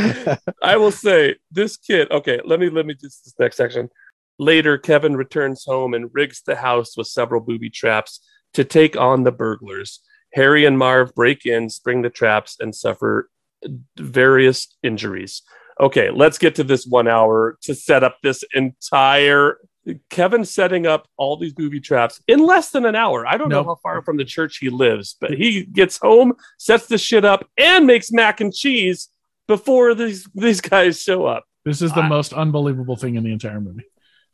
[SPEAKER 1] I will say this kid. Okay, let me let me do this next section. Later, Kevin returns home and rigs the house with several booby traps to take on the burglars. Harry and Marv break in, spring the traps, and suffer various injuries. Okay, let's get to this one hour to set up this entire. Kevin setting up all these booby traps in less than an hour. I don't know
[SPEAKER 2] Nope.
[SPEAKER 1] how far from the church he lives, but he gets home, sets the shit up, and makes mac and cheese before these these guys show up.
[SPEAKER 2] this is the
[SPEAKER 1] I-
[SPEAKER 2] most unbelievable thing in the entire movie.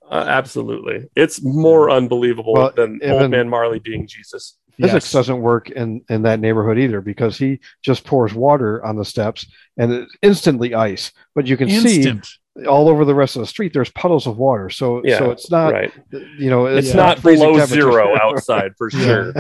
[SPEAKER 1] Uh, absolutely, it's more unbelievable
[SPEAKER 3] Well,
[SPEAKER 1] than old
[SPEAKER 3] even-
[SPEAKER 1] man Marley being Jesus.
[SPEAKER 3] Physics
[SPEAKER 2] Yes.
[SPEAKER 3] doesn't work in in that neighborhood either because he just pours water on the steps and it's instantly ice. But you can
[SPEAKER 2] Instant.
[SPEAKER 3] see all over the rest of the street there's puddles of water. So
[SPEAKER 1] Yeah,
[SPEAKER 3] so it's not
[SPEAKER 1] right,
[SPEAKER 3] you know
[SPEAKER 1] it's
[SPEAKER 3] it's
[SPEAKER 2] Yeah.
[SPEAKER 1] not
[SPEAKER 3] freezing
[SPEAKER 1] below
[SPEAKER 3] temperature.
[SPEAKER 1] zero outside for sure.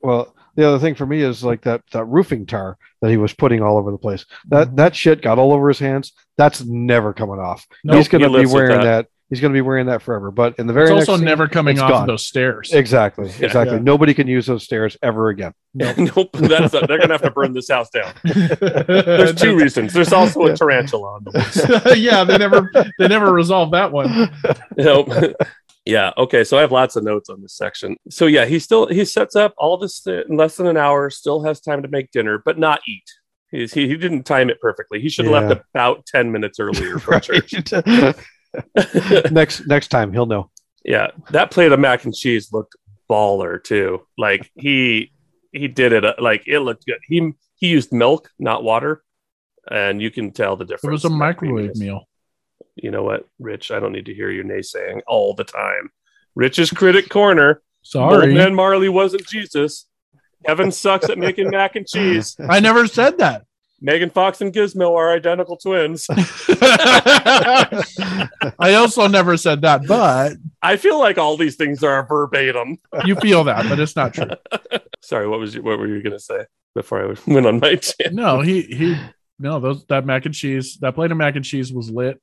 [SPEAKER 3] Well, the other thing for me is like that that roofing tar that he was putting all over the place. That
[SPEAKER 1] Mm-hmm.
[SPEAKER 2] Mhm.
[SPEAKER 3] that shit got all over his hands. That's never coming off.
[SPEAKER 2] Nope.
[SPEAKER 3] he's
[SPEAKER 1] He
[SPEAKER 3] gonna be
[SPEAKER 1] lives with
[SPEAKER 3] wearing
[SPEAKER 1] that.
[SPEAKER 3] that. He's gonna be wearing that forever. But in the very
[SPEAKER 2] It's
[SPEAKER 3] next
[SPEAKER 2] also
[SPEAKER 3] scene-
[SPEAKER 2] never coming
[SPEAKER 3] it's
[SPEAKER 2] off
[SPEAKER 3] gone.
[SPEAKER 2] of those stairs.
[SPEAKER 3] exactly
[SPEAKER 1] Yeah.
[SPEAKER 3] exactly.
[SPEAKER 2] Yeah.
[SPEAKER 3] Nobody can use those stairs ever again.
[SPEAKER 1] nope, that's they're gonna have to burn this house down. There's two reasons. There's also a tarantula on the wall.
[SPEAKER 2] yeah, they never they never resolved that one.
[SPEAKER 1] Nope. yeah. Okay. So I have lots of notes on this section. So yeah, he still he sets up all this in less than an hour. Still has time to make dinner, but not eat. He's, he he didn't time it perfectly. He should have left
[SPEAKER 3] Yeah.
[SPEAKER 1] about ten minutes earlier from church.
[SPEAKER 3] Right. next next time he'll know.
[SPEAKER 1] yeah, that plate of mac and cheese looked baller too. Like he he did it uh, like it looked good. He he used milk, not water, and you can tell the difference.
[SPEAKER 2] It was a
[SPEAKER 1] in that
[SPEAKER 2] microwave
[SPEAKER 1] creaminess.
[SPEAKER 2] meal.
[SPEAKER 1] You know what, Rich? I don't need to hear your naysaying all the time. Rich's critic corner. Old
[SPEAKER 2] Sorry.
[SPEAKER 1] man Marley wasn't Jesus. Kevin sucks at making mac and cheese.
[SPEAKER 2] I never said that.
[SPEAKER 1] Megan Fox and Gizmo are identical twins.
[SPEAKER 2] I also never said that, but
[SPEAKER 1] I feel like all these things are verbatim.
[SPEAKER 2] you feel that, but it's not true.
[SPEAKER 1] Sorry, what was you, what were you going to say before I went on my tangent?
[SPEAKER 2] No, he he no, those that mac and cheese, that plate of mac and cheese was lit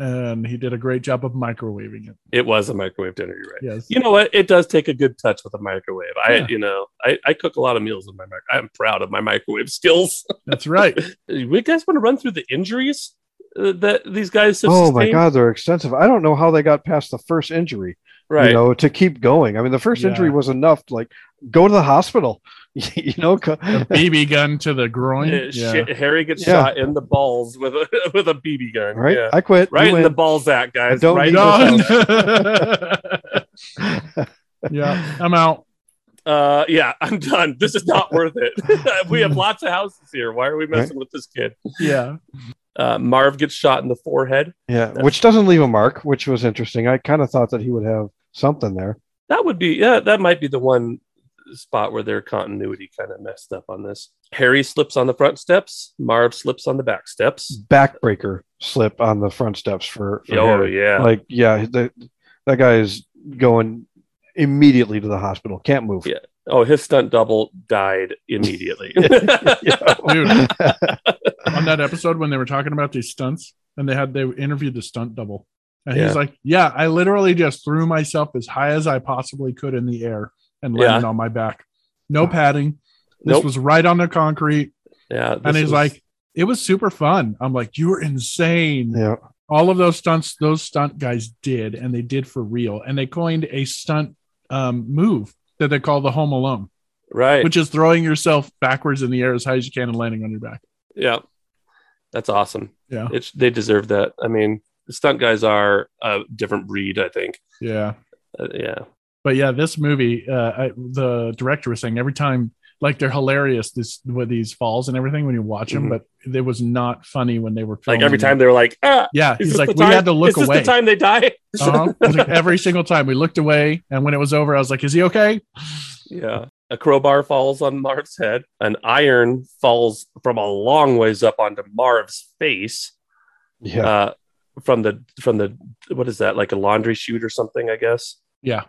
[SPEAKER 2] and he did a great job of microwaving it.
[SPEAKER 1] It was a microwave dinner. You're right.
[SPEAKER 2] Yes.
[SPEAKER 1] You know what? It does take a good touch with a microwave. I,
[SPEAKER 2] Yeah.
[SPEAKER 1] you know, I, I cook a lot of meals with my microwave. I'm proud of my microwave skills.
[SPEAKER 2] That's right.
[SPEAKER 1] we guys want to run through the injuries uh, that these guys have
[SPEAKER 3] oh my
[SPEAKER 1] sustained?
[SPEAKER 3] god, they're extensive. I don't know how they got past the first injury.
[SPEAKER 1] Right. Uh,
[SPEAKER 3] you know, to keep going. I mean, the first
[SPEAKER 2] Yeah.
[SPEAKER 3] injury was enough. To, like, go to the hospital. you know, co-
[SPEAKER 2] The BB gun to the groin.
[SPEAKER 1] Uh,
[SPEAKER 2] yeah.
[SPEAKER 1] shit, Harry gets
[SPEAKER 3] Yeah.
[SPEAKER 1] shot in the balls with a with a BB gun.
[SPEAKER 3] right?
[SPEAKER 1] Yeah.
[SPEAKER 3] I quit.
[SPEAKER 1] Right
[SPEAKER 3] You
[SPEAKER 1] in the
[SPEAKER 3] win.
[SPEAKER 1] Balzac, guys.
[SPEAKER 3] don't
[SPEAKER 1] right
[SPEAKER 3] need
[SPEAKER 1] in the Balzac.
[SPEAKER 2] Done. yeah, I'm out.
[SPEAKER 1] Uh, yeah, I'm done. This is not worth it. we have lots of houses here. Why are we messing with this kid?
[SPEAKER 2] Yeah.
[SPEAKER 1] Uh, Marv gets shot in the forehead.
[SPEAKER 3] yeah, which doesn't leave a mark, which was interesting. I kind of thought that he would have something there.
[SPEAKER 1] That would be yeah. That might be the one spot where their continuity kind of messed up on this. Harry slips on the front steps. Marv slips on the back steps.
[SPEAKER 3] Backbreaker slip on the front steps for. for
[SPEAKER 1] Oh
[SPEAKER 3] Harry.
[SPEAKER 1] yeah.
[SPEAKER 3] like yeah, the, that guy is going immediately to the hospital. Can't move.
[SPEAKER 1] Yeah. oh, his stunt double died immediately.
[SPEAKER 2] Dude, on that episode when they were talking about these stunts and they had they interviewed the stunt double And
[SPEAKER 1] Yeah.
[SPEAKER 2] he's like, Yeah, I literally just threw myself as high as I possibly could in the air and landed on my back. No padding. This
[SPEAKER 1] Nope.
[SPEAKER 2] was right on the concrete.
[SPEAKER 1] yeah.
[SPEAKER 2] and
[SPEAKER 1] this
[SPEAKER 2] he's
[SPEAKER 1] was-
[SPEAKER 2] like, It was super fun. I'm like, You were insane.
[SPEAKER 3] Yeah.
[SPEAKER 2] All of those stunts, those stunt guys did, and they did for real. And they coined a stunt um, move that they call the home alone,
[SPEAKER 1] right.
[SPEAKER 2] which is throwing yourself backwards in the air as high as you can and landing on your back.
[SPEAKER 1] yeah. That's awesome.
[SPEAKER 2] Yeah.
[SPEAKER 1] It's, they deserve that. I mean, the stunt guys are a different breed, I think.
[SPEAKER 2] Yeah.
[SPEAKER 1] Uh, yeah.
[SPEAKER 2] but yeah, this movie, uh, I, the director was saying every time, like they're hilarious this with these falls and everything when you watch them,
[SPEAKER 1] Mhm.
[SPEAKER 2] but it was not funny when they were
[SPEAKER 1] Like
[SPEAKER 2] filming
[SPEAKER 1] every
[SPEAKER 2] them.
[SPEAKER 1] time they're like, ah,
[SPEAKER 2] Yeah,
[SPEAKER 1] is
[SPEAKER 2] he's
[SPEAKER 1] this
[SPEAKER 2] like,
[SPEAKER 1] the
[SPEAKER 2] we
[SPEAKER 1] time-
[SPEAKER 2] had to look
[SPEAKER 1] is this
[SPEAKER 2] away.
[SPEAKER 1] the time they die?
[SPEAKER 2] Uh-huh. It's like, every single time we looked away, and when it was over, I was like, "Is he okay?"
[SPEAKER 1] Yeah. A crowbar falls on Marv's head. An iron falls from a long ways up onto Marv's face.
[SPEAKER 3] Yeah.
[SPEAKER 1] Uh, from the from the what is that like a laundry chute or something? I guess
[SPEAKER 2] Yeah.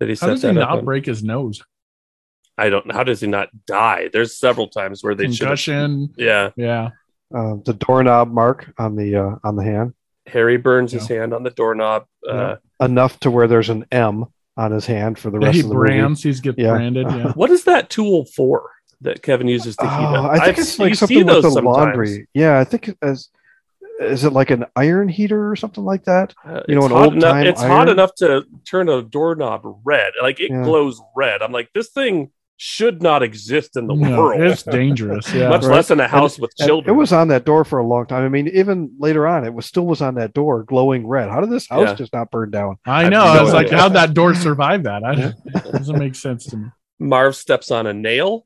[SPEAKER 1] that he
[SPEAKER 2] How
[SPEAKER 1] sets
[SPEAKER 2] does he
[SPEAKER 1] that up.
[SPEAKER 2] not
[SPEAKER 1] on.
[SPEAKER 2] break his nose?
[SPEAKER 1] I don't. How does he not die? There's several times where they should.
[SPEAKER 2] Concussion.
[SPEAKER 1] Yeah.
[SPEAKER 2] Yeah,
[SPEAKER 3] Uh, the doorknob mark on the uh, on the hand
[SPEAKER 1] Harry burns his hand on the doorknob. Uh,
[SPEAKER 3] enough to where there's an M on his hand for the
[SPEAKER 2] yeah
[SPEAKER 3] rest
[SPEAKER 2] he
[SPEAKER 3] of the movie.
[SPEAKER 2] brands. He's get
[SPEAKER 3] Yeah.
[SPEAKER 2] branded. Yeah,
[SPEAKER 1] What is that tool for that Kevin uses to
[SPEAKER 3] Oh,
[SPEAKER 1] heat up?
[SPEAKER 3] I think
[SPEAKER 1] I've-
[SPEAKER 3] it's like
[SPEAKER 1] you
[SPEAKER 3] something
[SPEAKER 1] see
[SPEAKER 3] with the
[SPEAKER 1] those sometimes.
[SPEAKER 3] laundry. Yeah, I think it- as is it like an iron heater or something like that?
[SPEAKER 1] Uh,
[SPEAKER 3] You know,
[SPEAKER 1] it's
[SPEAKER 3] an
[SPEAKER 1] hot
[SPEAKER 3] old
[SPEAKER 1] enough,
[SPEAKER 3] time
[SPEAKER 1] It's hot
[SPEAKER 3] iron?
[SPEAKER 1] enough to turn a doorknob red. Like it
[SPEAKER 3] Yeah.
[SPEAKER 1] glows red. I'm like, this thing should not exist in the
[SPEAKER 2] No,
[SPEAKER 1] world,
[SPEAKER 2] it's dangerous. Yeah,
[SPEAKER 1] much
[SPEAKER 3] right.
[SPEAKER 1] less in a house with
[SPEAKER 3] And
[SPEAKER 1] children.
[SPEAKER 3] It was on that door for a long time. I mean, even later on, it was still was on that door, glowing red. How did this house
[SPEAKER 1] Yeah.
[SPEAKER 3] just not burn down?
[SPEAKER 2] I
[SPEAKER 1] I've
[SPEAKER 2] know. I
[SPEAKER 1] no
[SPEAKER 2] was like,
[SPEAKER 1] idea.
[SPEAKER 2] "How'd that door survive that?" I don't, it doesn't make sense to me.
[SPEAKER 1] Marv steps on a nail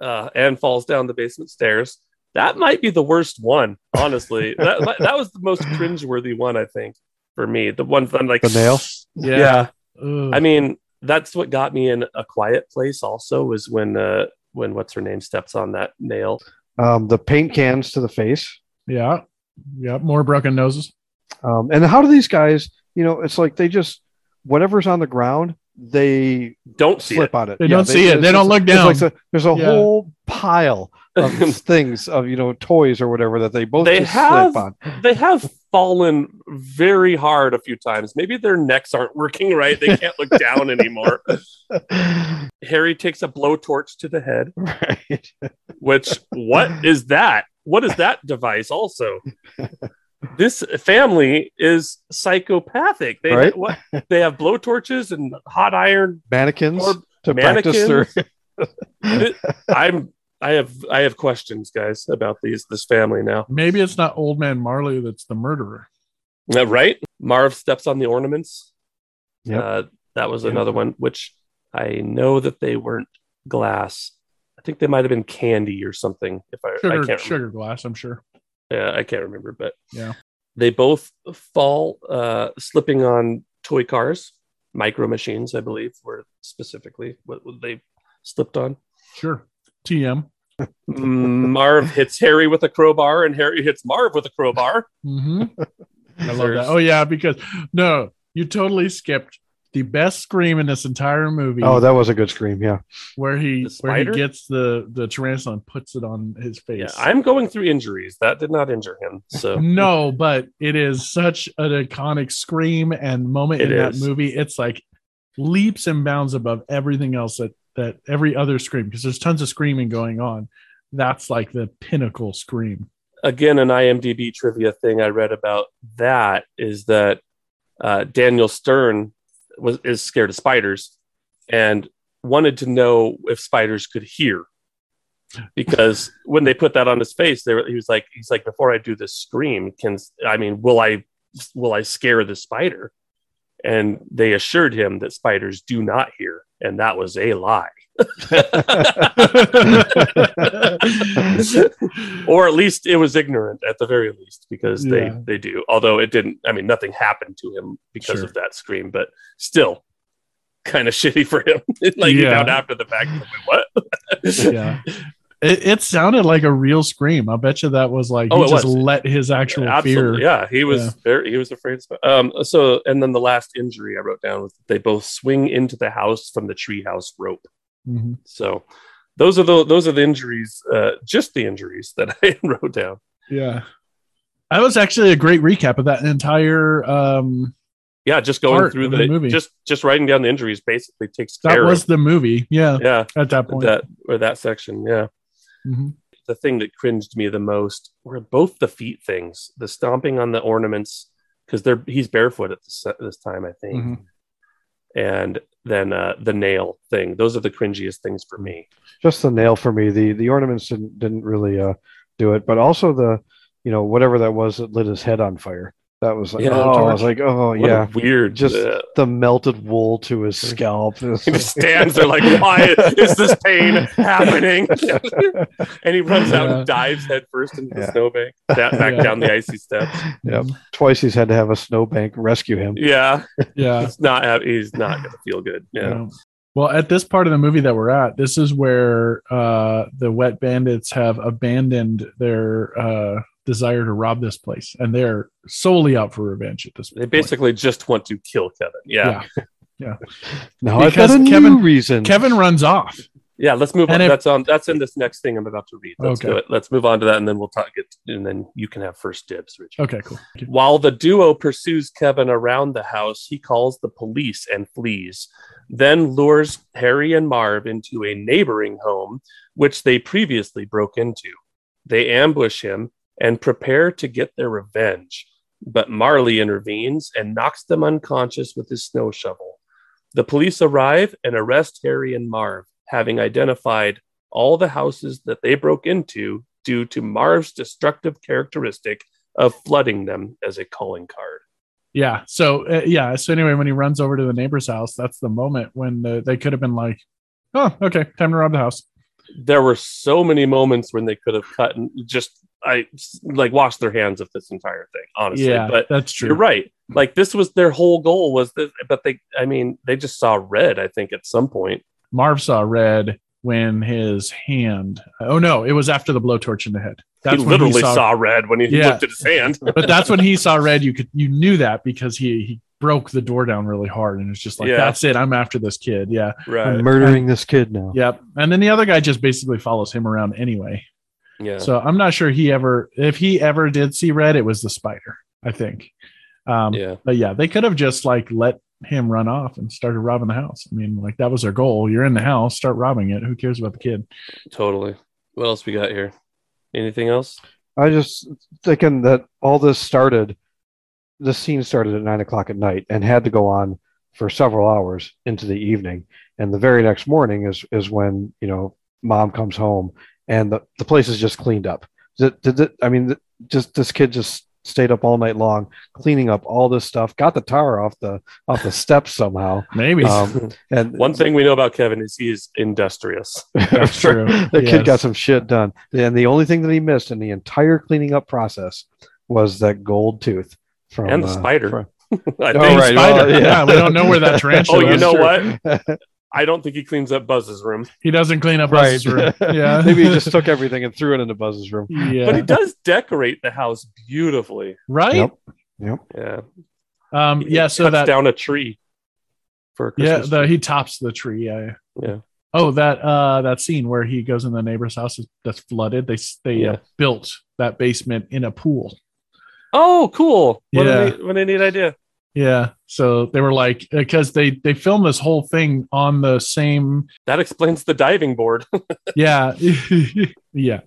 [SPEAKER 1] uh, and falls down the basement stairs. That might be the worst one, honestly. that, that- that was the most cringeworthy one, I think, for me. The one that I'm like,
[SPEAKER 3] The nail?
[SPEAKER 1] Yeah.
[SPEAKER 2] Ugh.
[SPEAKER 1] I mean, that's what got me in a quiet place. Also, was when uh, when what's her name steps on that nail.
[SPEAKER 3] Um, the paint cans to the face.
[SPEAKER 2] Yeah. Yeah. More broken noses.
[SPEAKER 3] Um, and how do these guys? You know, it's like they just whatever's on the ground, they
[SPEAKER 1] Don't see
[SPEAKER 3] slip on it.
[SPEAKER 2] They don't see it.
[SPEAKER 3] it's-
[SPEAKER 2] They don't
[SPEAKER 3] it's-
[SPEAKER 2] look
[SPEAKER 3] it's
[SPEAKER 2] down.
[SPEAKER 3] like the- there's a
[SPEAKER 2] Yeah.
[SPEAKER 3] whole pile of
[SPEAKER 1] it.
[SPEAKER 3] things of you know toys or whatever that they both
[SPEAKER 1] They
[SPEAKER 3] just
[SPEAKER 1] have-
[SPEAKER 3] slip on.
[SPEAKER 1] they have fallen very hard a few times. Maybe their necks aren't working right. They can't look down anymore. Harry takes a blowtorch to the head,
[SPEAKER 3] right.
[SPEAKER 1] which, what is that? What is that device also? This family is psychopathic. They,
[SPEAKER 3] Right?
[SPEAKER 1] what, they have blowtorches and hot iron.
[SPEAKER 3] Mannequins
[SPEAKER 1] Or
[SPEAKER 3] to practice their
[SPEAKER 1] I'm I have I have questions, guys, about these this family now.
[SPEAKER 2] Maybe it's not old man Marley that's the murderer.
[SPEAKER 1] Uh, right? Marv steps on the ornaments.
[SPEAKER 3] Yep.
[SPEAKER 1] Uh, that was
[SPEAKER 3] Yep.
[SPEAKER 1] another one, which I know that they weren't glass. I think they might have been candy or something. If I, I
[SPEAKER 2] Sugar,
[SPEAKER 1] can't,
[SPEAKER 2] sugar glass, I'm sure.
[SPEAKER 1] yeah, I can't remember, but
[SPEAKER 2] Yeah.
[SPEAKER 1] they both fall, uh, slipping on toy cars, micro machines, I believe, were specifically what what they slipped on.
[SPEAKER 2] Sure. TM.
[SPEAKER 1] Marv hits Harry with a crowbar, and Harry hits Marv with a crowbar.
[SPEAKER 2] hmm I love
[SPEAKER 1] There's-
[SPEAKER 2] that. Oh, yeah. Because no, you totally skipped the best scream in this entire movie
[SPEAKER 3] Oh, that was a good scream. Yeah.
[SPEAKER 2] where he
[SPEAKER 1] The
[SPEAKER 2] where he
[SPEAKER 1] spider?
[SPEAKER 2] gets the the tarantula and puts it on his face.
[SPEAKER 1] Yeah, I'm going through injuries. That did not injure him. So
[SPEAKER 2] no, but it is such an iconic scream and moment
[SPEAKER 1] It
[SPEAKER 2] in
[SPEAKER 1] is.
[SPEAKER 2] that movie. It's like leaps and bounds above everything else that that every other scream because there's tons of screaming going on. That's like the pinnacle scream.
[SPEAKER 1] again, an IMDb trivia thing I read about that is that uh, Daniel Stern was is scared of spiders and wanted to know if spiders could hear because when they put that on his face, they were, he was like, he's like, before I do this scream, can I mean, will I will I scare the spider? And they assured him that spiders do not hear, and that was a lie. or at least it was ignorant at the very least because
[SPEAKER 2] Yeah.
[SPEAKER 1] they they do although it didn't i mean nothing happened to him because
[SPEAKER 2] Sure.
[SPEAKER 1] of that scream but still kind of shitty for him like he
[SPEAKER 2] Yeah.
[SPEAKER 1] found after the fact like, what
[SPEAKER 2] yeah. It, it sounded like a real scream. I bet you that was like
[SPEAKER 1] Oh,
[SPEAKER 2] he
[SPEAKER 1] it
[SPEAKER 2] just
[SPEAKER 1] was.
[SPEAKER 2] let his actual
[SPEAKER 1] absolutely
[SPEAKER 2] fear.
[SPEAKER 1] yeah he was
[SPEAKER 2] Yeah.
[SPEAKER 1] very he was afraid of sp- um so and then the last injury i wrote down was that they both swing into the house from the treehouse rope
[SPEAKER 2] Mhm.
[SPEAKER 1] so those are the those are the injuries uh just the injuries that i wrote down
[SPEAKER 2] Yeah. That was actually a great recap of that entire um,
[SPEAKER 1] yeah, just going
[SPEAKER 2] Part
[SPEAKER 1] through
[SPEAKER 2] of
[SPEAKER 1] the,
[SPEAKER 2] the movie.
[SPEAKER 1] just just writing down the injuries basically takes
[SPEAKER 2] That
[SPEAKER 1] care
[SPEAKER 2] was the movie. Yeah,
[SPEAKER 1] of yeah
[SPEAKER 2] at that point.
[SPEAKER 1] that or that section. Yeah,
[SPEAKER 2] Mhm.
[SPEAKER 1] the thing that cringed me the most were both the feet things, the stomping on the ornaments because they're he's barefoot at this, this time, I think,
[SPEAKER 2] Mm-hmm.
[SPEAKER 3] Mhm.
[SPEAKER 1] and then uh, the nail thing. Those are the cringiest things for me.
[SPEAKER 3] Just the nail for me. The the ornaments didn't didn't really uh, do it, but also the you know whatever that was that lit his head on fire. That was like,
[SPEAKER 1] Yeah,
[SPEAKER 3] oh, I was
[SPEAKER 1] torch.
[SPEAKER 3] like oh
[SPEAKER 1] What a
[SPEAKER 3] yeah,
[SPEAKER 1] weird.
[SPEAKER 3] just
[SPEAKER 1] uh,
[SPEAKER 3] the melted wool to his scalp.
[SPEAKER 1] he just stands there like, why is this pain happening? and he runs out
[SPEAKER 2] Yeah.
[SPEAKER 1] and dives headfirst into the
[SPEAKER 3] Yeah.
[SPEAKER 1] snowbank, that, back
[SPEAKER 2] Yeah.
[SPEAKER 1] down the icy steps.
[SPEAKER 3] Yep. Twice he's had to have a snowbank rescue him.
[SPEAKER 1] Yeah,
[SPEAKER 2] Yeah.
[SPEAKER 1] it's not. hap- He's not gonna feel good. Yeah,
[SPEAKER 2] Yeah. Well, at this part of the movie that we're at, this is where uh, the wet bandits have abandoned their uh, desire to rob this place, and they're solely out for revenge at this
[SPEAKER 1] they basically just want to kill Kevin. Yeah, yeah.
[SPEAKER 2] Yeah.
[SPEAKER 3] Now I've
[SPEAKER 2] Because
[SPEAKER 3] got a
[SPEAKER 2] Kevin-
[SPEAKER 3] new reason.
[SPEAKER 2] Kevin runs off.
[SPEAKER 1] let's move on.
[SPEAKER 2] And if-
[SPEAKER 1] that's on. That's in this next thing I'm about to read. Let's
[SPEAKER 2] Okay.
[SPEAKER 1] do it. Let's move on to that, and then we'll talk. Get and then you can have first dibs, Richard.
[SPEAKER 2] Okay, cool.
[SPEAKER 1] While the duo pursues Kevin around the house, he calls the police and flees, then lures Harry and Marv into a neighboring home, which they previously broke into. They ambush him and prepare to get their revenge, but Marley intervenes and knocks them unconscious with his snow shovel. The police arrive and arrest Harry and Marv, having identified all the houses that they broke into due to Marv's destructive characteristic of flooding them as a calling card.
[SPEAKER 2] Yeah. So uh, yeah. So anyway, when he runs over to the neighbor's house, that's the moment when the, they could have been like, "Oh, okay, time to rob the house."
[SPEAKER 1] There were so many moments when they could have cut and just I like washed their hands of this entire thing, honestly.
[SPEAKER 2] yeah,
[SPEAKER 1] but
[SPEAKER 2] that's true.
[SPEAKER 1] you're right. Like this was their whole goal was that, but they, I mean, they just saw red. I think at some point.
[SPEAKER 2] Marv saw red when his hand. Oh no, it was after the blowtorch in the head. That's
[SPEAKER 1] he
[SPEAKER 2] when
[SPEAKER 1] literally saw, red when he
[SPEAKER 2] Yeah.
[SPEAKER 1] looked at his hand.
[SPEAKER 2] but that's when he saw red. You could you knew that because he he broke the door down really hard and it's just like
[SPEAKER 1] Yeah.
[SPEAKER 2] that's it. I'm after this kid. Yeah.
[SPEAKER 1] right.
[SPEAKER 3] I'm murdering this kid now.
[SPEAKER 2] Yep. And then the other guy just basically follows him around anyway.
[SPEAKER 1] Yeah.
[SPEAKER 2] So I'm not sure he ever if he ever did see red, it was the spider. I think. Um,
[SPEAKER 1] yeah.
[SPEAKER 2] But yeah, they could have just like let him run off and started robbing the house. I mean, like that was their goal. You're in the house, start robbing it. Who cares about the kid?
[SPEAKER 1] Totally. What else we got here? Anything else?
[SPEAKER 3] I just thinking that all this started, the scene started at nine o'clock at night and had to go on for several hours into the evening. And the very next morning is is when you know mom comes home and the, the place is just cleaned up. Did, did it, I mean, th- just this kid just stayed up all night long cleaning up all this stuff. Got the tower off the off the steps somehow.
[SPEAKER 2] Maybe.
[SPEAKER 3] Um, and
[SPEAKER 1] One thing we know about Kevin is he is industrious.
[SPEAKER 3] That's
[SPEAKER 2] true.
[SPEAKER 3] The kid got
[SPEAKER 2] Yes.
[SPEAKER 3] some shit done. And the only thing that he missed in the entire cleaning up process was that gold tooth from
[SPEAKER 1] And the
[SPEAKER 3] uh,
[SPEAKER 1] spider.
[SPEAKER 3] from-
[SPEAKER 1] I
[SPEAKER 3] Oh,
[SPEAKER 1] think
[SPEAKER 3] right,
[SPEAKER 2] spider.
[SPEAKER 3] well,
[SPEAKER 2] Yeah, we don't know where that tarantula
[SPEAKER 1] Oh, you
[SPEAKER 2] is.
[SPEAKER 1] know what?
[SPEAKER 3] That's true.
[SPEAKER 1] I don't think he cleans up Buzz's room.
[SPEAKER 2] He doesn't clean up
[SPEAKER 3] right.
[SPEAKER 2] his room. Yeah.
[SPEAKER 3] Maybe he just took everything and threw it into Buzz's room.
[SPEAKER 2] yeah.
[SPEAKER 1] But he does decorate the house beautifully.
[SPEAKER 2] right?
[SPEAKER 3] Yep. Yep.
[SPEAKER 1] Yeah.
[SPEAKER 2] Um,
[SPEAKER 1] He
[SPEAKER 2] yeah, so
[SPEAKER 1] cuts
[SPEAKER 2] that
[SPEAKER 1] down a tree for a
[SPEAKER 2] yeah,
[SPEAKER 1] Christmas.
[SPEAKER 2] the, he tops the tree. Yeah,
[SPEAKER 1] tree. yeah.
[SPEAKER 2] Oh, that uh, that scene where he goes in the neighbor's house is- that's flooded. They s- they uh,
[SPEAKER 1] Yeah.
[SPEAKER 2] built that basement in a pool.
[SPEAKER 1] Oh, cool. What,
[SPEAKER 2] Yeah.
[SPEAKER 1] a neat, what a neat idea.
[SPEAKER 2] Yeah. So they were like, because they they filmed this whole thing on the same.
[SPEAKER 1] That explains the diving board.
[SPEAKER 2] Yeah. yeah.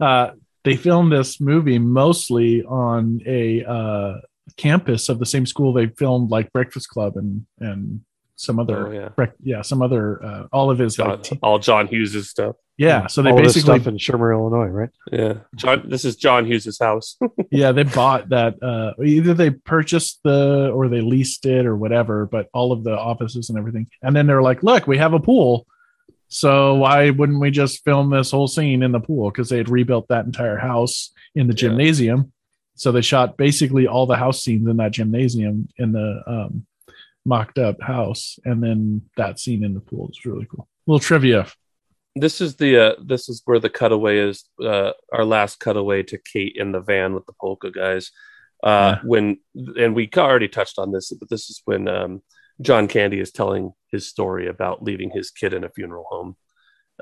[SPEAKER 2] Uh, they filmed this movie mostly on a uh, campus of the same school they filmed like Breakfast Club and and some other.
[SPEAKER 1] Oh, yeah.
[SPEAKER 2] brec- yeah, some other uh, all of his like,
[SPEAKER 1] John,
[SPEAKER 2] t-
[SPEAKER 1] all John Hughes' stuff.
[SPEAKER 2] yeah. So they
[SPEAKER 3] all
[SPEAKER 2] basically
[SPEAKER 3] this stuff in Shermer, Illinois, right?
[SPEAKER 1] Yeah. John, this is John Hughes' house.
[SPEAKER 2] yeah they bought that uh either they purchased the or they leased it or whatever but all of the offices and everything and then they're like look we have a pool so why wouldn't we just film this whole scene in the pool because they had rebuilt that entire house in the
[SPEAKER 1] Yeah.
[SPEAKER 2] gymnasium so they shot basically all the house scenes in that gymnasium in the um mocked up house and then that scene in the pool is really cool little trivia
[SPEAKER 1] this is the uh, this is where the cutaway is uh, our last cutaway to Kate in the van with the polka guys uh, when and we already touched on this but this is when um, John Candy is telling his story about leaving his kid in a funeral home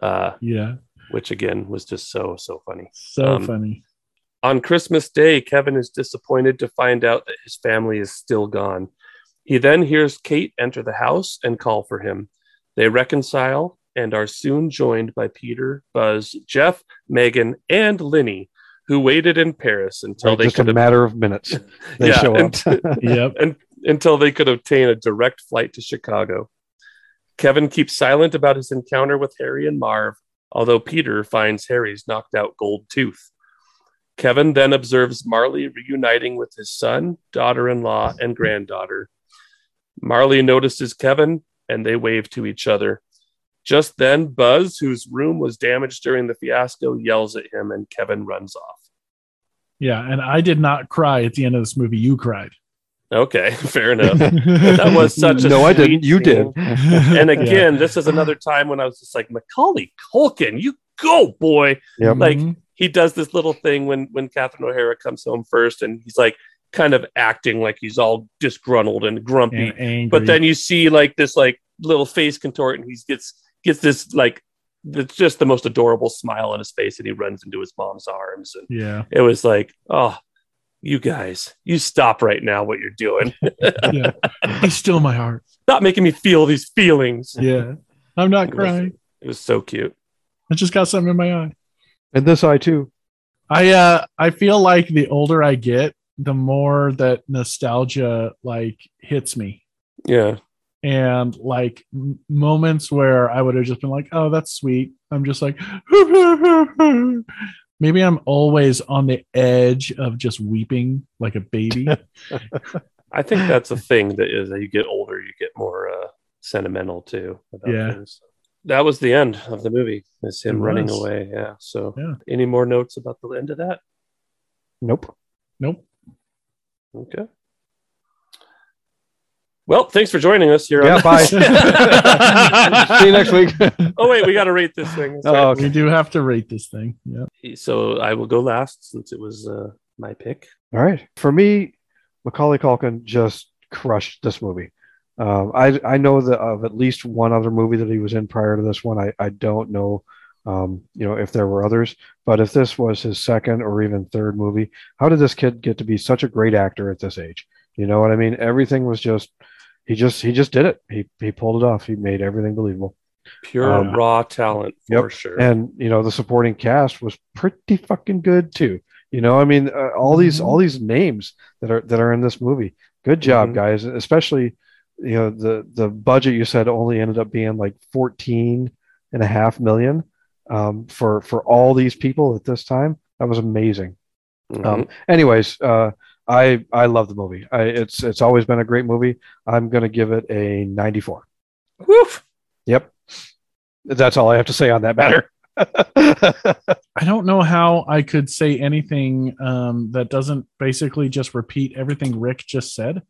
[SPEAKER 1] uh,
[SPEAKER 2] yeah
[SPEAKER 1] which again was just so so funny
[SPEAKER 2] so
[SPEAKER 1] Um,
[SPEAKER 2] funny
[SPEAKER 1] on Christmas Day Kevin is disappointed to find out that his family is still gone He then hears Kate enter the house and call for him. They reconcile and are soon joined by Peter, Buzz, Jeff, Megan, and Lenny, who waited in Paris until
[SPEAKER 3] Right,
[SPEAKER 1] they
[SPEAKER 3] just a
[SPEAKER 1] could
[SPEAKER 3] matter of minutes. They
[SPEAKER 1] Yeah,
[SPEAKER 3] show up.
[SPEAKER 1] and-
[SPEAKER 2] Yep.
[SPEAKER 1] until they could obtain a direct flight to Chicago. Kevin keeps silent about his encounter with Harry and Marv, although Peter finds Harry's knocked out gold tooth. Kevin then observes Marley reuniting with his son, daughter in law, and granddaughter. Marley notices Kevin and they wave to each other. Just then, Buzz, whose room was damaged during the fiasco, yells at him and Kevin runs off.
[SPEAKER 2] Yeah. And I did not cry at the end of this movie. You cried.
[SPEAKER 1] Okay, fair enough. That was such a
[SPEAKER 3] no, I
[SPEAKER 1] sweet
[SPEAKER 3] didn't. You
[SPEAKER 1] scene.
[SPEAKER 3] did.
[SPEAKER 1] and again, this is another time when I was just like, Macaulay Culkin, you go, boy.
[SPEAKER 3] Yep.
[SPEAKER 1] like-
[SPEAKER 2] Mhm.
[SPEAKER 1] He does this little thing when when Catherine O'Hara comes home first, and he's like kind of acting like he's all disgruntled and grumpy.
[SPEAKER 2] And angry.
[SPEAKER 1] but then you see like this like little face contort, and he gets gets this like it's just the most adorable smile on his face, and he runs into his mom's arms, and
[SPEAKER 2] yeah.
[SPEAKER 1] it was like, oh, you guys, you stop right now what you're doing.
[SPEAKER 2] Yeah. Be still my heart.
[SPEAKER 1] Stop making me feel these feelings.
[SPEAKER 2] Yeah. I'm not
[SPEAKER 1] It was-
[SPEAKER 2] crying.
[SPEAKER 1] It was so cute.
[SPEAKER 2] I just got something in my eye.
[SPEAKER 3] And this I too.
[SPEAKER 2] I uh I feel like the older I get, the more that nostalgia like hits me.
[SPEAKER 1] Yeah.
[SPEAKER 2] And like m- moments where I would have just been like, "Oh, that's sweet." I'm just like Maybe I'm always on the edge of just weeping like a baby.
[SPEAKER 1] I think that's a thing that is that you get older, you get more uh, sentimental too. About
[SPEAKER 2] Yeah.
[SPEAKER 1] Things. That was the end of the movie. Is him
[SPEAKER 2] It
[SPEAKER 1] running
[SPEAKER 2] was.
[SPEAKER 1] away. Yeah. So,
[SPEAKER 2] Yeah.
[SPEAKER 1] any more notes about the end of that?
[SPEAKER 3] Nope.
[SPEAKER 2] nope.
[SPEAKER 1] Okay. Well, thanks for joining us here.
[SPEAKER 3] Yeah,
[SPEAKER 1] on-
[SPEAKER 3] bye. See you next week.
[SPEAKER 1] oh wait, we got to rate this thing. That's
[SPEAKER 3] Oh,
[SPEAKER 1] right.
[SPEAKER 2] We do have to rate this thing. Yeah.
[SPEAKER 1] So I will go last since it was uh, my pick.
[SPEAKER 3] All right. For me, Macaulay Culkin just crushed this movie. Um, I I know the, of at least one other movie that he was in prior to this one. I, I don't know, um, you know, if there were others, but if this was his second or even third movie, how did this kid get to be such a great actor at this age? You know what I mean? Everything was just he just he just did it. He he pulled it off. He made everything believable.
[SPEAKER 1] Pure
[SPEAKER 3] Um,
[SPEAKER 1] raw talent for sure.
[SPEAKER 3] and you know the supporting cast was pretty fucking good too you know i mean uh, all these
[SPEAKER 2] Mhm.
[SPEAKER 3] all these names that are that are in this movie good job
[SPEAKER 1] Mhm.
[SPEAKER 3] guys especially you know the the budget you said only ended up being like 14 and a half million um, for for all these people at this time that was amazing
[SPEAKER 1] Mhm.
[SPEAKER 3] um, anyways, uh, I I love the movie. I, it's it's always been a great movie. I'm gonna give it a 94.
[SPEAKER 1] Woof.
[SPEAKER 3] Yep, that's all I have to say on that matter.
[SPEAKER 2] I don't know how I could say anything um, that doesn't basically just repeat everything Rick just said.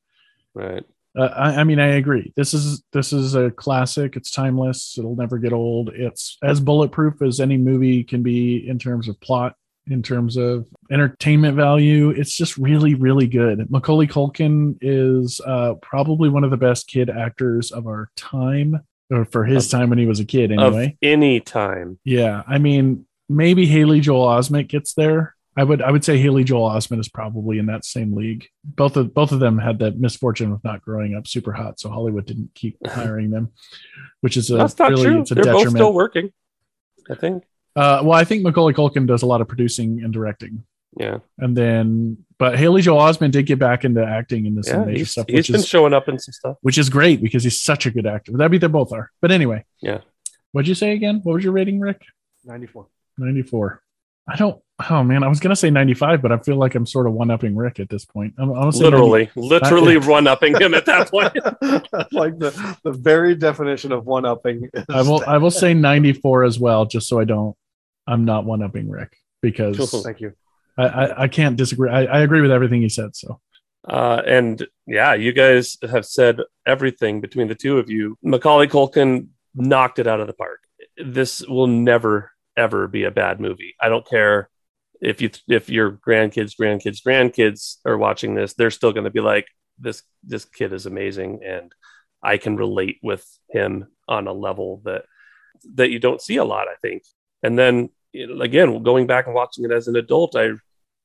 [SPEAKER 1] Right.
[SPEAKER 2] Uh, I, I mean, I agree. This is this is a classic. It's timeless. It'll never get old. It's as bulletproof as any movie can be in terms of plot, in terms of entertainment value. It's just really, really good. Macaulay Culkin is uh, probably one of the best kid actors of our time, or for his time when he was a kid, anyway.
[SPEAKER 1] Of any time.
[SPEAKER 2] Yeah, I mean, maybe Haley Joel Osment gets there. I would I would say Haley Joel Osment is probably in that same league. Both of both of them had that misfortune of not growing up super hot, so Hollywood didn't keep hiring them, which is a
[SPEAKER 1] That's not
[SPEAKER 2] really
[SPEAKER 1] true.
[SPEAKER 2] it's a
[SPEAKER 1] They're both
[SPEAKER 2] detriment.
[SPEAKER 1] still working. I think.
[SPEAKER 2] uh, well, I think Macaulay Culkin does a lot of producing and directing,
[SPEAKER 1] Yeah.
[SPEAKER 2] and then but Haley Joel Osment did get back into acting in this
[SPEAKER 1] Yeah,
[SPEAKER 2] major
[SPEAKER 1] he's,
[SPEAKER 2] stuff,
[SPEAKER 1] he's
[SPEAKER 2] which
[SPEAKER 1] been
[SPEAKER 2] is
[SPEAKER 1] showing up in some stuff.
[SPEAKER 2] which is great because he's such a good actor. That'd be they both are. But anyway,
[SPEAKER 1] Yeah.
[SPEAKER 2] What'd you say again? What was your rating, Rick?
[SPEAKER 3] 94.
[SPEAKER 2] 94. I don't, oh man, I was going to say 95, but I feel like I'm sort of one upping Rick at this point. I'm, I'm gonna say
[SPEAKER 1] Literally, literally run upping him at that point.
[SPEAKER 3] like the, the very definition of one upping.
[SPEAKER 2] 90 I will, I will say 94 as well, just so I don't, I'm not one upping Rick because
[SPEAKER 1] Cool.
[SPEAKER 3] Thank you.
[SPEAKER 2] I, I, I can't disagree. I, I agree with everything he said. So
[SPEAKER 1] Uh, and yeah, you guys have said everything between the two of you. Macaulay Culkin knocked it out of the park. This will never ever be a bad movie. I don't care if you if your grandkids, grandkids, grandkids are watching this, they're still going to be like this this kid is amazing and I can relate with him on a level that that you don't see a lot, I think. And then you know, again, going back and watching it as an adult, I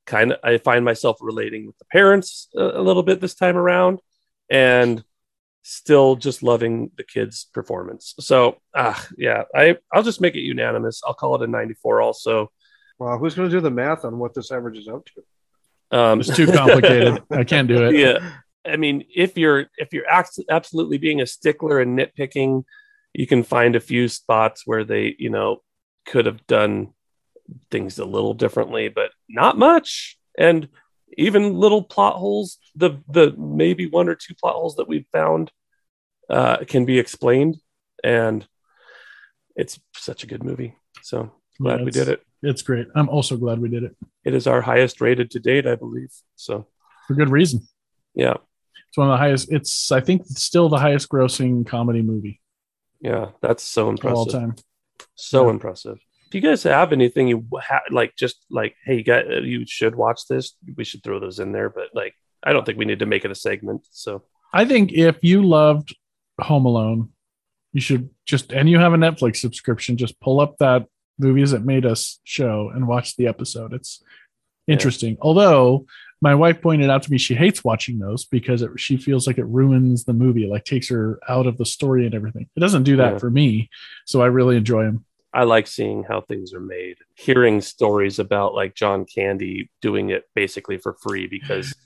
[SPEAKER 1] kind of I find myself relating with the parents a, a little bit this time around, and still just loving the kid's performance. So, ah, yeah, I I'll just make it unanimous. I'll call it a 94 also.
[SPEAKER 3] Wow, who's going to do the math on what this averages out to?
[SPEAKER 1] Um
[SPEAKER 2] It's too complicated. I can't do it.
[SPEAKER 1] yeah. I mean, if you're if you're ax- absolutely being a stickler and nitpicking, you can find a few spots where they, you know, could have done things a little differently, but not much. And even little plot holes, the the maybe one or two plot holes that we've found uh, can be explained, and it's such a good movie. So glad
[SPEAKER 2] Yeah,
[SPEAKER 1] we
[SPEAKER 2] it's-
[SPEAKER 1] did it.
[SPEAKER 2] It's great. I'm also glad we did it
[SPEAKER 1] It is our highest rated to date, I believe. So
[SPEAKER 2] for good reason.
[SPEAKER 1] yeah,
[SPEAKER 2] It's one of the highest. It's I think still the highest grossing comedy movie
[SPEAKER 1] yeah, that's so
[SPEAKER 2] of all
[SPEAKER 1] impressive.
[SPEAKER 2] time.
[SPEAKER 1] so
[SPEAKER 2] Yeah.
[SPEAKER 1] impressive if you guys have anything you ha- like just like hey you got you should watch this we should throw those in there but like i don't think we need to make it a segment so
[SPEAKER 2] I think if you loved Home Alone, you should just and you have a Netflix subscription, just pull up that movies that made us show and watch the episode. It's interesting. Although my wife pointed out to me she hates watching those because it, she feels like it ruins the movie, like takes her out of the story and everything. It doesn't do that
[SPEAKER 1] Yeah.
[SPEAKER 2] for me, so I really enjoy them.
[SPEAKER 1] i like seeing how things are made hearing stories about like john candy doing it basically for free because he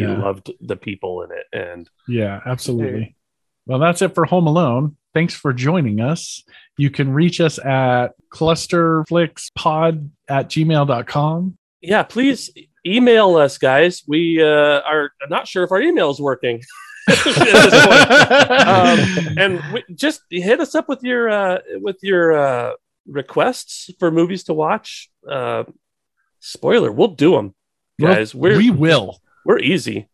[SPEAKER 2] Yeah.
[SPEAKER 1] loved the people in it and
[SPEAKER 2] Yeah, absolutely. Well, that's it for Home Alone. Thanks for joining us. You can reach us at clusterflixpod at gmail.com.
[SPEAKER 1] yeah please email us guys we uh, are not sure if our email is working at this point. Um, and we, just hit us up with your uh, with your uh, requests for movies to watch. Uh, spoiler, we'll do them,
[SPEAKER 2] Well,
[SPEAKER 1] guys. We're
[SPEAKER 2] we will.
[SPEAKER 1] we're easy.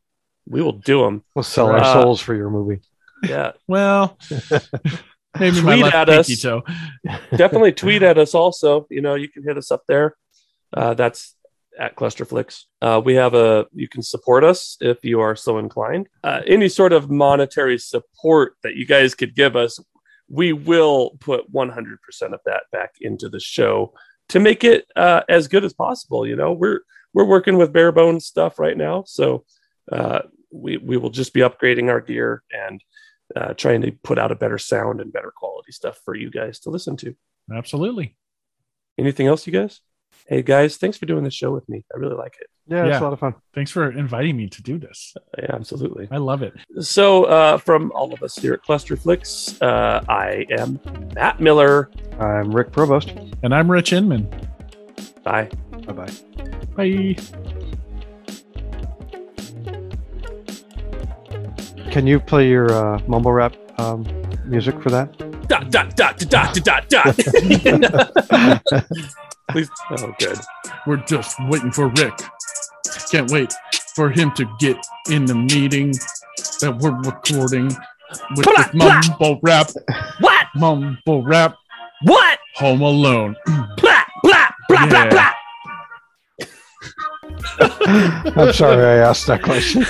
[SPEAKER 1] We will do them.
[SPEAKER 3] We'll sell our
[SPEAKER 1] Uh,
[SPEAKER 3] souls for your movie.
[SPEAKER 1] Yeah,
[SPEAKER 2] Well, maybe my
[SPEAKER 1] Tweet
[SPEAKER 2] left
[SPEAKER 1] at
[SPEAKER 2] pinky
[SPEAKER 1] us.
[SPEAKER 2] toe.
[SPEAKER 1] definitely tweet at us. Also, you know, you can hit us up there. Uh, that's at Clusterflix. Uh, we have a. You can support us if you are so inclined. Uh, any sort of monetary support that you guys could give us, we will put 100% of that back into the show to make it uh, as good as possible. You know, we're we're working with bare bones stuff right now, so uh, we we will just be upgrading our gear and uh, trying to put out a better sound and better quality stuff for you guys to listen to.
[SPEAKER 2] Absolutely.
[SPEAKER 1] Anything else, you guys? Hey guys, thanks for doing this show with me. I really like it.
[SPEAKER 3] Yeah, it's
[SPEAKER 2] yeah.
[SPEAKER 3] a lot of fun.
[SPEAKER 2] Thanks for inviting me to do this.
[SPEAKER 1] Yeah, absolutely.
[SPEAKER 2] I love it.
[SPEAKER 1] So, uh, from all of us here at Clusterflix, uh, I am Matt Miller.
[SPEAKER 3] I'm Rick Provost.
[SPEAKER 2] And I'm Rich Inman.
[SPEAKER 1] Bye.
[SPEAKER 3] Bye bye.
[SPEAKER 2] Bye.
[SPEAKER 3] Can you play your uh, mumble rap um, music for that?
[SPEAKER 1] Dot dot dot dot dot dot dot. Please. Oh, good.
[SPEAKER 2] We're just waiting for Rick. Can't wait for him to get in the meeting that we're recording with
[SPEAKER 1] Blah,
[SPEAKER 2] this mumble rap,
[SPEAKER 1] What?
[SPEAKER 2] mumble rap,
[SPEAKER 1] What?
[SPEAKER 2] home alone.
[SPEAKER 1] Blah blah blah
[SPEAKER 2] Yeah.
[SPEAKER 1] blah blah.
[SPEAKER 3] I'm sorry I asked that question.